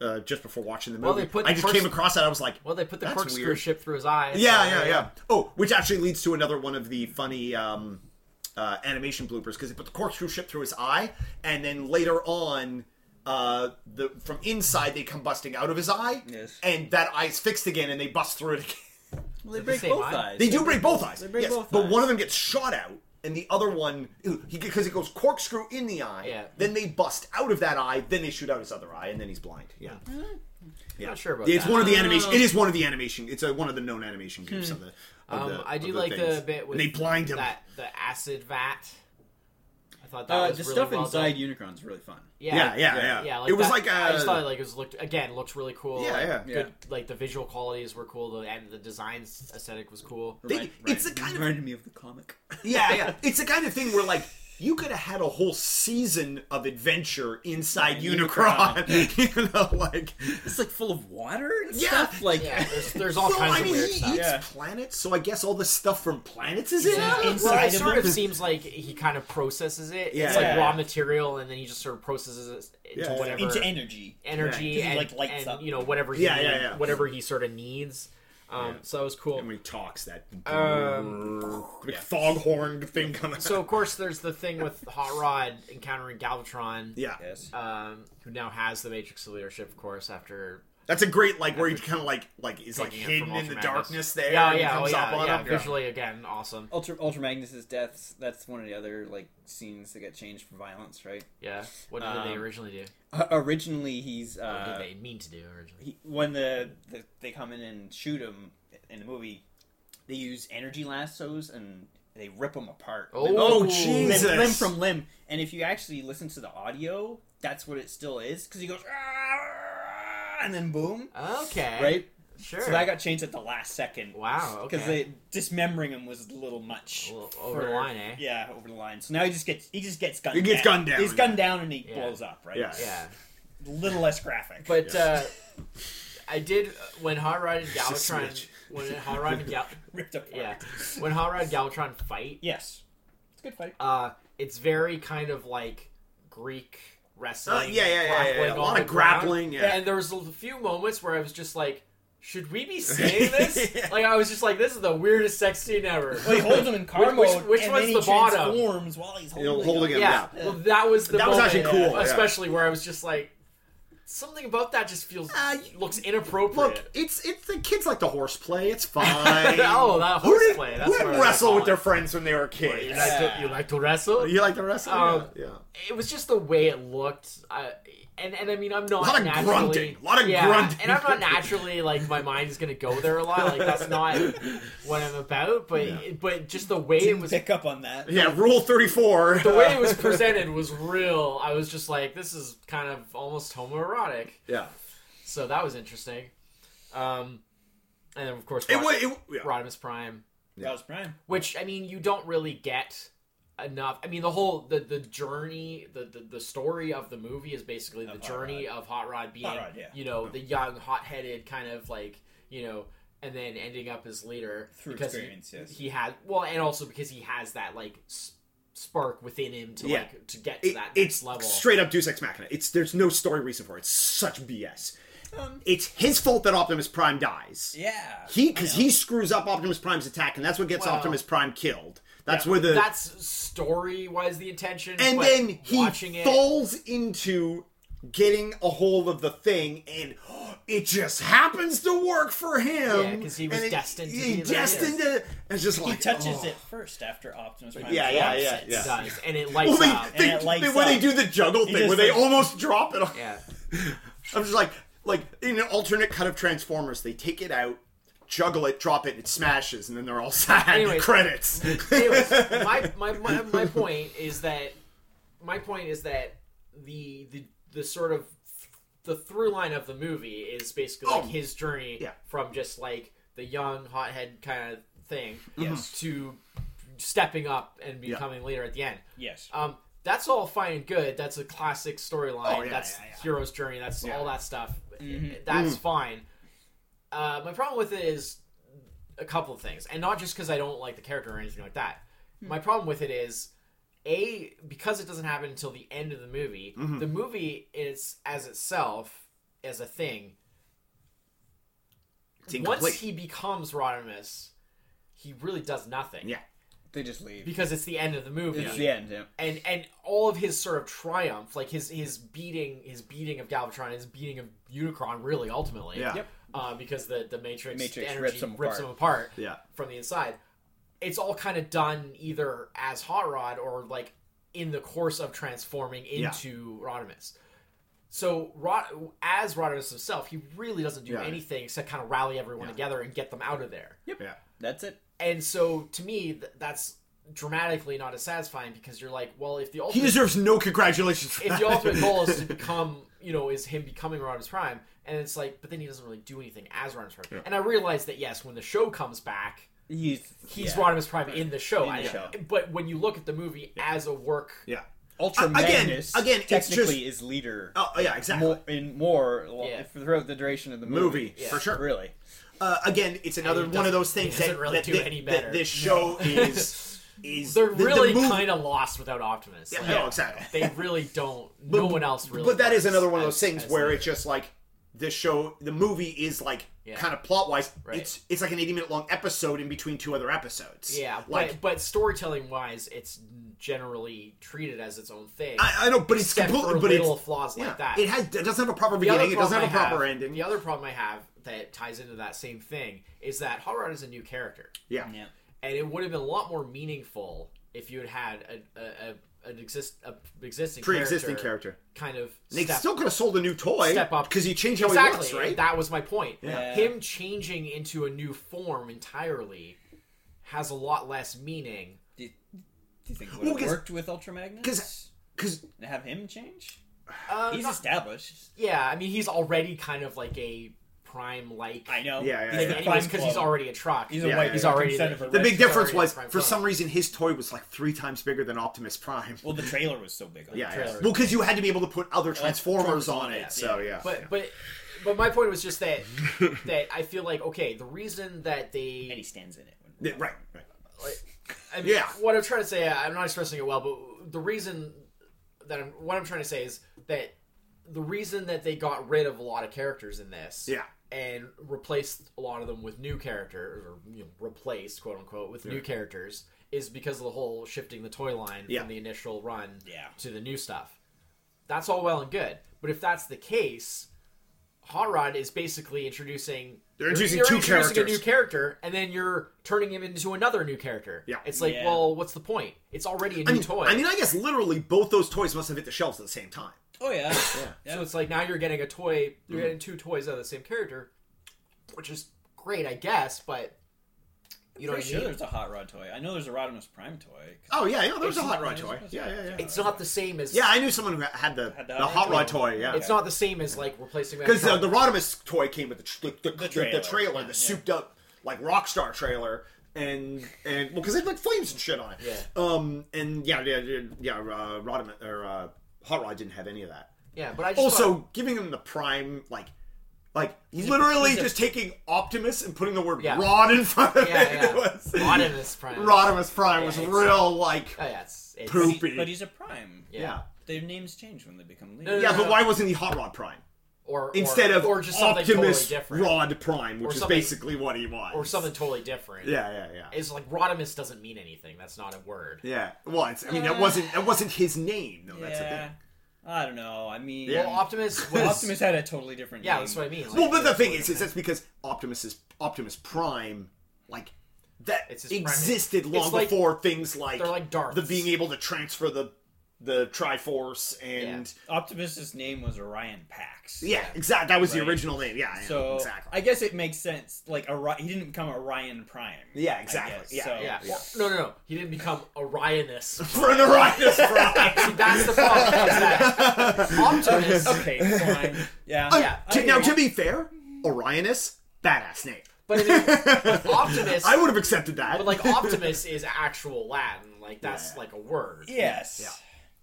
A: uh, just before watching the movie.
B: Well, they put
A: I
B: the
A: just
B: first-
A: came across that. I was like,
B: Well, they put the
A: That's
B: corkscrew
A: weird.
B: ship through his eye.
A: yeah,
B: so-
A: yeah, yeah, Oh, which actually leads to another one of the funny um, uh, animation bloopers because they put the corkscrew ship through his eye, and then later on. Uh, the from inside they come busting out of his eye,
C: Yes.
A: and that eye's fixed again, and they bust through it again.
C: Well, they
B: It's
C: break
B: the same
C: both
B: eye.
C: eyes.
A: They do break both eyes.
C: They break
A: yes,
C: both
A: but
C: eyes.
A: one of them gets shot out, and the other one because it goes corkscrew in the eye.
B: Yeah.
A: Then they bust out of that eye. Then they shoot out his other eye, and then he's blind. Yeah. Yeah.
B: Not sure about
A: It's
B: that.
A: one of
C: Oh.
A: the animation. It is one of the animation. It's a, one of the known animation
C: Hmm.
A: groups of the. Of
B: Um,
A: the,
B: I do
A: of the
B: like
A: things.
B: the bit with
A: and they blind him.
B: that the acid vat. I thought that
C: Uh,
B: was
C: the
B: really
C: stuff
B: well
C: inside
B: done.
C: Unicron's really fun.
A: Yeah, yeah, yeah.
B: like
A: it was
B: that-
A: like a.
B: I just thought like it was looked again looked really cool.
A: Yeah,
B: like,
A: yeah.
B: Good,
C: Yeah.
B: like the visual qualities were cool. The and the design s- aesthetic was cool.
A: They-
C: Remind-
A: it's
C: remind-
A: the kind of-
C: reminded me of the comic.
A: yeah, yeah. It's the kind of thing where like you could have had a whole season of adventure inside Unicron. you know, like
C: It's like full of water and
A: Yeah.
C: stuff. Like
B: Yeah, there's, there's all
A: so,
B: kinds
A: I mean,
B: of weird
A: he
B: stuff.
A: eats
D: Yeah.
A: planets, so I guess all the stuff from planets is in
B: Yeah,
A: it?
B: inside
A: Right.
B: it sort of seems like he kind of processes it. It's
A: Yeah.
B: like raw material, and then he just sort of processes it into
A: Yeah, yeah.
B: whatever
D: into energy.
B: energy
D: Right. 'Cause he,
B: and,
D: like, lights
B: and,
D: up.
B: you know whatever he
A: Yeah, yeah, yeah.
B: whatever he sort of needs. Um, So that was cool.
A: And when he talks, that
B: Um,
A: big foghorn thing coming.
B: so of course there's the thing with Hot Rod encountering Galvatron,
A: yeah,
C: Yes.
B: um, who now has the Matrix of Leadership, of course, after
A: that's a great like where he kind of like like is like
B: Taking it
A: hidden
B: from
A: in the
B: Ultramanus.
A: darkness there.
B: yeah,
A: and he
B: yeah, oh,
A: comes up
B: yeah,
A: on
B: yeah,
A: him.
B: visually again awesome,
C: Ultra Ultra Magnus's deaths. That's one of the other like scenes that got changed for violence, right?
B: yeah. What did they
C: Um,
B: originally do?
C: Uh, originally, he's
B: What
C: uh,
B: Oh, did they mean to do originally?
C: he, when the, the they come in and shoot him in the movie. They use energy lassos and they rip him apart.
B: Oh,
C: Limb-
A: Oh,
B: Ooh.
A: Jesus!
C: limb, limb from limb. And if you actually listen to the audio, that's what it still is because he goes "Ah," and then boom,
B: Okay,
C: right?
B: Sure.
C: So that got changed at the last second.
B: Wow,
C: Because
B: okay.
C: dismembering him was a little much.
B: A little over the line, eh?
C: Yeah, over the line. So now he just gets he just gets gunned.
A: He gets
C: down.
A: gunned down,
C: He's
A: yeah.
C: gunned down and he
B: Yeah.
C: blows up. Right.
A: Yeah.
B: yeah.
D: A little less graphic.
B: But uh, I did when Hot Rod and
A: It's a
B: Galvatron
A: snitch.
B: when Hot Rod and Gal-
D: ripped apart.
B: yeah when Hot Rod and Galvatron fight,
D: Yes. It's a good fight.
B: uh, it's very kind of like Greek wrestling.
A: Uh, yeah, yeah, yeah, yeah,
B: grappling
A: yeah. A
B: on
A: lot
B: the
A: of grappling,
B: ground.
A: yeah.
B: And there was a few moments where I was just like, should we be seeing this? Like I was just like, this is the weirdest sex scene ever.
D: Well, he holds him in car
B: Which- which-
D: mode,
B: which
D: and
B: one's
D: then he
B: the bottom?
D: transforms while he's holding,
A: You know, holding
D: him.
A: him.
B: yeah.
A: yeah.
B: Well, that was the
A: That was
B: moment,
A: actually cool, yeah.
B: especially where I was just like, something about that just feels
A: Uh, y-
B: looks inappropriate.
A: Look, it's it's the kids like the horseplay. It's fine.
B: Oh, that
A: Who did-
B: horseplay, that's
A: Who
B: what
A: did
B: I
A: wrestle
B: call
A: with
B: it.
A: their friends when they were
B: You
A: kids?
B: like to, you like to wrestle?
A: You like to wrestle?
B: Um,
A: yeah. yeah.
B: It was just the way it looked. I, and and I mean, I'm not
A: A lot of
B: naturally,
A: grunting. A lot of
B: yeah,
A: grunting.
B: And I'm not naturally like my mind's gonna go there a lot. Like that's not what I'm about. But but just the way it
D: Didn't
B: was.
D: pick up on that.
A: Yeah, rule 34.
B: The way it was presented was real. I was just like, this is kind of almost homoerotic.
A: Yeah.
B: So that was interesting. Um, and then of course,
A: It
B: Rod-
A: was. It, yeah.
B: Rodimus Prime.
A: Yeah.
D: That was prime.
B: which I mean, you don't really get enough. I mean, the whole the the journey, the the, the story of the movie is basically the
D: Hot
B: journey of Hot Rod being,
D: Hot Rod, yeah.
B: you know, the young, hot-headed kind of like, you know, and then ending up as leader
D: Through
B: because he-
D: experience, yes.
B: he had well, and also because he has that like s- spark within him to
A: Yeah.
B: like to get to
A: It-
B: that
A: it's
B: next level.
A: straight up Deus Ex Machina. It's there's no story reason for it. It's such BS.
D: Um,
A: It's his fault that Optimus Prime dies.
D: yeah.
A: He because he screws up Optimus Prime's attack, and that's what gets
B: Well-
A: Optimus Prime killed. That's where the
B: That's story was the intention,
A: and
B: but
A: then he
B: watching it.
A: falls into getting a hold of the thing and it just happens to work for him
B: Yeah, 'cause he was
A: and it-
B: destined to
A: he
B: be the
A: destined to it's just
D: He
A: like
D: touches
A: oh.
D: it first after Optimus Prime.
A: Yeah, yeah,
D: drops
A: yeah,
D: it.
A: yeah.
B: does, uh, and it
A: well,
B: lights
A: they,
B: up.
A: they,
D: and it lights
A: they- when they
D: up.
A: do the juggle thing
D: just
A: where they
D: like-
A: almost drop it on-
B: yeah.
A: i'm just like like in an alternate cut of transformers they take it out juggle it drop it and it smashes and then they're all sad
B: Anyways.
A: credits
B: Anyways, my, my, my, my point is that my point is that the the the sort of the through line of the movie is basically like
A: Oh.
B: his journey
A: Yeah.
B: from just like the young hothead kind of thing
A: Mm-hmm.
D: Yes.
B: to stepping up and becoming leader at the end.
D: Yes.
B: Um, that's all fine and good. That's a classic storyline.
A: Oh, yeah,
B: that's
A: yeah, yeah. Mm.
B: hero's journey. That's all that stuff. That's fine. Uh, my problem with it is a couple of things, and not just because I don't like the character or anything like that. My problem with it is a because it doesn't happen until the end of the movie.
A: Mm-hmm.
B: The movie is as itself as a thing.
A: it's
B: Once
A: incomplete
B: he becomes Rodimus, he really does nothing.
A: yeah
C: They just leave.
B: Because it's the end of the movie
C: It's the end. Yeah.
B: and and all of his sort of triumph, like his his beating his beating of Galvatron, his beating of Unicron, really ultimately,
A: yeah
C: Yep.
B: uh, because the the Matrix,
C: Matrix
B: the energy
C: rips him apart.
B: apart
A: yeah
B: from the inside. It's all kind of done either as Hot Rod or like in the course of transforming
A: Yeah.
B: into Rodimus. So Rod, as Rodimus himself, he really doesn't do
A: Yeah.
B: anything except kind of rally everyone
A: Yeah.
B: together and get them out of there
A: yeah
C: That's it.
B: and so to me th- that's dramatically not as satisfying because you're like well if the
A: he
B: ultimate,
A: deserves no congratulations for
B: if
A: that.
B: the ultimate goal is to become you know is him becoming Rodimus Prime and it's like but then he doesn't really do anything as Rodimus Prime and I realize that yes when the show comes back
C: He's
B: he's
C: yeah.
B: Rodimus Prime in the show.
C: In the
B: I-
C: show.
B: But when you look at the movie as a work,
A: Yeah.
C: Ultra
A: A- again-
C: Magnus.
A: again, it's just-
C: technically is leader.
A: Oh yeah, exactly.
C: More in more lo-
B: Yeah.
C: throughout the duration of the movie.
A: movie for sure.
C: Really.
A: Uh, again, it's another
B: And it
A: one of
B: doesn't-
A: those
B: it
A: things
B: doesn't
A: that,
B: really
A: that,
B: do
A: that-
B: any
A: that
B: better.
A: this show is is
B: they're
A: the- the
B: really
A: movie-
B: kind of lost without Optimus.
A: yeah,
B: Like,
A: no, exactly.
B: They really don't.
A: But-
B: no one else really.
A: but that is
B: does
A: another one of
B: as-
A: those things
B: as
A: where
B: leader.
A: it's just like this show, the movie is like
B: Yeah.
A: kind of plot wise.
B: Right.
A: It's it's like an eighty minute long episode in between two other episodes.
B: yeah,
A: like
B: but, but storytelling wise, it's generally treated as its own thing.
A: I, I know, but it's
B: except
A: completely,
B: for
A: but
B: little
A: it's
B: flaws
A: yeah,
B: like that.
A: it has it doesn't have a proper
B: The other
A: beginning. It doesn't
B: problem
A: have a
B: I
A: proper ending.
B: The other problem I have that ties into that same thing is that Hot Rod is a new character.
A: yeah,
C: Yeah.
B: and it would have been a lot more meaningful if you had had a, a, a an exist a existing
A: pre-existing character.
B: kind of
A: They
B: step,
A: still could have sold a new toy
B: step up
A: because he changed how
B: exactly.
A: he looks, right?
B: That was my point.
C: Yeah.
B: Him changing into a new form entirely has a lot less meaning.
C: Do you, do you think it
A: Well,
C: would have
A: 'cause-
C: worked with Ultra Magnus?
A: 'cause- Because
C: to have him change?
B: Uh,
C: He's
B: not-
C: established.
B: yeah, I mean he's already kind of like a prime like
C: I know.
A: Yeah, yeah,
C: He's
A: yeah.
C: the
B: anyways
C: prime
B: because he's
C: club.
B: already a truck.
C: He's a
A: Yeah,
C: white.
A: yeah,
B: He's
A: yeah.
B: already
C: instead of a
A: the
C: red
A: big
B: Sorry,
A: difference was,
B: Prime
A: for
B: Time.
A: some reason, his toy was like three times bigger than Optimus Prime.
C: Well, the trailer was so big. On
A: Yeah,
C: it.
A: yeah.
B: trailer.
A: well, because you had to be able to put other Transformers
C: Transformers
A: on
C: on
A: it,
C: it,
A: so yeah.
B: but
A: yeah.
B: but but my point was just that that I feel like okay the reason that they
C: and he stands in it.
A: Yeah, right, right.
B: I mean,
A: Yeah.
B: What I'm trying to say, I'm not expressing it well, but the reason that I'm, what I'm trying to say is that the reason that they got rid of a lot of characters in this,
A: Yeah.
B: and replaced a lot of them with new characters, or you know, replaced quote unquote with new characters, is because of the whole shifting the toy line
A: Yeah.
B: from the initial run
C: Yeah.
B: to the new stuff. That's all well and good, but if that's the case, Hot Rod is basically introducing
A: They're introducing
B: you're
A: two
B: introducing
A: characters.
B: a new character, and then you're turning him into another new character.
A: Yeah.
B: it's like,
C: Yeah.
B: well, what's the point? It's already a new
A: I mean,
B: toy.
A: I mean, I guess literally both those toys must have hit the shelves at the same time.
C: Oh yeah. Mm-hmm.
B: so it's like now you're getting a toy. You're getting two toys out of the same character, which is great, I guess. But you know,
C: Pretty
B: what I
C: sure
B: mean?
C: there's a hot rod toy. I know there's a Rodimus Prime toy. 'cause
A: Oh yeah, yeah, there was a
C: It's
A: hot
C: not-
A: rod toy.
C: it's-
A: Yeah, yeah, yeah.
B: it's not the same as
A: yeah, I knew someone who had the
C: Had
A: the
C: the
A: hot rod toy. Yeah,
B: It's not the same as like replacing
A: because
B: Megatron.
A: uh, the, the Rodimus toy came with the tr- the, the, the, the trailer,
C: trailer.
A: the, souped up like Rockstar trailer, and and well, because they had like flames and shit on it.
B: Yeah.
A: Um. And yeah, yeah, yeah. yeah uh, Rodimus or uh, Hot Rod didn't have any of that.
B: yeah, but I just
A: Also,
B: thought-
A: giving him the prime like. Like literally
B: he's a-
A: just taking Optimus and putting the word
B: Yeah.
A: Rod in front of it.
B: yeah, yeah,
A: it was,
B: Rodimus Prime.
A: Rodimus Prime was
B: Yeah, it's-
A: real like
B: Oh yeah, it's, it's
A: poopy.
C: But he's a prime.
B: Yeah.
A: yeah.
C: Their names change when they become
B: no,
C: leaders.
A: Yeah,
B: no,
A: but
B: no.
A: why wasn't he Hot Rod Prime
B: or
A: instead
B: or,
A: of
B: or just something
A: Optimus
B: totally different
A: Rod Prime, which is
B: something-
A: basically what he was,
B: or something totally different.
A: Yeah, yeah, yeah,
B: It's like Rodimus doesn't mean anything. That's not a word.
A: yeah. Well, it's, I mean,
B: Uh,
A: that wasn't that wasn't his name though. That's the
C: Yeah.
A: thing.
C: I don't know. I mean,
B: Well, Optimus was
C: well, Optimus had a totally different.
B: Yeah,
C: name.
B: that's what I mean. Like,
A: Well, but the
B: that's
A: thing
B: what
A: is,
B: I
A: is that's because Optimus is Optimus Prime, like that
B: It's his prime-
A: existed
B: it's
A: long
B: like-
A: before things like
B: they're like darts.
A: the being able to transfer the the Triforce and
C: Optimus's name was Orion Pax.
A: yeah, exactly. That was the
C: Right.
A: original name. Yeah, yeah,
C: So
A: exactly.
C: I guess it makes sense. Like Ori- he didn't become Orion Prime.
A: Yeah,
C: I
A: exactly.
C: guess,
A: Yeah,
C: so-
B: Yeah. Well, no, no, no. He didn't become Orionus.
A: For an Orionus Prime.
B: See, that's the problem. is that Optimus.
C: Okay, fine. Yeah.
A: Oh,
B: Yeah,
A: to-
B: I
A: now,
B: agree.
A: to be fair, Orionus, badass name.
B: But I mean, Optimus.
A: I would have accepted that.
B: But like Optimus is actual Latin. Like that's like a word.
C: Yes.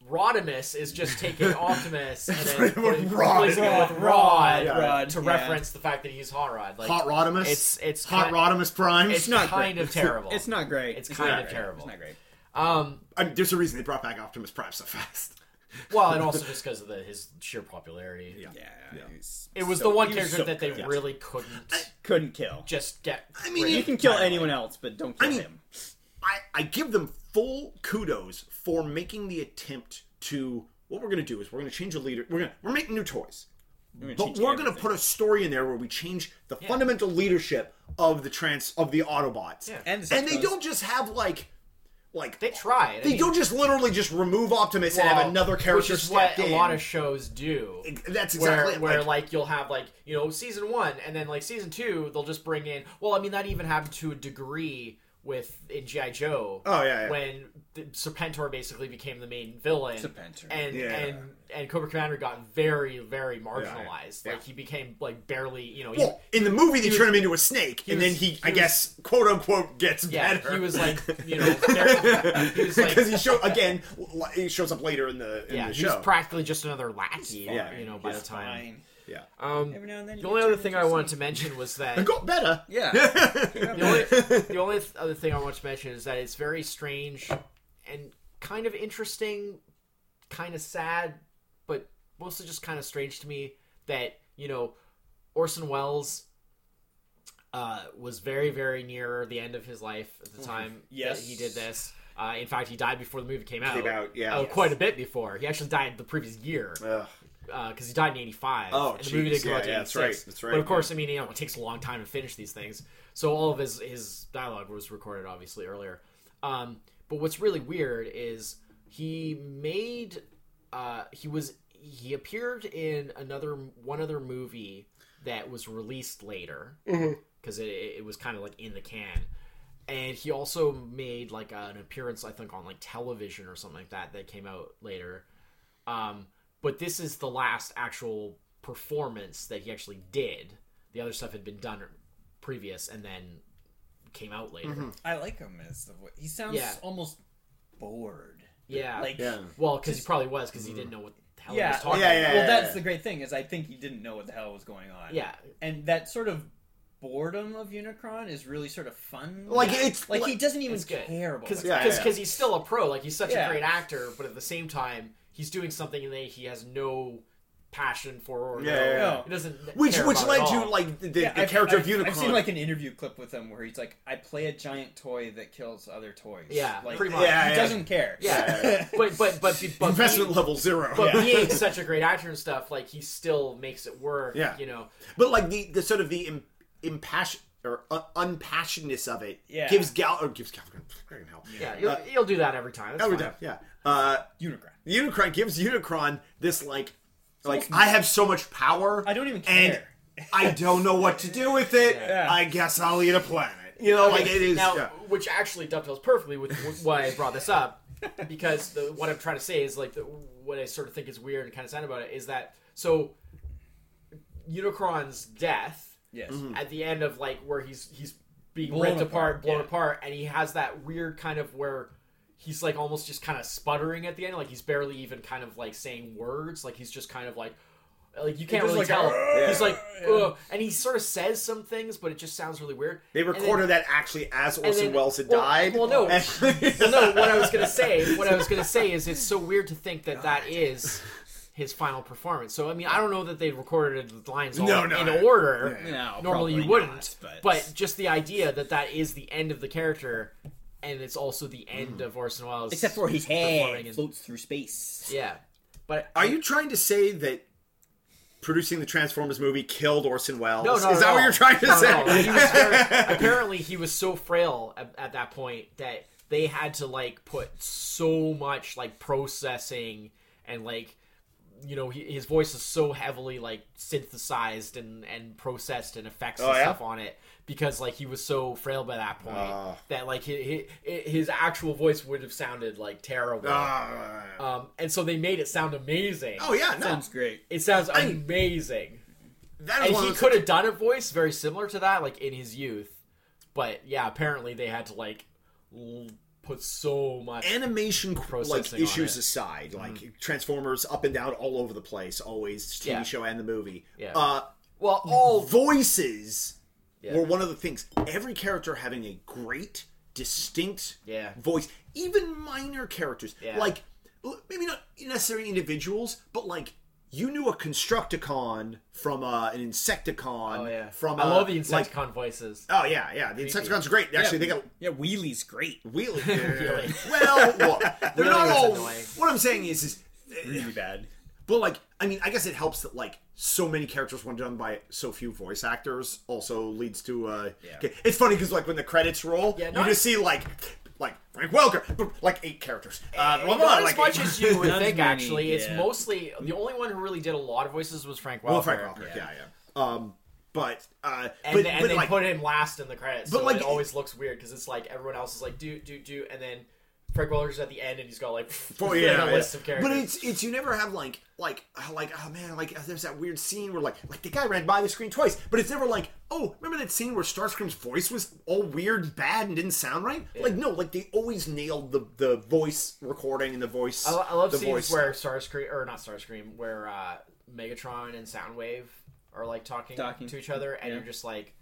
B: Rodimus is just taking Optimus and then
A: With
B: putting-
A: Rod.
B: replacing it with
C: Rod,
B: Rod,
A: yeah.
C: Rod,
B: to
C: yeah.
B: reference the fact that he's Hot Rod. Like
A: Hot Rodimus.
B: It's it's
A: Hot
B: ki-
A: Rodimus Prime.
B: It's
C: not
B: kind
C: great.
B: of terrible.
C: It's not great.
B: It's kind
C: not
B: of
C: great.
B: terrible.
C: It's not great.
B: Um.
A: I mean, there's a reason they brought back Optimus Prime so fast.
B: Well, and also just because of the, his sheer popularity.
A: Yeah.
C: Yeah.
A: Yeah.
C: he's
B: It was
C: so-
B: the one
C: he was
B: character
C: so
B: that they
C: good.
B: really couldn't
C: couldn't kill.
B: just get.
A: I mean,
B: rid
A: you
B: of.
A: can
C: kill anyone else, but don't kill
A: I mean-
C: him.
A: I, I give them full kudos for making the attempt to. What we're gonna do is we're gonna change a leader. We're gonna we're making new toys, but we're gonna put a story in there where we change the fundamental leadership of the trans of the Autobots.
B: Yeah.
C: And the
A: and they
C: Decepticons.
A: don't just have like like
B: They tried. I
A: They
B: mean,
A: don't just literally just remove Optimus and have
B: well,
A: another character
B: which is
A: step
B: what
A: in.
B: a lot of shows do.
A: That's
B: where,
A: exactly it,
B: where
A: like-
B: like, you'll have like you know season one and then like season two they'll just bring in well I mean that even happened to a degree with in GI Joe
A: Oh yeah, yeah.
B: when the, Serpentor basically became the main villain.
C: Serpentor.
B: and
A: Yeah.
B: and and Cobra Commander got very very marginalized.
A: Yeah.
B: Like he became like barely you know. He,
A: Well, in the movie, they
B: was-
A: turn him into a snake, and
B: was-
A: then he,
B: he
A: I
B: was-
A: guess, quote unquote, gets
B: yeah,
A: better.
B: he was like you know. bare- he was like
A: because he show again, li- he shows up later in the in
B: yeah,
A: the
B: he was
A: show.
B: practically just another lackey.
A: fine.
B: you know, by the
C: It's
B: time.
C: fine.
A: yeah,
B: Um,
C: Every now and then.
B: the only other thing I wanted to mention was that
A: and got better.
C: Yeah.
B: the only, the only th- other thing I want to mention is that it's very strange and kind of interesting, kind of sad, but mostly just kind of strange to me that, you know, Orson Welles uh, was very, very near the end of his life at the time
D: Yes.
B: that he did this. Uh, in fact, he died before the movie came out.
A: Came out, yeah.
B: Uh,
A: Yes.
B: Quite a bit before. He actually died the previous year
A: Ugh.
B: because uh, he died in '85.
A: Oh,
B: and the movie
A: jeez,
B: didn't come out
A: yeah,
B: till
A: yeah, that's right,
B: 86.
A: that's right,
B: But of course, I mean, you know, it takes a long time to finish these things. So all of his his dialogue was recorded obviously earlier. Um, but what's really weird is he made uh, he was he appeared in another one other movie that was released later because it, it was kind of like in the can. And he also made like an appearance, I think, on like television or something like that that came out later. Um, but this is the last actual performance that he actually did. The other stuff had been done previous and then came out later.
A: Mm-hmm.
D: I like him as the voice. He sounds
B: Yeah.
D: almost bored.
B: Yeah.
D: Like,
A: Yeah.
B: well, because he probably was because he didn't know what the hell he
D: yeah,
B: was talking
A: Yeah, yeah,
B: about.
D: well,
A: yeah,
D: that's
A: yeah.
D: the great thing is I think he didn't know what the hell was going on.
B: Yeah.
D: and that sort of boredom of Unicron is really sort of fun.
A: Like, it's-
D: like, he
A: like-
D: doesn't even
B: It's good.
D: care about.
B: Because
D: what's
A: Yeah,
B: because
A: yeah.
B: he's still a pro. Like he's such
D: Yeah.
B: a great actor, but at the same time, he's doing something that he has no passion for. Or
A: Yeah,
B: no-
A: yeah,
D: yeah.
B: He doesn't.
A: Which
B: care
A: which
B: about it
A: led
B: at
A: to
B: all.
A: like the, the,
D: Yeah,
A: the
D: I've-
A: character
D: I've,
A: of Unicorn.
D: I've seen like an interview clip with him where he's like, "I play a giant toy that kills other toys."
B: Yeah,
D: like,
B: pretty
D: he
B: much.
A: Yeah, yeah.
D: doesn't care.
B: Yeah.
A: Yeah.
B: but but but but
A: investment
B: being,
A: level zero.
B: but
A: Yeah.
B: being such a great actor and stuff, like he still makes it work.
A: Yeah.
B: you know.
A: But like the, the sort of the Im, impassion or uh, unpassionedness of it
D: Yeah.
A: gives Gal or gives Gal freaking hell. Uh,
B: Yeah, you'll, you'll do that every time. That's
A: Every
B: fine.
A: time, yeah. Uh,
D: Unicron.
A: Unicron gives Unicron this like, like I have so much power.
D: I don't even
A: and
D: care.
A: I don't know what to do with it.
D: Yeah.
A: I guess I'll eat a planet. You know, like it is.
B: now,
A: yeah.
B: which actually dovetails perfectly with wh- why I brought this up, because the, what I'm trying to say is like the, what I sort of think is weird and kind of sad about it is that so Unicron's death
D: Yes.
A: Mm-hmm.
B: at the end of like where he's he's being
D: Blown
B: ripped apart,
D: apart,
B: blown
D: yeah.
B: apart, and he has that weird kind of where he's like almost just kind of sputtering at the end, like he's barely even kind of like saying words, like he's just kind of like. Like you can't
D: just
B: really
D: like,
B: tell.
D: "Argh!"
B: He's like,
D: Yeah.
B: Ugh. and he sort of says some things, but it just sounds really weird.
A: They
B: And then-
A: recorded that actually as Orson
B: then-
A: Welles had
B: well-
A: died.
B: well, no.
A: And-
B: well, no, what I was gonna say, what I was gonna say is, it's so weird to think that that is his final performance. So I mean, I don't know that they recorded the lines all
A: No, no,
B: in
A: I-
B: order.
A: yeah.
C: No,
B: Normally, you
C: probably
B: wouldn't,
C: not,
B: but...
C: but-
B: just the idea that that is the end of the character, and it's also the end
A: Mm.
B: of Orson Welles.
C: Except for his
B: performing
C: head
B: in-
C: floats through space.
B: yeah, but
A: Are you trying to say that producing the Transformers movie killed Orson Welles?
B: No, no,
A: is that
B: no.
A: what you're trying to
B: No,
A: say?
B: no. He was very- apparently, he was so frail at, at that point that they had to like put so much like processing and like you know he, his voice is so heavily like synthesized and and processed and effects
A: Oh,
B: and
A: yeah?
B: stuff on it because like he was so frail by that point
A: Ah.
B: that like his, his actual voice would have sounded like terrible
A: Ah.
B: um and so they made it sound amazing
A: oh yeah, no,
C: Sounds great.
B: it sounds amazing
A: that is
B: and
A: one
B: he
A: of those-
B: could have done a voice very similar to that, like in his youth. But yeah, apparently they had to like l- put so much.
A: animation like
B: Processing on
A: issues
B: it. Mm-hmm.
A: aside, like Transformers up and down all over the place, always TV
B: Yeah.
A: show and the movie.
B: Yeah.
A: Uh,
B: well, all
A: voices
B: Yeah.
A: were one of the things. Every character having a great, distinct
B: Yeah.
A: voice, even minor characters,
B: Yeah.
A: like l- maybe not necessarily individuals, but like. You knew a Constructicon from uh, an Insecticon.
B: oh, yeah.
A: From
B: I
A: uh,
B: love the Insecticon
A: like-
B: voices.
A: Oh yeah, yeah. The Insecticons are great. Actually, they got
C: Yeah, Wheelie's great.
A: wheelie. well, look, they're
B: Wheelie
A: not
B: was
A: all.
B: annoying.
A: What I'm saying is, is,
C: Really bad.
A: but like, I mean, I guess it helps that like so many characters were done by so few voice actors. Also leads to. uh okay, It's funny because like when the credits roll,
B: Yeah,
A: you
B: not-
A: just see like. Like Frank Welker, but, like eight characters. Uh, blah, blah, blah,
B: Eh, Not as
A: like
B: much as you would
C: Not
B: think.
C: as many,
B: actually, it's
C: yeah.
B: mostly the only one who really did a lot of voices was Frank Welker.
A: Well, Frank Welker, yeah, yeah. Um, But uh,
B: And,
A: but,
B: and
A: but
B: they
A: like,
B: put him last in the credits,
A: But,
B: so
A: like,
B: it always looks weird because it's like everyone else is like do do do, and then Frank Welker's at the end and he's got like
A: Oh,
B: a
A: yeah, yeah.
B: list of characters.
A: But it's it's you never have like like uh, like oh man like uh, there's that weird scene where like like the guy ran by the screen twice, but it's never like oh remember that scene where Starscream's voice was all weird, and bad, and didn't sound right. Like no, like they always nailed the the voice recording and the voice.
B: I, lo- I love
A: the
B: scenes where Starscream or not Starscream, where uh, Megatron and Soundwave are like talking,
C: Talking.
B: to each other, and
C: Yeah.
B: you're just like,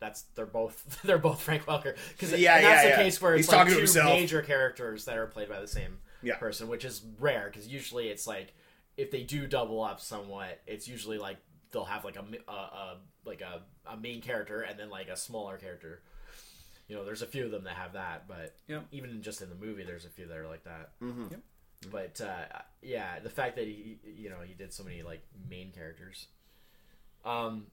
B: that's they're both they're both Frank Welker because
A: Yeah,
B: that's
A: yeah,
B: the
A: yeah.
B: case where it's
A: He's
B: like
A: talking to
B: two
A: himself.
B: major characters that are played by the same
A: Yeah.
B: person, which is rare because usually it's like if they do double up somewhat, it's usually like they'll have like a, mi- a, a like a, a main character and then like a smaller character. You know, there's a few of them that have that, but
C: Yeah.
B: even just in the movie, there's a few that are like that
A: hmm
B: but uh, yeah, the fact that he you know he did so many like main characters. Um,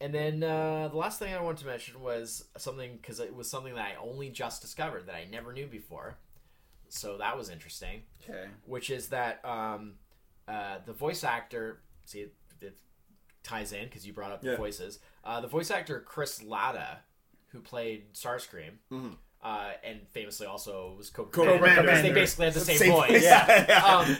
B: and then uh, the last thing I wanted to mention was something because it was something that I only just discovered that I never knew before, so that was interesting.
C: Okay.
B: Which is that um, uh, the voice actor see it, it ties in because you brought up
A: Yeah.
B: the voices. Uh, the voice actor Chris Latta, who played Starscream.
A: Mhm.
B: Uh, and famously also was Cobra,
A: Cobra
B: Commander, because
A: Commander.
B: They basically had the same, voice. Um,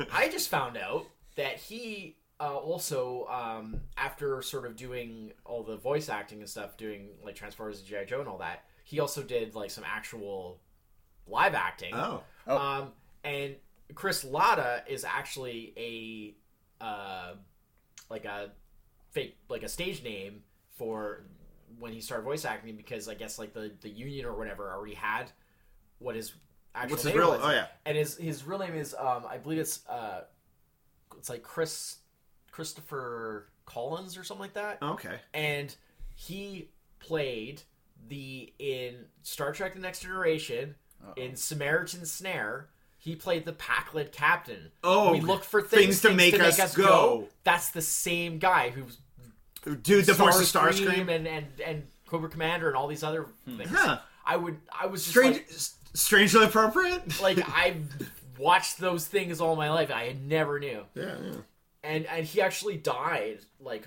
A: Yeah.
B: I just found out that he uh, also, um, after sort of doing all the voice acting and stuff, doing like Transformers and GI Joe and all that, he also did like some actual live acting.
A: oh.
C: Oh.
B: Um, and Chris Latta is actually a uh, like a fake like a stage name for when he started voice acting because I guess like the the union or whatever already had what his actual
A: What's his
B: name
A: real?
B: was
A: Oh yeah.
B: and his his real name is um I believe it's uh it's like Chris Christopher Collins or something like that,
A: Okay.
B: and he played the in Star Trek: The Next Generation
C: Uh-oh.
B: in Samaritan Snare. He played the pack-led captain.
A: Oh,
B: we look for
A: things
B: things,
A: to make us go.
B: That's the same guy who's
A: Dude, the voice of Starscream. Hmm.
B: and and and Cobra Commander and all these other things.
A: Huh.
B: I would I was just
A: Strange,
B: like,
A: s- strangely appropriate.
B: like I've watched those things all my life. I never knew.
A: yeah, yeah.
B: And and he actually died like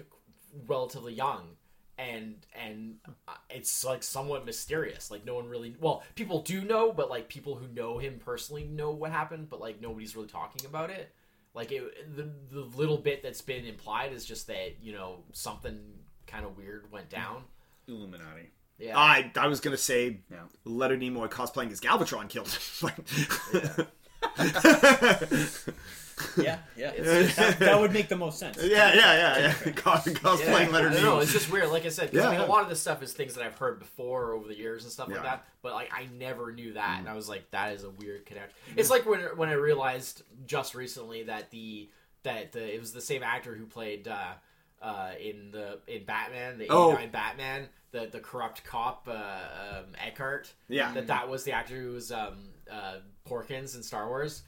B: relatively young. And and uh, it's like somewhat mysterious. Like no one really well, people do know, but like people who know him personally know what happened, but like nobody's really talking about it. Like it, the the little bit that's been implied is just that you know something kind of weird went down.
C: Illuminati.
B: Yeah,
A: I I was gonna say
C: Yeah.
A: Leonard Nimoy cosplaying as Galvatron killed him.
C: Yeah. Yeah.
B: It's
C: that, that would make the most sense.
A: yeah, yeah, yeah, yeah. Cos-
B: Yeah,
A: cosplaying Leonard
B: I don't know.
A: Nimoy.
B: It's just weird. Like I said, 'cause,
A: Yeah,
B: I mean,
A: yeah.
B: a lot of this stuff is things that I've heard before over the years and stuff
A: Yeah. Mm.
B: like that. But like, I never knew that, and I was like, that is a weird connection. It's like when when I realized just recently that the that the it was the same actor who played uh, uh, in the in Batman, the
A: Oh.
B: '89 Batman, the the corrupt cop uh, um, Eckhart.
A: Yeah.
B: that that was the actor who was um, uh, Porkins in Star Wars.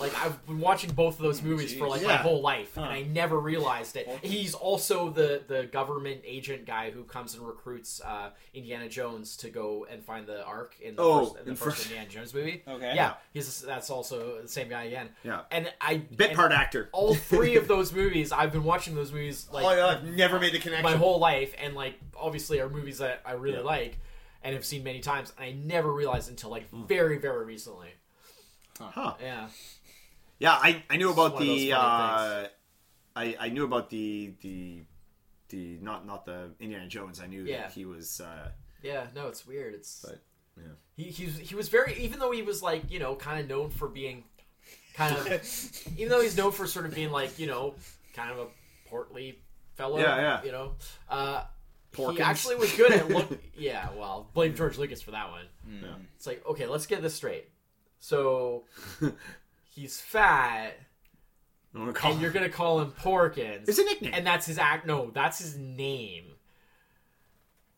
B: Like I've been watching both of those
A: Oh,
B: movies for
C: jeez.
B: like my
A: Yeah.
B: whole life, and I never realized it. He's also the the government agent guy who comes and recruits uh, Indiana Jones to go and find the Ark in the
A: Oh,
B: first, in the
A: in
B: first
A: first-
B: Indiana Jones movie.
C: Okay.
B: yeah, he's that's also the same guy again.
A: Yeah.
B: and I
A: Bit
B: and
A: part actor.
B: all three of those movies. I've been watching those movies like
A: oh, yeah, I've never made the connection.
B: my whole life and like obviously are movies that I really like and have seen many times and I never realized until like
A: Hmm.
B: very very recently.
A: Huh.
B: Yeah.
A: Yeah, I, I knew about
B: one of those
A: the
B: funny
A: uh, I I knew about the the the not not the Indiana Jones. I knew
B: Yeah.
A: that he was uh,
B: Yeah, no, it's weird. It's
A: But, yeah.
B: He he's, he was very even though he was like, you know, kind of known for being kind of even though he's known for sort of being like, you know, kind of a portly fellow,
A: Yeah, yeah.
B: you know. Uh
A: Porkins.
B: He actually was good at look. Yeah, well, blame George Lucas for that one.
A: Mm. Yeah.
B: It's like, okay, let's get this straight. So he's fat,
A: I wanna call
B: and you're
A: him.
B: gonna call him Porkins,
A: It's a nickname.
B: and that's his act. No, that's his name.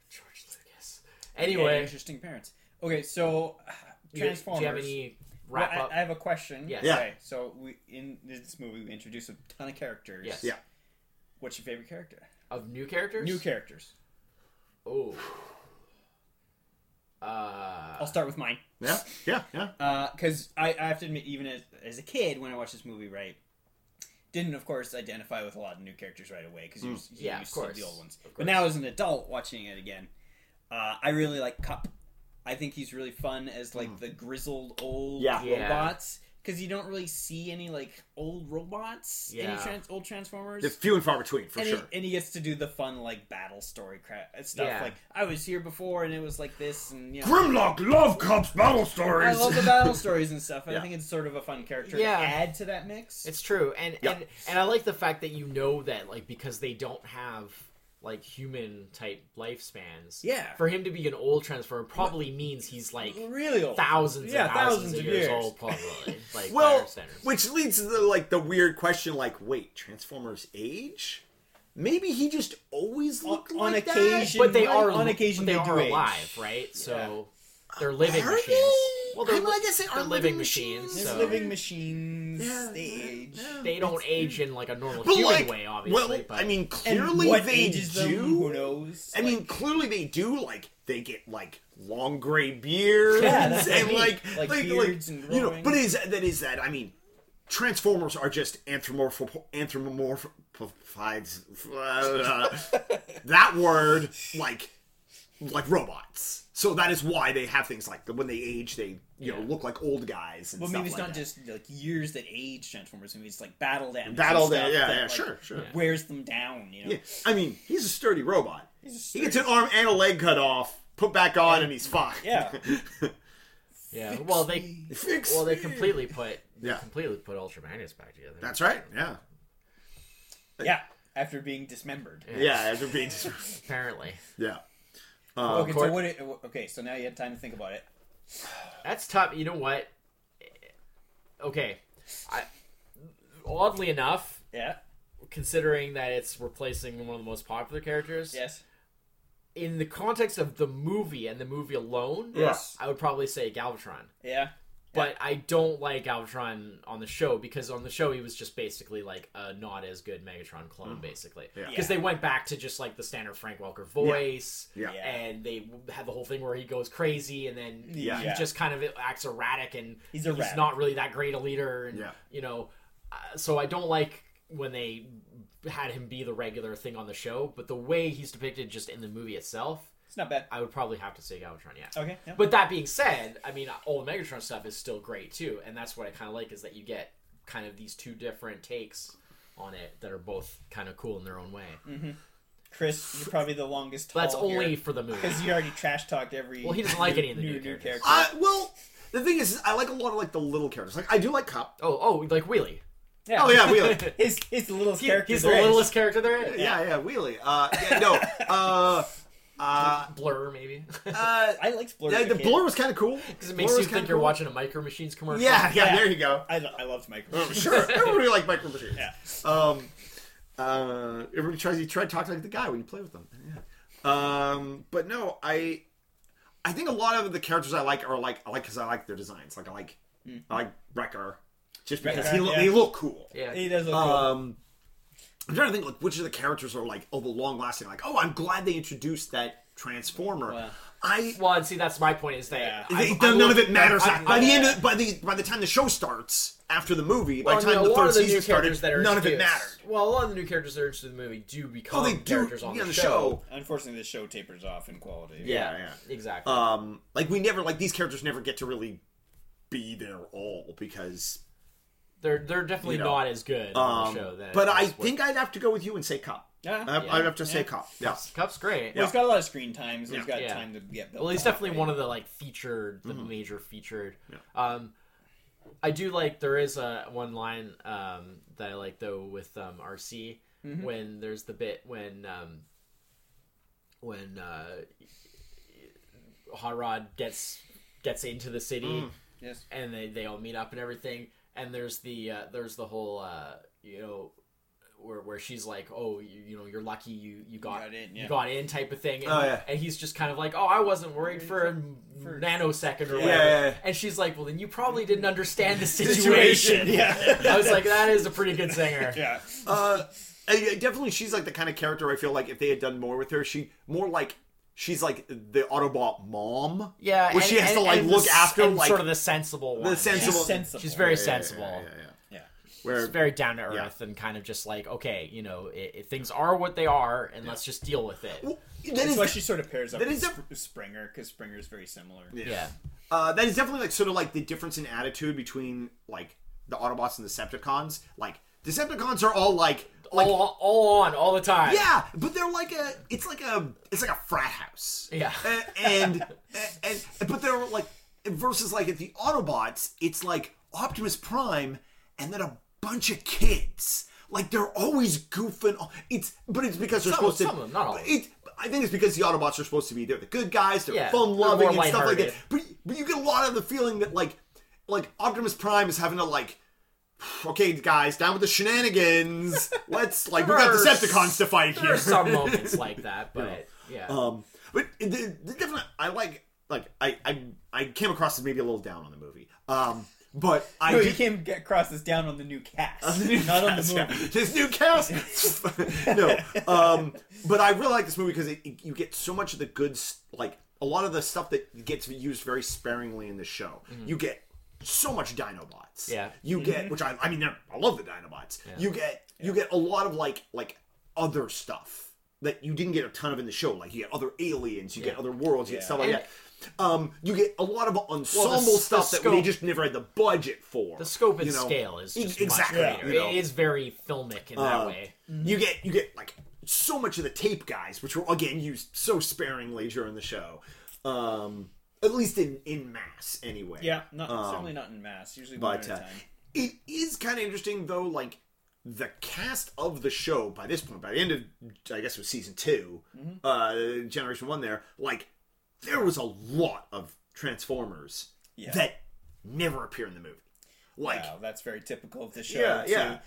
B: George Lucas.
C: Anyway.
B: Anyway,
C: Interesting parents. Okay, so uh,
B: do you,
C: Transformers.
B: do you have any wrap
C: Well, I-
B: up?
C: I, have a question.
B: Yes.
A: Yeah.
C: Okay, so we in this movie we introduce a ton of characters.
B: Yes.
A: Yeah.
C: What's your favorite character?
B: of new characters.
C: New characters.
B: Oh. Uh,
C: I'll start with mine. Uh,
A: yeah, yeah, yeah.
C: because I, I have to admit, even as, as a kid, when I watched this movie, right, didn't, of course, identify with a lot of new characters right away because you're, you're
B: Mm. Yeah, of
C: used to
B: course.
C: the old ones.
B: Of
C: But now, as an adult, watching it again, uh, I really like Cup. I think he's really fun as like the grizzled old
A: Mm. Yeah.
B: Yeah.
C: robots because you don't really see any like old robots, any
B: Yeah.
C: trans- old Transformers.
A: They're few and far between for
C: and,
A: sure.
C: he, and he gets to do the fun like battle story crap stuff.
B: Yeah.
C: Like I was here before, and it was like this, and you know,
A: Grimlock love cops battle
C: I
A: stories.
C: love the battle stories and stuff. And
A: Yeah.
C: I think it's sort of a fun character
B: Yeah.
C: to add to that mix.
B: It's true, and
A: Yeah.
B: and and I like the fact that you know that like because they don't have like human type lifespans.
C: Yeah.
B: For him to be an old transformer probably means he's like
C: really old.
B: thousands
C: Yeah,
B: and thousands,
C: thousands
B: of
C: of
B: years,
C: years.
B: old, probably. Like by
A: well,
B: our standards.
A: which leads to the, like the weird question: like, wait, Transformers age? Maybe he just always looked
C: on
A: like that?
C: occasion-
B: but they
C: like,
B: are
C: on occasion
B: but they,
C: they do
B: are
C: age.
B: alive, right? So they're living
A: Are
B: machines.
A: they?
B: Well, they're
A: I mean,
B: li-
A: I guess they
B: they're
A: are
B: living
A: living
B: machines,
A: machines.
C: This
B: so-
C: living machine
A: Yeah,
C: stage.
A: yeah.
B: they don't age in like a normal
A: But
B: human
A: like,
B: way, obviously.
A: well,
B: but
A: I mean,
C: And
A: clearly
C: what
A: they
C: ages
A: do.
C: them, who knows?
A: I mean,
C: Like,
A: clearly they do. Like they get like long gray beards
C: Yeah, that's what I
A: and
C: mean.
A: like
C: Like, beards and
A: you know.
C: growing.
A: But is that is that? I mean, Transformers are just anthropomorph anthropomorphified. that word like like robots. So that is why they have things like when they age, they you know
B: Yeah.
A: look like old guys. And
C: well,
A: stuff
C: maybe it's
A: like
C: not
A: that.
C: just like years that age Transformers. Maybe it's like battle damage.
A: Battle
C: and stuff
A: damage, yeah,
C: that,
A: yeah,
C: like,
A: sure, sure. Yeah.
C: Wears them down. You know.
A: Yeah, I mean, he's a sturdy robot.
C: He's a
A: He gets an arm and a leg cut off, put back on, and he's fine.
C: Yeah.
B: yeah. Well, they
A: Fix
B: well they
A: me.
B: completely put they
A: Yeah.
B: completely put Ultra Magnus back together.
A: That's right. Yeah.
C: yeah. After being dismembered.
A: Yeah. After being.
B: Apparently,
A: Yeah. Um,
C: Okay, so
B: course.
C: what? It, okay, so now you had time to think about it.
B: that's tough. You know what? Okay, I oddly enough,
C: Yeah.
B: considering that it's replacing one of the most popular characters
C: Yes.
B: in the context of the movie and the movie alone,
A: Yes.
B: I would probably say Galvatron.
C: Yeah.
B: But I don't like Galvatron on the show because on the show he was just basically like a not as good Megatron clone, basically.
A: Mm-hmm. Yeah.
B: Because they went back to just like the standard Frank Welker voice,
A: Yeah.
C: Yeah.
B: and they had the whole thing where he goes crazy and then
A: Yeah.
B: he just kind of acts erratic and he's
C: He's erratic.
B: not really that great a leader. And
A: Yeah.
B: you know, uh, so I don't like when they had him be the regular thing on the show, but the way he's depicted just in the movie itself,
C: It's not bad.
B: I would probably have to say Galvatron. Yeah.
C: Okay. Yeah.
B: But that being said, I mean, all the Megatron stuff is still great too, and that's what I kind of like is that you get kind of these two different takes on it that are both kind of cool in their own way.
C: Chris, you're probably the longest.
B: But that's
C: haul here.
B: only for the movie.
C: Because you already trash talked every.
B: Well, he doesn't like any of the new characters.
C: characters.
A: I, well, the thing is, I like a lot of like the little characters. Like I do like Cop.
B: Oh, oh, like Wheelie.
A: Oh yeah, Wheelie.
C: his his littlest
B: He-
C: character.
B: he's the
C: there is.
B: littlest character there. is.
A: Yeah, yeah, Wheelie. Uh, yeah, no. Uh, uh,
B: Blur, maybe. Because
A: uh,
C: I liked Blur.
A: yeah,
C: as a
A: the
C: kid.
A: blur was kind of cool.
B: it
A: Blur
B: makes
A: was
B: you
A: kinda
B: think you're
A: cool.
B: watching a Micro Machines commercial.
A: Yeah, yeah,
C: Yeah.
A: There you go.
C: I, lo- I loved Michael.
A: Oh, sure. Everybody like micro machines.
C: Yeah.
A: Um, uh, everybody tries. You try to talk like the guy when you play with them. Yeah. Um, but no, I, I think a lot of the characters I like are like I like because I like their designs. Like I like, I like Wrecker, just because he
C: Wrecker,
A: lo-
C: yeah.
A: they look cool.
B: Yeah.
C: He does look cool.
A: Um, I'm trying to think like which of the characters are like oh the long lasting. Like oh I'm glad they introduced that Transformer.
C: Wow.
A: I
B: Well, and see, that's my point is that
C: Yeah.
B: I-
A: they-
B: I
A: none
B: love-
A: of it matters.
B: I-
A: by the
B: I-
A: end, of, by the by the time the show starts after the movie, by
B: Well,
A: the
B: I mean,
A: time
B: a
A: the
B: lot
A: third
B: of the new
A: season started,
B: characters that are
A: none of it
B: introduced-
A: mattered.
B: Well, a lot of the new characters that are introduced in the movie do become
A: Oh, they do
B: characters on
A: yeah,
B: the,
A: the
B: show.
A: show.
C: Unfortunately, this show tapers off in quality.
A: yeah.
B: exactly.
A: Um, like we never like these characters never get to really be their all because.
B: they're they're definitely
A: you know,
B: not as good on
A: Um,
B: the show. That
A: but
B: as
A: I
B: what-
A: think I'd have to go with you and say cop.
C: Yeah.
A: I,
B: Yeah.
A: I'd have to say
C: Yeah.
A: cop. Yes.
B: Cup's great.
C: Well, he's got a lot of screen time, so he's
A: Yeah.
C: got
B: Yeah.
C: time to get built.
B: Well, he's
C: up,
B: definitely
C: right?
B: one of the like featured, the major featured. Um, I do like there is a one line um, that I like though with um, RC when there's the bit when um, when uh, Hot Rod gets gets into the city
C: Yes.
B: and they, they all meet up and everything and there's the uh, there's the whole uh, you know where, where she's like oh you, you know you're lucky you you got,
C: got in,
B: you
C: yeah.
B: got in type of thing and,
A: Oh, yeah.
B: and he's just kind of like oh I wasn't worried for a
C: For-
B: nanosecond or
A: Yeah,
B: whatever
A: yeah, yeah.
B: and she's like well then you probably didn't understand the
A: Situation,
B: situation
C: yeah.
B: I was like that is a pretty good singer
C: Yeah.
A: Uh, I- I definitely, she's like the kind of character I feel like if they had done more with her, she more like she's like the Autobot mom.
B: yeah
A: where
B: and-
A: she has
B: and-
A: to like
B: and
A: look
B: the s-
A: after
B: and
A: like
B: sort of the sensible one
A: sensible-
C: She's sensible.
B: she's very
A: Yeah,
B: sensible
A: yeah, yeah, yeah.
C: Yeah.
A: Where
B: it's very down to earth and kind of just like okay, you know, i i things are what they are, and let's just deal with it.
A: Well, that
D: That's
A: is-
D: why she sort of pairs up
A: that
D: with
A: is
D: Sp- Springer because Springer's very similar.
B: Yeah,
A: Uh, that is definitely like sort of like the difference in attitude between like the Autobots and the Decepticons. Like Decepticons are all like like
B: all, all on all the time.
A: yeah, but they're like a it's like a it's like a frat house.
B: Yeah.
A: A- and and, and but they're like versus like at the Autobots, it's like Optimus Prime and then a bunch of kids. Like they're always goofing. o- It's but it's because they're
B: Some-
A: supposed to.
B: some of them, not all of them.
A: It, I think it's because the Autobots are supposed to be they're the good guys, they're
B: Yeah,
A: fun loving
B: they're
A: and
B: more
A: stuff like that.
B: lighthearted.
A: But but you get a lot of the feeling that like like Optimus Prime is having to like. Okay, guys, down with the shenanigans. Let's like we got
B: There's-
A: Decepticons to fight
B: there
A: here.
B: are some moments like that, but yeah,
A: Um, but it- it- it definitely, I like like I, I I came across as maybe a little down on the movie. Um, but I
D: No,
A: did-
D: you came get across this down on the new cast, not
A: not
D: on the movie.
A: His new cast. no, um, but I really like this movie because it, it- you get so much of the good, s- like a lot of the stuff that gets used very sparingly in the show. You get so much Dinobots.
B: Mm-hmm. Yeah. Mm-hmm.
A: you get which I, I mean, they're- I love the Dinobots. You get you get a lot of like like other stuff that you didn't get a ton of in the show. Like you get other aliens, you get
B: Yeah.
A: other worlds, you get stuff like
B: And-
A: that. Um, you get a lot of ensemble
B: the
A: stuff that they
B: scope-
A: just never had the budget for.
B: the scope and
A: you know? e,
B: scale is just
A: exactly,
B: much greater.
A: you know?
B: It is very filmic in that
A: Um,
B: way.
D: Mm-hmm.
A: You get you get like so much of the tape guys, which were again used so sparingly during the show, um, at least in in mass anyway.
D: Yeah, not
A: Um,
D: certainly not in mass. Usually one
A: But
D: at a
A: uh,
D: time.
A: it is kind of interesting though, like the cast of the show by this point, by the end of I guess it was season 2
D: Mm-hmm.
A: uh, Generation One. There, like there was a lot of Transformers
D: Yeah.
A: that never appear in the movie. Like
D: Wow, that's very typical of the show.
A: Yeah,
D: too.
A: yeah.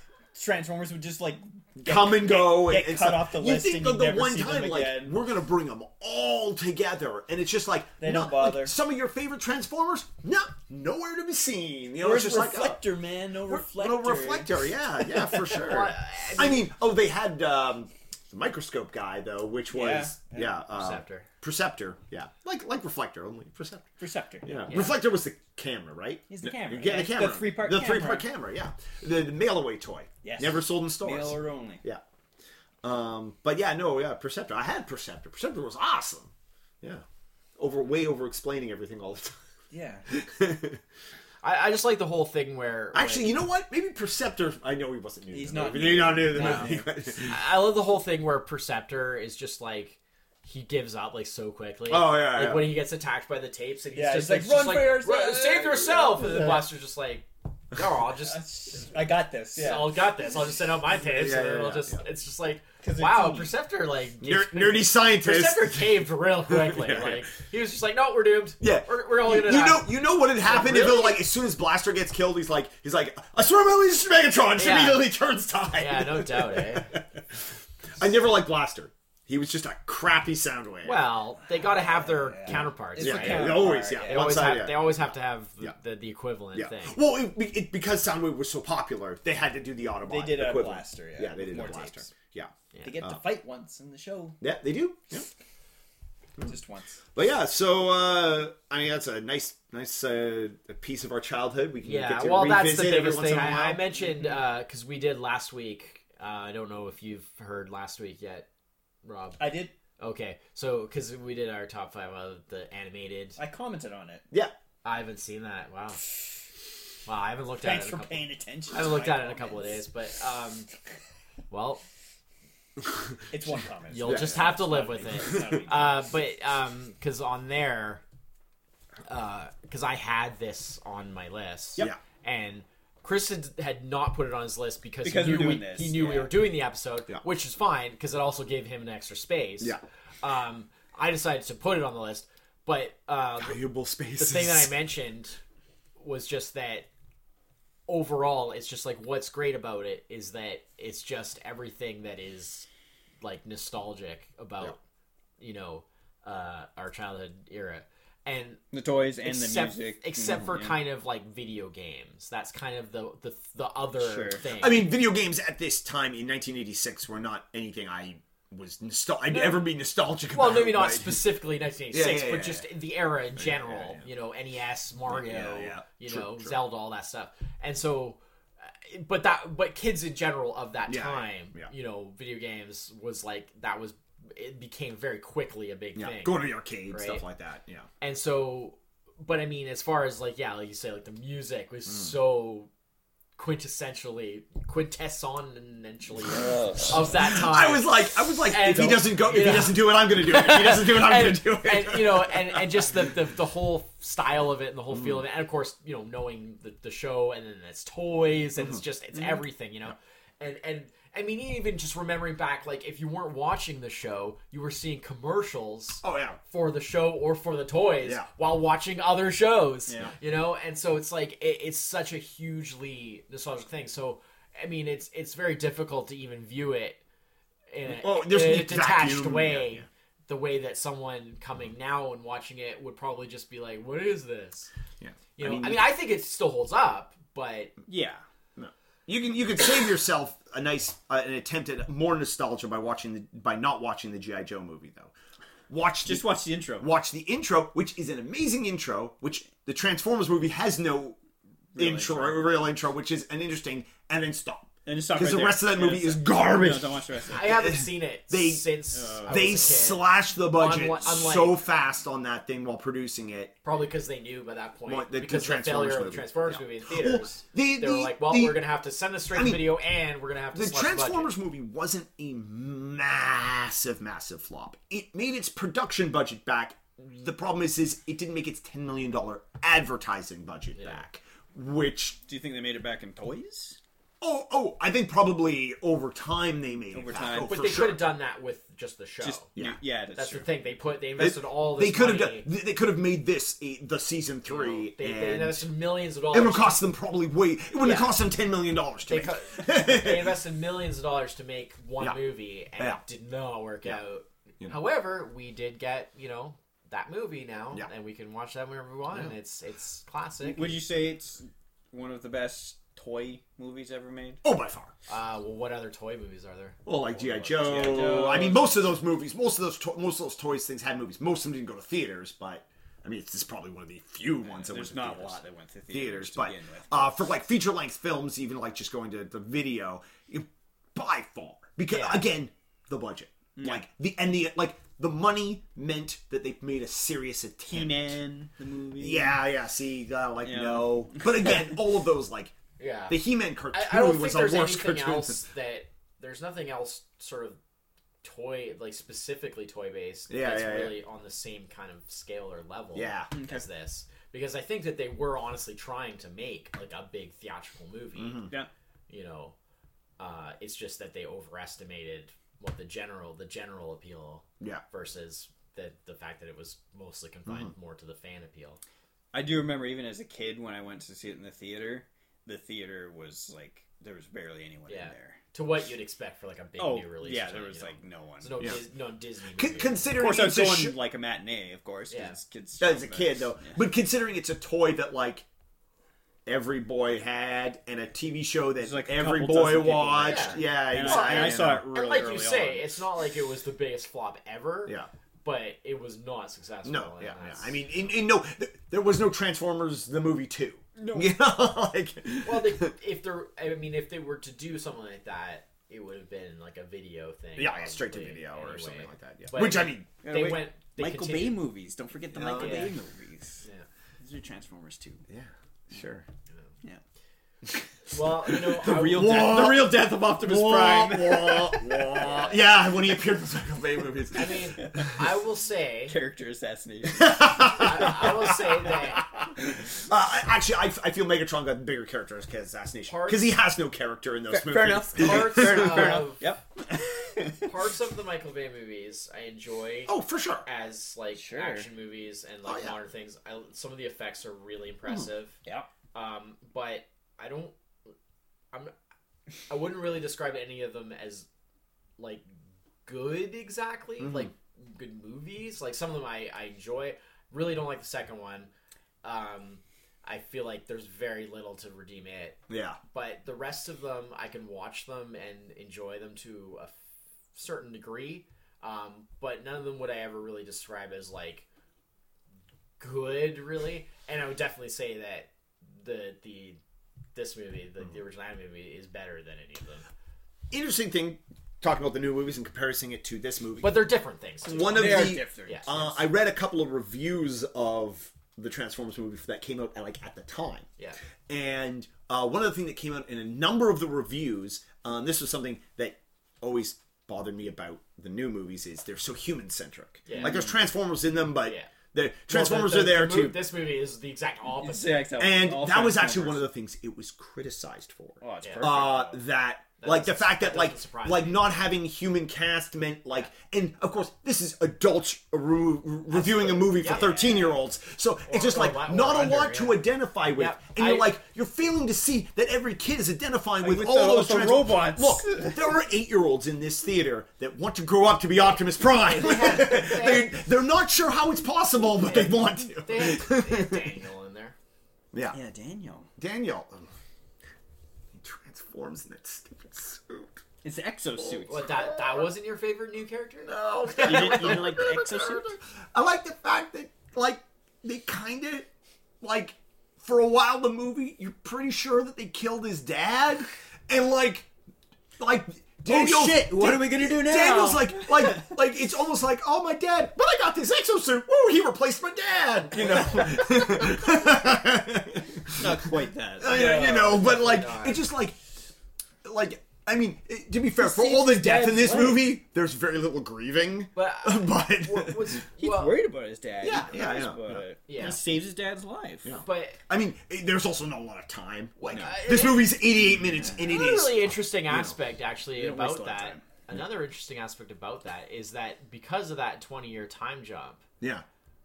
D: Transformers would just like get-
A: come and go
D: get
A: and, and
D: cut
A: stuff.
D: off the
A: you
D: list
A: think
D: and
A: of
D: you
A: the
D: never
A: one
D: see them
A: time like
D: again.
A: we're gonna bring them all together and it's just like
D: They
A: not,
D: don't bother.
A: like, some of your favorite transformers no nowhere to be seen you know
D: Where's
A: it's just like
D: reflector, man? No
A: oh,
D: reflector.
A: little reflector yeah yeah for sure
B: Well,
A: I mean oh they had um the microscope guy though which was yeah,
D: Yeah.
A: uh,
B: Perceptor.
A: Perceptor, yeah, like like reflector, only perceptor.
D: Receptor.
A: Yeah. reflector was the camera, right?
D: He's the camera.
A: Yeah, the
D: It's
A: camera,
D: The three part.
A: the three part camera, yeah, the, the mail away toy,
D: Yes.
A: never sold in stores,
D: Male or only.
A: yeah. Um, but yeah, no, yeah, Perceptor. I had Perceptor. Perceptor was awesome. Yeah. Over way over explaining everything all the time.
D: Yeah.
B: I, I just like the whole thing where where-
A: Actually, you know what? Maybe Perceptor I know he wasn't new. to
D: He's
A: the
D: not
A: movie.
D: new.
A: He's not new to the
B: No.
A: movie.
B: I I love the whole thing where Perceptor is just like he gives up like so quickly.
A: Oh, yeah,
B: Like
A: yeah.
B: when he gets attacked by the tapes and he's
D: Yeah,
B: just
D: he's like,
B: it's
D: "Run
B: just
D: for yourself."
B: "Run- save yourself, and the Blaster's just like, no, I'll just.
D: I got this. Yeah.
B: I'll got this. I'll just send out my tapes,
A: Yeah,
B: and then
A: yeah,
B: I'll
A: yeah,
B: just.
A: yeah.
B: It's just like,
D: 'Cause it's
B: wow,
D: me.
B: Perceptor like gives-
A: Ner- nerdy scientist.
B: Perceptor caved real quickly.
A: Yeah, yeah.
B: Like he was just like, no, we're doomed.
A: Yeah.
B: we're, we're all
A: You
B: gonna. die."
A: know, you know what had happened if
B: really?
A: it, like as soon as Blaster gets killed, he's like, he's like, I swear my leader's Megatron. She
B: Yeah.
A: immediately turns tide.
B: Yeah, no doubt, eh?
A: I never liked Blaster. He was just a crappy sound wave.
B: Well, they got to have their counterparts,
D: It's
A: yeah,
D: the
B: right?
A: yeah,
D: counterpart.
A: always, yeah.
B: They
A: one
B: always
A: side,
B: have.
A: yeah.
B: They always have to have the,
A: Yeah.
B: the, the equivalent
A: Yeah.
B: thing.
A: Well, it, it, because Soundwave was so popular, they had to do the Autobot.
D: They did a
A: equivalent.
D: blaster, yeah,
A: Yeah, they
D: with
A: did
D: more
A: a blaster. Uh.
D: tapes.
A: Yeah.
D: They get to fight once in the show,
A: Yeah, they do. Yeah. Hmm.
D: just once.
A: But yeah, so uh, I mean that's a nice, nice uh, piece of our childhood. We can
B: Yeah,
A: get to
B: well, that's
A: revisit
B: the
A: every
B: biggest
A: once
B: thing
A: in a while.
B: I, I mentioned because we did last week. Uh, I don't know if you've heard last week yet, Rob.
D: I did.
B: Okay, so because we did our top five of the animated,
D: I commented on it.
A: yeah,
B: I haven't seen that. Wow, wow, I haven't looked at it.
D: Thanks
B: in a
D: for
B: couple-
D: paying attention.
B: I haven't
D: to
B: looked
D: my
B: at it in a couple of
D: comments.
B: days, but um, well,
D: It's one comment.
B: you'll
A: Yeah.
B: just have to live with
D: It's
B: it.
D: not a big deal.
B: Uh, but um, because on there, because I had this on my list.
A: Yep. Yeah.
B: And Chris had, had not put it on his list because,
D: Because
B: he
D: we're
B: knew,
D: doing
B: we,
D: this,
B: he knew we
D: yeah.
B: were doing the episode,
A: Yeah.
B: which is fine because it also gave him an extra space.
A: Yeah.
B: Um, I decided to put it on the list, but uh,
A: valuable spaces.
B: the thing that I mentioned was just that overall, it's just like what's great about it is that it's just everything that is like nostalgic about you know uh, our childhood era, and
C: The toys and
B: except
C: the music,
B: except for
A: Mm-hmm.
C: Yeah.
B: kind of like video games. That's kind of the the, the other
C: Sure.
B: thing.
A: I mean, video games at this time in 1986 were not anything I was nostal- I'd ever be nostalgic
B: well,
A: about.
B: maybe not
A: but-
B: specifically 1986,
A: Yeah, yeah, yeah,
B: but just the era in general. You know, NES, Mario,
A: Yeah, yeah.
B: you
A: True,
B: know,
A: true.
B: Zelda, all that stuff. And so, uh, but that but kids in general of that
A: Yeah, yeah,
B: time,
A: yeah.
B: you know, video games was like that was it became very quickly a big
A: Yeah,
B: thing.
A: going to the arcade,
B: Right.
A: stuff like that. Yeah,
B: and so but i mean as far as like yeah like you say like the music
A: Mm.
B: was so quintessentially quintessentially of that time
A: I was like, I was like,
B: And-
A: if he doesn't go, if he
B: Yeah.
A: doesn't do it, I'm gonna do it. If he doesn't do it, I'm
B: and,
A: gonna do it.
B: and, you know and, and just the, the the whole style of it and the whole feel of it and of course you know knowing the, the show and then its toys
A: Uh-huh.
B: and it's just it's everything you know and and i mean even just remembering back like if you weren't watching the show you were seeing commercials
A: oh yeah,
B: for the show or for the toys
A: Yeah.
B: while watching other shows
A: Yeah.
B: you know and so it's like it, it's such a hugely nostalgic thing so i mean it's it's very difficult to even view it in a,
A: Oh, there's
B: in a
A: the
B: detached
A: vacuum,
B: way
A: yeah, Mm-hmm. yeah.
B: the way that someone coming now and watching it would probably just be like what is this
A: yeah.
B: you know i mean i, think it still holds up but
C: yeah.
A: You can you can save yourself a nice uh, an attempt at more nostalgia by watching the by not watching the GI Joe movie though. Watch the-
C: Just watch the intro.
A: watch the intro, which is an amazing intro, which the Transformers movie has no intro,
C: intro.
A: real intro, which is an interesting, and then stop
C: And just stop
A: because the
C: right there.
A: rest of that
C: Yeah,
A: movie
C: that's
A: is
C: it.
A: garbage.
C: No, don't watch the rest of it.
B: i haven't seen it
A: They- uh,
B: since I
A: they
B: was a kid.
A: slashed the budget
B: Unlike- unlike-
A: so fast on that thing while producing it.
B: Probably because they knew by that point,
A: Well, the- the
B: because of the
A: Transformers
B: failure of the
A: movie.
B: Transformers
A: Yeah.
B: movie in
A: Well,
B: theaters,
A: the-
B: they were
A: the-
B: like, "Well,
A: the-
B: we're gonna have to send this straight
A: I
B: to
A: mean,
B: video, and we're gonna have to."
A: The
B: slash
A: Transformers
B: budget.
A: movie wasn't a massive, massive flop. It made its production budget back. The problem is, is it didn't make its ten million dollar advertising budget back, which
C: Do you think they made it back in toys?
A: oh oh, I think probably over time they made
C: Over
A: it back.
C: time.
A: oh,
B: but
A: for
B: they
A: sure.
B: could have done that with just the show.
C: Just
A: Yeah.
C: yeah, that's,
B: That's
C: true.
B: the thing. They put they invested all this.
A: They could have done.
B: money,
A: They could have made this a, the season
B: you know,
A: three,
B: They, they
A: and
B: invested millions of
A: it would
B: dollars.
A: cost them probably way. It wouldn't have
B: Yeah.
A: cost them ten million dollars to
B: They,
A: make.
B: co- they invested millions of dollars to make one
A: Yeah.
B: movie, and
A: Yeah.
B: it did not work out.
A: You know.
B: However, we did get you know that movie now,
A: Yeah.
B: and we can watch that whenever we want. And it's it's classic.
C: Would you say it's one of the best toy movies ever made?
A: oh, by far.
B: Uh, well, what other toy movies are there?
A: Well, like GI
C: G.I.
A: Joe.
C: Joe.
A: I mean, most of those movies, most of those, to- most of those toys things had movies. Most of them didn't go to theaters, but I mean, it's just probably one of the few ones that went
C: There's
A: to
C: not a
A: theaters.
C: lot that went to theaters,
A: theaters,
C: to
A: but
C: begin with.
A: uh, for like feature length films, even like just going to the video, it- by far because
B: Yeah.
A: again, the budget, like the and the like the money meant that they made a serious attempt.
C: He-Man, the movie.
A: Yeah, yeah. See, uh, like
C: Yeah.
A: no, but again, all of those like
B: Yeah,
A: the He-Man cartoon
B: I, I don't think
A: was the
B: there's
A: worst
B: anything
A: cartoon.
B: else that there's nothing else sort of toy like specifically toy based
A: Yeah,
B: that's
A: yeah, yeah.
B: really on the same kind of scale or level
A: Yeah.
B: as this because I think that they were honestly trying to make like a big theatrical movie
A: Mm-hmm.
C: Yeah.
B: you know uh, it's just that they overestimated what the general the general appeal
A: Yeah.
B: versus the, the fact that it was mostly confined
A: Mm-hmm.
B: more to the fan appeal
C: I do remember even as a kid when I went to see it in the theater, the theater was like there was barely anyone in
B: Yeah.
C: there.
B: to what you'd expect for like a big
C: Oh,
B: new release or
C: yeah,
B: something,
C: there was
B: you know?
C: like no one.
B: There's no,
A: Yeah.
B: Dis- no Disney
A: Con-
B: movie.
C: of
A: considering
C: course, I was
A: it's a
C: going
A: sh-
C: like a matinee, of course. 'cause
B: Yeah.
C: it's kids.
A: as a
C: shows,
A: kid
C: but-
A: though
C: yeah.
A: but considering it's a toy that like every boy had and a tv show that
C: There's, like, a
A: every
C: couple
A: boy
C: dozen people
A: watched
B: there.
A: yeah,
C: And, I,
A: exactly. uh,
C: and I saw it really
B: and like
C: early
B: you say,
C: on.
B: it's not like it was the biggest flop ever.
A: Yeah.
B: But it was not successful.
A: no
B: and
A: yeah, yeah.
B: that's-
A: i mean in, in no th- there was no transformers the movie 2 no you know like
B: well, they, if there, I mean, if they were to do something like that, it would have been like a video thing.
A: yeah, yeah straight to
B: probably,
A: video or
B: anyway.
A: something like that yeah
B: But-
A: which i mean
C: Yeah,
B: They
C: wait,
B: went. They
C: Michael
B: continued-
C: Bay movies. Don't forget the Michael
B: yeah.
C: Bay movies.
B: Yeah.
C: These are Transformers too.
A: yeah sure
C: Yeah.
B: Well, you know,
C: The
B: I-
C: real
A: Wah.
C: death. The real death of Optimus
A: Wah,
C: Prime.
A: wah, wah. yeah when he appeared in the michael bay movies
B: I mean, I will say,
C: Character assassination.
B: I, I will say that
A: Uh, I- actually, I, I feel Megatron got bigger character as Kid Assassination
B: Parts-
A: because he has no character in those movies.
C: Fair enough.
B: Parts
C: Fair enough. Fair
B: of-
C: enough. Yep.
B: parts of the Michael Bay movies I enjoy.
A: Oh, for sure.
B: As like
C: Sure.
B: action movies and like
A: Oh, yeah. Hmm.
B: modern things, I, some of the effects are really impressive.
C: Yep.
B: um, but I don't. I'm. I wouldn't really describe any of them as like good exactly, like good movies. Like some of them I I enjoy. Really don't like the second one. Um, I feel like there's very little to redeem it,
A: Yeah.
B: but the rest of them I can watch them and enjoy them to a f- certain degree. Um, but none of them would I ever really describe as like good, really. And I would definitely say that the the this movie, the, the original anime movie, is better than any of them.
A: Interesting thing, talking about the new movies and comparing it to this movie.
B: But they're different things. Too.
A: one of
C: They are
A: the
C: different.
B: yeah.
A: uh, I read a couple of reviews of the Transformers movie that came out at, like at the time.
B: yeah.
A: And uh, one other thing that came out in a number of the reviews, um, this was something that always bothered me about the new movies is they're so human centric.
B: Yeah.
A: Like there's Transformers in them, but
B: Yeah.
A: the Transformers
B: Well, the-
A: are there
B: the- the
A: too.
B: mo- This movie is the exact opposite.
A: and that was actually one of the things it was criticized for.
C: Oh, it's
B: Yeah.
C: perfect.
A: uh, that like the
B: doesn't-
A: fact that,
B: that
A: like
B: doesn't surprise
A: like
B: me.
A: not having human cast meant like and of course this is adults re- reviewing a movie for
B: Yeah.
A: 13 year olds so it's just
B: or
A: like
B: li- or
A: not
B: under,
A: a lot to
B: yeah.
A: identify with
B: Yeah,
A: and you're
B: I-
A: like you're failing to see that every kid is identifying with,
C: with
A: all
C: the-
A: those
C: with the
A: trans-
C: robots.
A: look there are 8 year olds in this theater that want to grow up to be Optimus Prime they, they're not sure how it's possible but they want to
B: They had, they had Daniel in there.
A: yeah
C: yeah, Daniel.
A: Daniel um, he transforms in that stupid suit
C: It's exosuits.
B: What that that wasn't your favorite new character?
A: No.
C: You didn't- you didn't like the exosuit?
A: I like the fact that, like, they kind of, like, for a while the movie, you're pretty sure that they killed his dad, and like, like. Daniel-
C: Oh, shit, what are we gonna do now?
A: Daniel's like, like, like it's almost like, oh my dad, but I got this exosuit. Woo, he replaced my dad. You know,
C: Not quite
A: I-
C: that.
A: Oh, you know, but like it's just like like I mean, it- to be fair, for all the death in this
C: dad's leg.
A: movie, there's very little grieving.
B: But, uh,
A: But-
B: what, what's,
C: He's
B: well,
C: worried about his dad.
A: Yeah,
C: he
A: yeah,
C: cares
A: yeah,
C: about
A: yeah.
C: it.
B: Yeah.
C: He saves his dad's life. Yeah.
B: but
A: I mean, it- there's also not a lot of time. Like
B: No.
A: this movie's 88 minutes, and it
B: another
A: is
B: really interesting aspect actually
C: don't
B: about
C: waste a lot of
B: that.
C: time.
B: Another interesting aspect about that is that because of that twenty-year time jump,
A: yeah,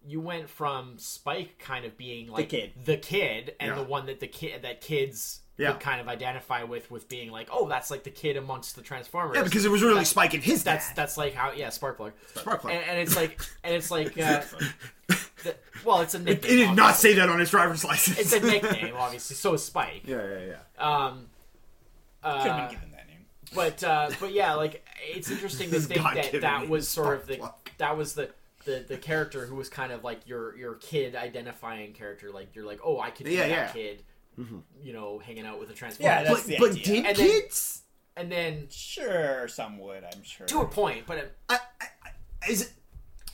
B: you went from Spike kind of being like
C: kid.
B: the kid and
A: Yeah.
B: the one that the kid that kids
A: Yeah.
B: could kind of identify with, with being like, oh, that's like the kid amongst the Transformers.
A: yeah, because it was really
B: That's-
A: Spike and his
B: that's
A: dad.
B: that's like how yeah, Sparkplug.
A: Sparkplug.
B: And, and it's like and it's like uh, th- well, it's a
A: It,
B: nickname.
A: it did not
B: obviously.
A: say that on his driver's license.
B: it's a nickname, obviously. So is Spike.
A: yeah, yeah, yeah.
B: Um,
D: Could have
B: uh,
D: been given that name.
B: but uh, but yeah, like it's interesting to
A: This
B: think
A: God-given
B: that that was sort of the
A: Sparkplug.
B: that was the. The, the character who was kind of like your your kid identifying character like you're like oh I could be
A: Yeah,
B: that
A: yeah. Mm-hmm.
B: kid you know hanging out with a transformer
D: Yeah, that's
A: but
D: the
A: but
D: idea.
A: did
B: And then-
A: kids?
B: and then
D: Sure, some would, I'm sure.
B: to a point but um, it,
A: I, I, I- is it?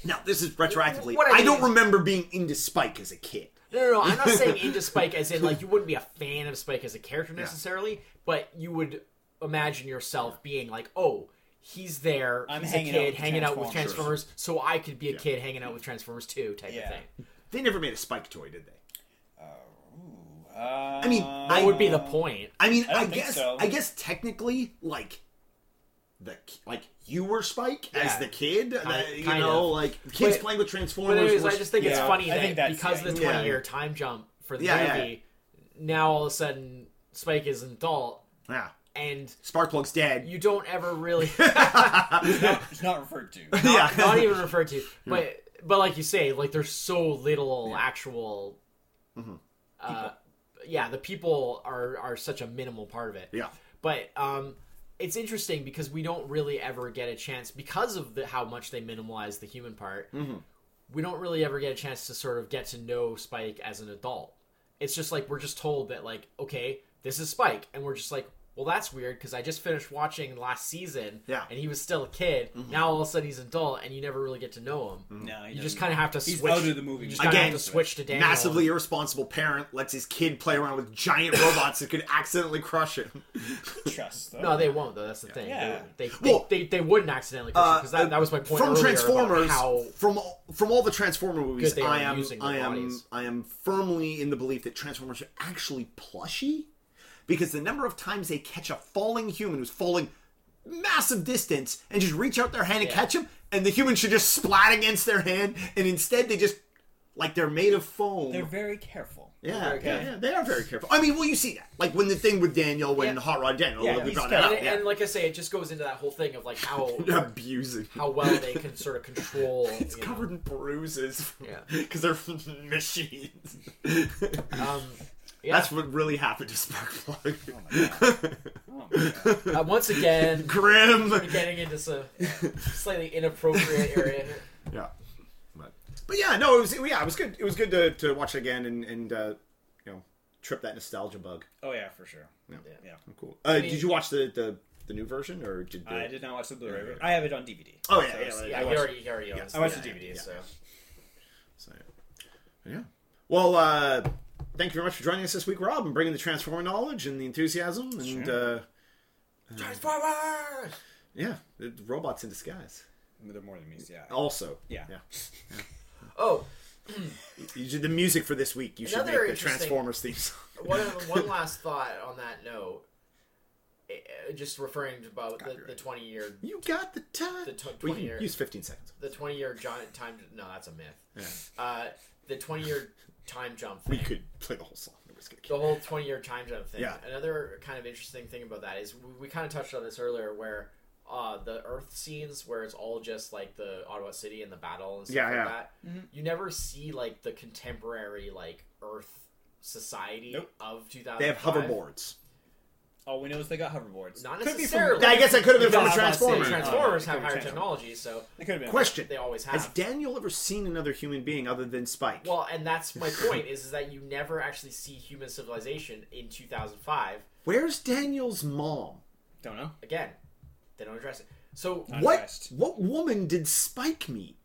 A: Now this is retroactively.
B: What I
A: I don't
B: mean-
A: remember being into Spike as a kid.
B: No, no, no. I'm not saying into Spike as in like you wouldn't be a fan of Spike as a character necessarily, but you would imagine yourself being like, oh, he's there.
D: I'm
B: he's
D: hanging
B: a
D: out
B: kid
D: with
B: hanging out with
D: Transformers.
B: Transformers, so I could be a kid hanging out with Transformers too, type
D: Yeah.
B: of thing.
A: They never made a Spike toy, did they?
D: Uh,
A: I mean, I
B: That would be the point.
A: I mean,
D: I
A: I,
D: don't think
A: guess
D: so.
A: I guess technically, like the ki- like you were Spike as
B: Yeah.
A: the kid, the- you
B: kind
A: know,
B: of.
A: like kids
B: But-
A: playing with
B: But
A: Transformers.
B: anyways,
A: were-
B: I just think it's
D: Yeah.
B: funny
D: I think
B: that
D: that's
B: because
D: the
B: of the
A: idea.
B: 20 year time jump for the
A: Yeah, yeah.
B: movie, now all of a sudden Spike is an adult
A: yeah.
B: and
A: Sparkplug's dead.
B: you don't ever really
D: it's not referred to.
A: yeah,
B: not even referred to. But but like you say, like there's so little actual.
D: Mm-hmm.
B: Uh, yeah, the people are are such a minimal part of it.
A: yeah.
B: But um, it's interesting because we don't really ever get a chance because of the, how much they minimalize the human part.
A: Mm-hmm.
B: We don't really ever get a chance to sort of get to know Spike as an adult. It's just like we're just told that like okay, this is Spike, and we're just like. Well, that's weird because I just finished watching last season,
A: Yeah. Mm-hmm.
B: and he was still a kid. Now all of a sudden he's an adult, and you never really get to know him.
C: No, he
B: You just
C: doesn't.
B: kind of have to
C: He's
B: switch
C: out of the movie.
B: You just
C: Again,
B: kind of have to switch to Daniel.
A: Massively irresponsible parent lets his kid play around with giant robots that could accidentally crush him.
D: Trust, though.
B: No, they won't though. That's the thing.
D: Yeah.
B: They, they,
A: Well-
B: they, they, wouldn't accidentally because
A: Uh,
B: that, that was my point
A: from
B: earlier
A: Transformers.
B: about how
A: From all- from all the Transformer movies,
B: they are
A: I am
B: using their
A: I am
B: bodies.
A: I am firmly in the belief that Transformers are actually plushy, because the number of times they catch a falling human who's falling massive distance and just reach out their hand and
B: Yeah.
A: catch him, and the human should just splat against their hand, and instead they just like they're made of foam.
D: They're very careful.
A: yeah,
B: very
A: yeah,
B: careful.
A: yeah, they are very careful. I mean, well, you see that, like when the thing with Daniel, when
B: Yeah.
A: Hot Rod Daniel,
D: Yeah,
A: like we
D: he's
A: brought
D: got
A: that up,
B: and, and like I say, it just goes into that whole thing of like how
A: yeah. abusing.
B: how well they can sort of control.
A: It's
B: you know.
A: covered in bruises.
B: Yeah.
A: Because they're from machines.
B: Um, yeah.
A: That's what really happened to Sparkplug.
D: Oh my God.
B: uh, once again,
A: Grim.
B: we're getting into some slightly inappropriate area. here.
A: Yeah. But, but yeah, no, it was yeah, it was good. It was good to, to watch it again and and uh, you know trip that nostalgia bug.
D: Oh yeah, for sure.
A: Oh, cool. Uh,
B: mean-
A: did you watch the, the the new version or did the...
D: I did not watch the Blu-ray.
A: Yeah.
D: version. I have it on DVD.
A: Oh yeah,
D: So
A: yeah,
D: it's-
A: yeah,
B: Yeah,
A: I
B: he
A: watched-
B: already, he already owns
D: I watched
B: it.
D: the DVD,
B: Yeah.
D: so.
A: So, yeah. Well, uh, thank you very much for joining us this week, Rob, and bringing the Transformer knowledge and the enthusiasm. And uh,
B: Transformers!
A: yeah, the robots in disguise.
D: They're more than me. Yeah.
A: Also,
D: Yeah.
B: Oh,
A: you did the music for this week. You should
B: Another
A: make the
B: interesting-
A: Transformers theme song.
B: one, one last thought on that note. Eh, Just referring to about the, the 20 year
A: You got the time.
B: The tw-
A: well,
B: 20
A: you
B: year-
A: use fifteen seconds.
B: the 20 year giant time no that's a myth
A: Yeah.
B: uh, the 20 year time jump
A: We
B: thing
A: could play the whole song. Nobody's gonna care.
B: the whole 20 year time jump thing
A: Yeah.
B: another kind of interesting thing about that is we, we kind of touched on this earlier where uh, the earth scenes where it's all just like the ottawa city and the battle and stuff
A: Yeah,
B: like
A: yeah.
B: that you never see like the contemporary like earth society
D: Nope.
B: of 2000
A: They have hoverboards.
D: All we know is Oh, they got hoverboards.
B: not
D: Could be from-
B: necessarily
A: I guess that could have been
D: Yeah,
A: from a
D: I was about to
A: Transformer. Oh,
D: say, Transformer.
B: transformers
D: Uh, it
B: have
D: could be
B: higher
D: Transformers.
B: technology so
D: They could have been.
A: Question:
B: they always have
A: Has Daniel ever seen another human being other than Spike?
B: Well, and that's my point is, is that you never actually see human civilization in 2005.
A: Where's Daniel's mom?
D: Don't know.
B: Again, they don't address it. So
D: Not
A: What
D: addressed.
A: what woman did Spike meet?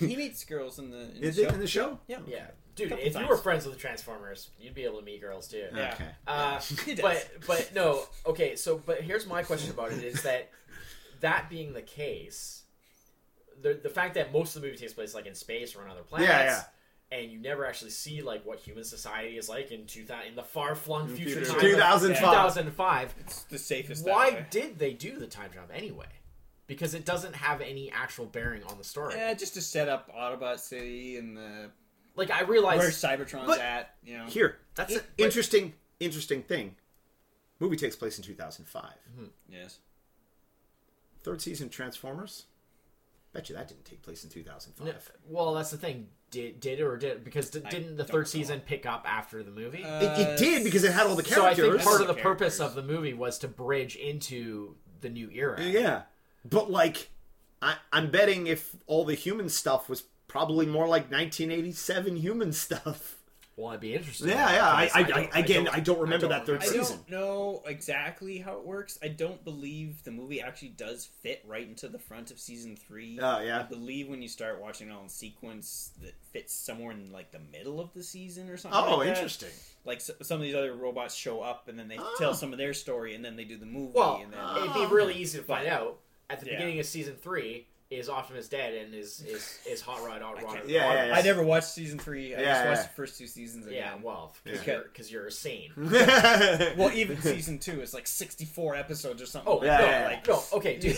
D: He meets girls in the in the
A: Is it
D: show.
A: in the show?
D: Yeah.
B: yeah, dude,
D: Couple
B: if you
D: times.
B: were friends with the Transformers, you'd be able to meet girls too.
D: Yeah.
A: Okay.
B: Uh,
D: He does.
B: but but no, okay. So but here's my question about it is that that being the case, the the fact that most of the movie takes place like in space or on other planets.
A: yeah.
B: And you never actually see like what human society is like in two thousand in the far flung future,
A: future.
B: time of
A: 2005.
B: 2005.
D: It's the safest. that
B: why
D: way.
B: did they do the time jump anyway? Because it doesn't have any actual bearing on the story.
D: Yeah, just to set up Autobot City and the
B: Like I
D: where
B: realize
D: Cybertron's
A: But-
D: at. You know.
A: Here,
B: that's
A: in-
B: it. But-
A: interesting. Interesting thing. Movie takes place in 2005.
B: Mm-hmm.
D: Yes.
A: Third season Transformers. Bet you that didn't take place in 2005.
B: n- well, that's the thing. Did did it or did it? because d-
D: I
B: didn't the
D: don't
B: third
D: know.
B: season pick up after the movie?
A: It,
D: Uh,
A: it did because it had all Uh, the
B: so I think
A: characters.
B: part
D: the
B: of the purpose
D: characters.
B: of the movie was to bridge into the new era.
A: yeah, but like, I, I'm betting if all the human stuff was probably more like 1987 human stuff.
B: Well, I'd be interested.
A: Yeah,
B: in
A: yeah.
B: that,
A: I,
B: because
A: I, I- again, I don't remember
B: I don't
A: that third
B: remember.
D: I
A: season.
D: don't know exactly how it works. I don't believe the movie actually does fit right into the front of season three.
A: Oh,
D: I
A: yeah.
D: believe when you start watching it all in sequence, that fits somewhere in like the middle of the season or something.
A: Oh,
D: like that.
A: interesting.
D: Like s- some of these other robots show up and then they
A: Oh.
D: tell some of their story and then they do the movie.
B: Well,
D: and then
A: uh,
B: it'd be really easy to find
D: But-
B: out at the
D: Yeah.
B: beginning of season three. Is Optimus dead and is is is Hot Rod Hot
D: I
B: Rod?
D: can't-
A: Yeah, yeah, yeah.
D: I never watched season three. I
A: Yeah,
D: just watched
A: yeah. Hmm.
D: the first two seasons. Again.
B: Yeah, well, because
D: Yeah.
B: you're because you're sane.
D: Well, even season two is like sixty-four episodes or something.
B: Oh
D: like
A: Yeah,
B: no,
D: that.
A: yeah, yeah.
D: like,
B: no, okay, dude,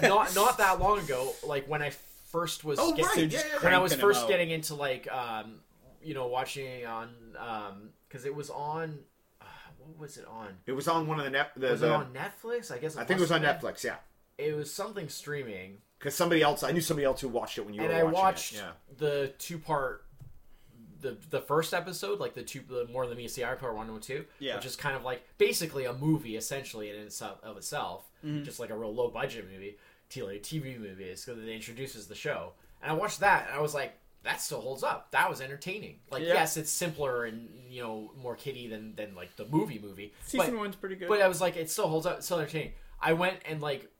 B: no, not not that long ago. Like when I first was
A: Oh,
B: get-
A: right,
B: when
A: yeah, yeah,
B: I
D: yeah. Cranking
B: was
D: 'em
B: first
D: out.
B: getting into like um, you know, watching on um, because it was on. Uh, what was it on?
A: it was on one of the net. The,
B: Was
A: the-
B: it on Netflix? I guess.
A: I think it was on
B: must have
A: Netflix. Yeah.
B: been. It was something streaming,
A: Because somebody else, I knew somebody else who watched it when you
B: and
A: were
B: I
A: watching
B: watched
A: it. Yeah.
B: the two part. The, the first episode, like the two, the more than meets the eye, part one and two,
D: Yeah.
B: which is kind of like basically a movie, essentially in its of itself,
A: Mm-hmm.
B: just like a real low budget movie, t- like TV movie, is because it introduces the show. And I watched that, and I was like, that still holds up. That was entertaining. Like,
D: Yeah.
B: yes, it's simpler and you know more kiddie than than like the movie movie.
D: season
B: but,
D: one's pretty good.
B: but I was like, it still holds up, it's still entertaining. I went and like,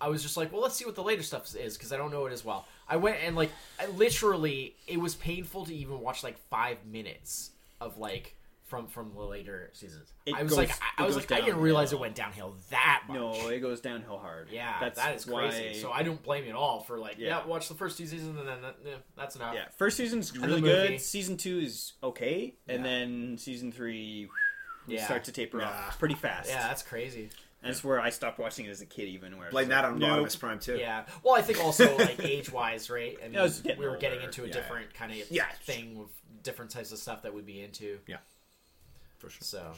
B: I was just like, well, let's see what the later stuff is because I don't know it as well. I went and like, I literally, it was painful to even watch like five minutes of like from from the later seasons.
C: It
B: I was
C: goes-
B: like,
C: it
B: I, I was
C: goes
B: like, I didn't
C: downhill.
B: realize it went downhill that much.
C: No, it goes downhill hard.
B: Yeah,
C: that's
B: that is
C: why...
B: crazy. So I don't blame you at all for like, yeah,
C: Yeah.
B: watch the first two seasons and then that, yeah, that's enough.
C: yeah, first season's
B: the
C: really
B: movie.
C: good. Season two is okay, and then season three whew,
B: Yeah.
C: starts to taper
A: Yeah.
C: off pretty fast.
B: Yeah, that's crazy.
C: And That's where I stopped watching it as a kid, even. Where I was
A: Blame
C: like,
A: that on
C: nope.
A: Optimus Prime too.
B: Yeah. Well, I think also like age wise, right? And
C: Yeah, I was getting
B: we were getting
C: older.
B: into a
A: Yeah.
B: different kind of
A: Yeah.
B: thing with different types of stuff that we'd be into.
A: Yeah. for sure.
B: So,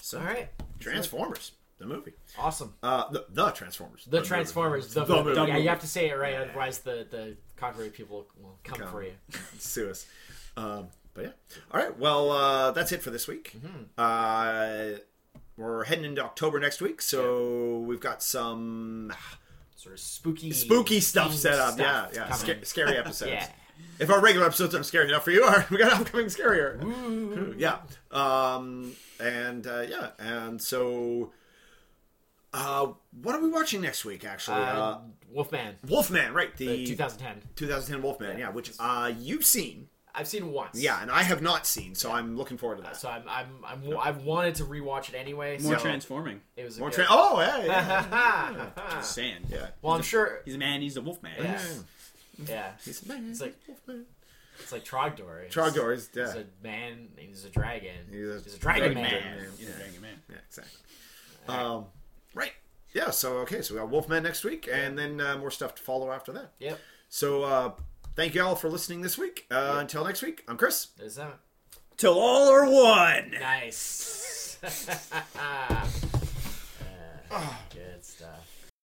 A: So,
B: all right,
A: Transformers, the movie.
B: awesome.
A: Uh, the, the Transformers.
B: The
A: movie.
B: Transformers, the,
A: The
B: movie.
A: movie.
B: Yeah, you have to say it right, otherwise the the copyright people will come
A: Come.
B: for you.
A: Sue us. Um, but yeah. All right. Well, uh, that's it for this week.
B: Mm-hmm.
A: Uh, we're heading into October next week, so we've got some
B: Sort of spooky,
A: spooky stuff
B: themed
A: set up.
B: stuff
A: yeah, yeah.
B: coming.
A: Sca- scary episodes.
B: Yeah.
A: If our regular episodes aren't scary enough for you, all right, we got upcoming scarier. Yeah. Um, and uh, yeah, and so uh, what are we watching next week? Actually, uh,
B: Uh, Wolfman,
A: Wolfman, right?
B: the
A: The
B: 2010.
A: 2010 Wolfman, yeah, which uh, you've seen,
B: I've seen it once.
A: yeah, and I have not seen, so I'm looking forward to that.
B: So I'm I'm, I'm I wanted to rewatch it anyway.
C: More
B: so
C: transforming.
B: It was a
A: More
B: good-
A: tra- oh yeah, yeah,
C: Just saying.
A: yeah.
B: well, I'm sure.
C: He's a man. He's a wolf man.
B: Yeah. Yeah.
A: He's a man.
B: It's like-
A: Wolfman.
B: It's like Trogdor. It's-
A: Trogdor is
B: He's
A: yeah,
B: a man. and He's a dragon.
A: He's a
B: dragon,
C: Dragon
B: man.
C: man. He's a
A: Yeah.
C: dragon man.
A: yeah, exactly. Um, right. Yeah. So okay, so we got Wolfman next week, and then uh, more stuff to follow after that.
B: Yep.
A: So uh, thank you all for listening this week. Uh, Until next week, I'm Chris.
B: There's that.
C: Till all are one.
B: Nice.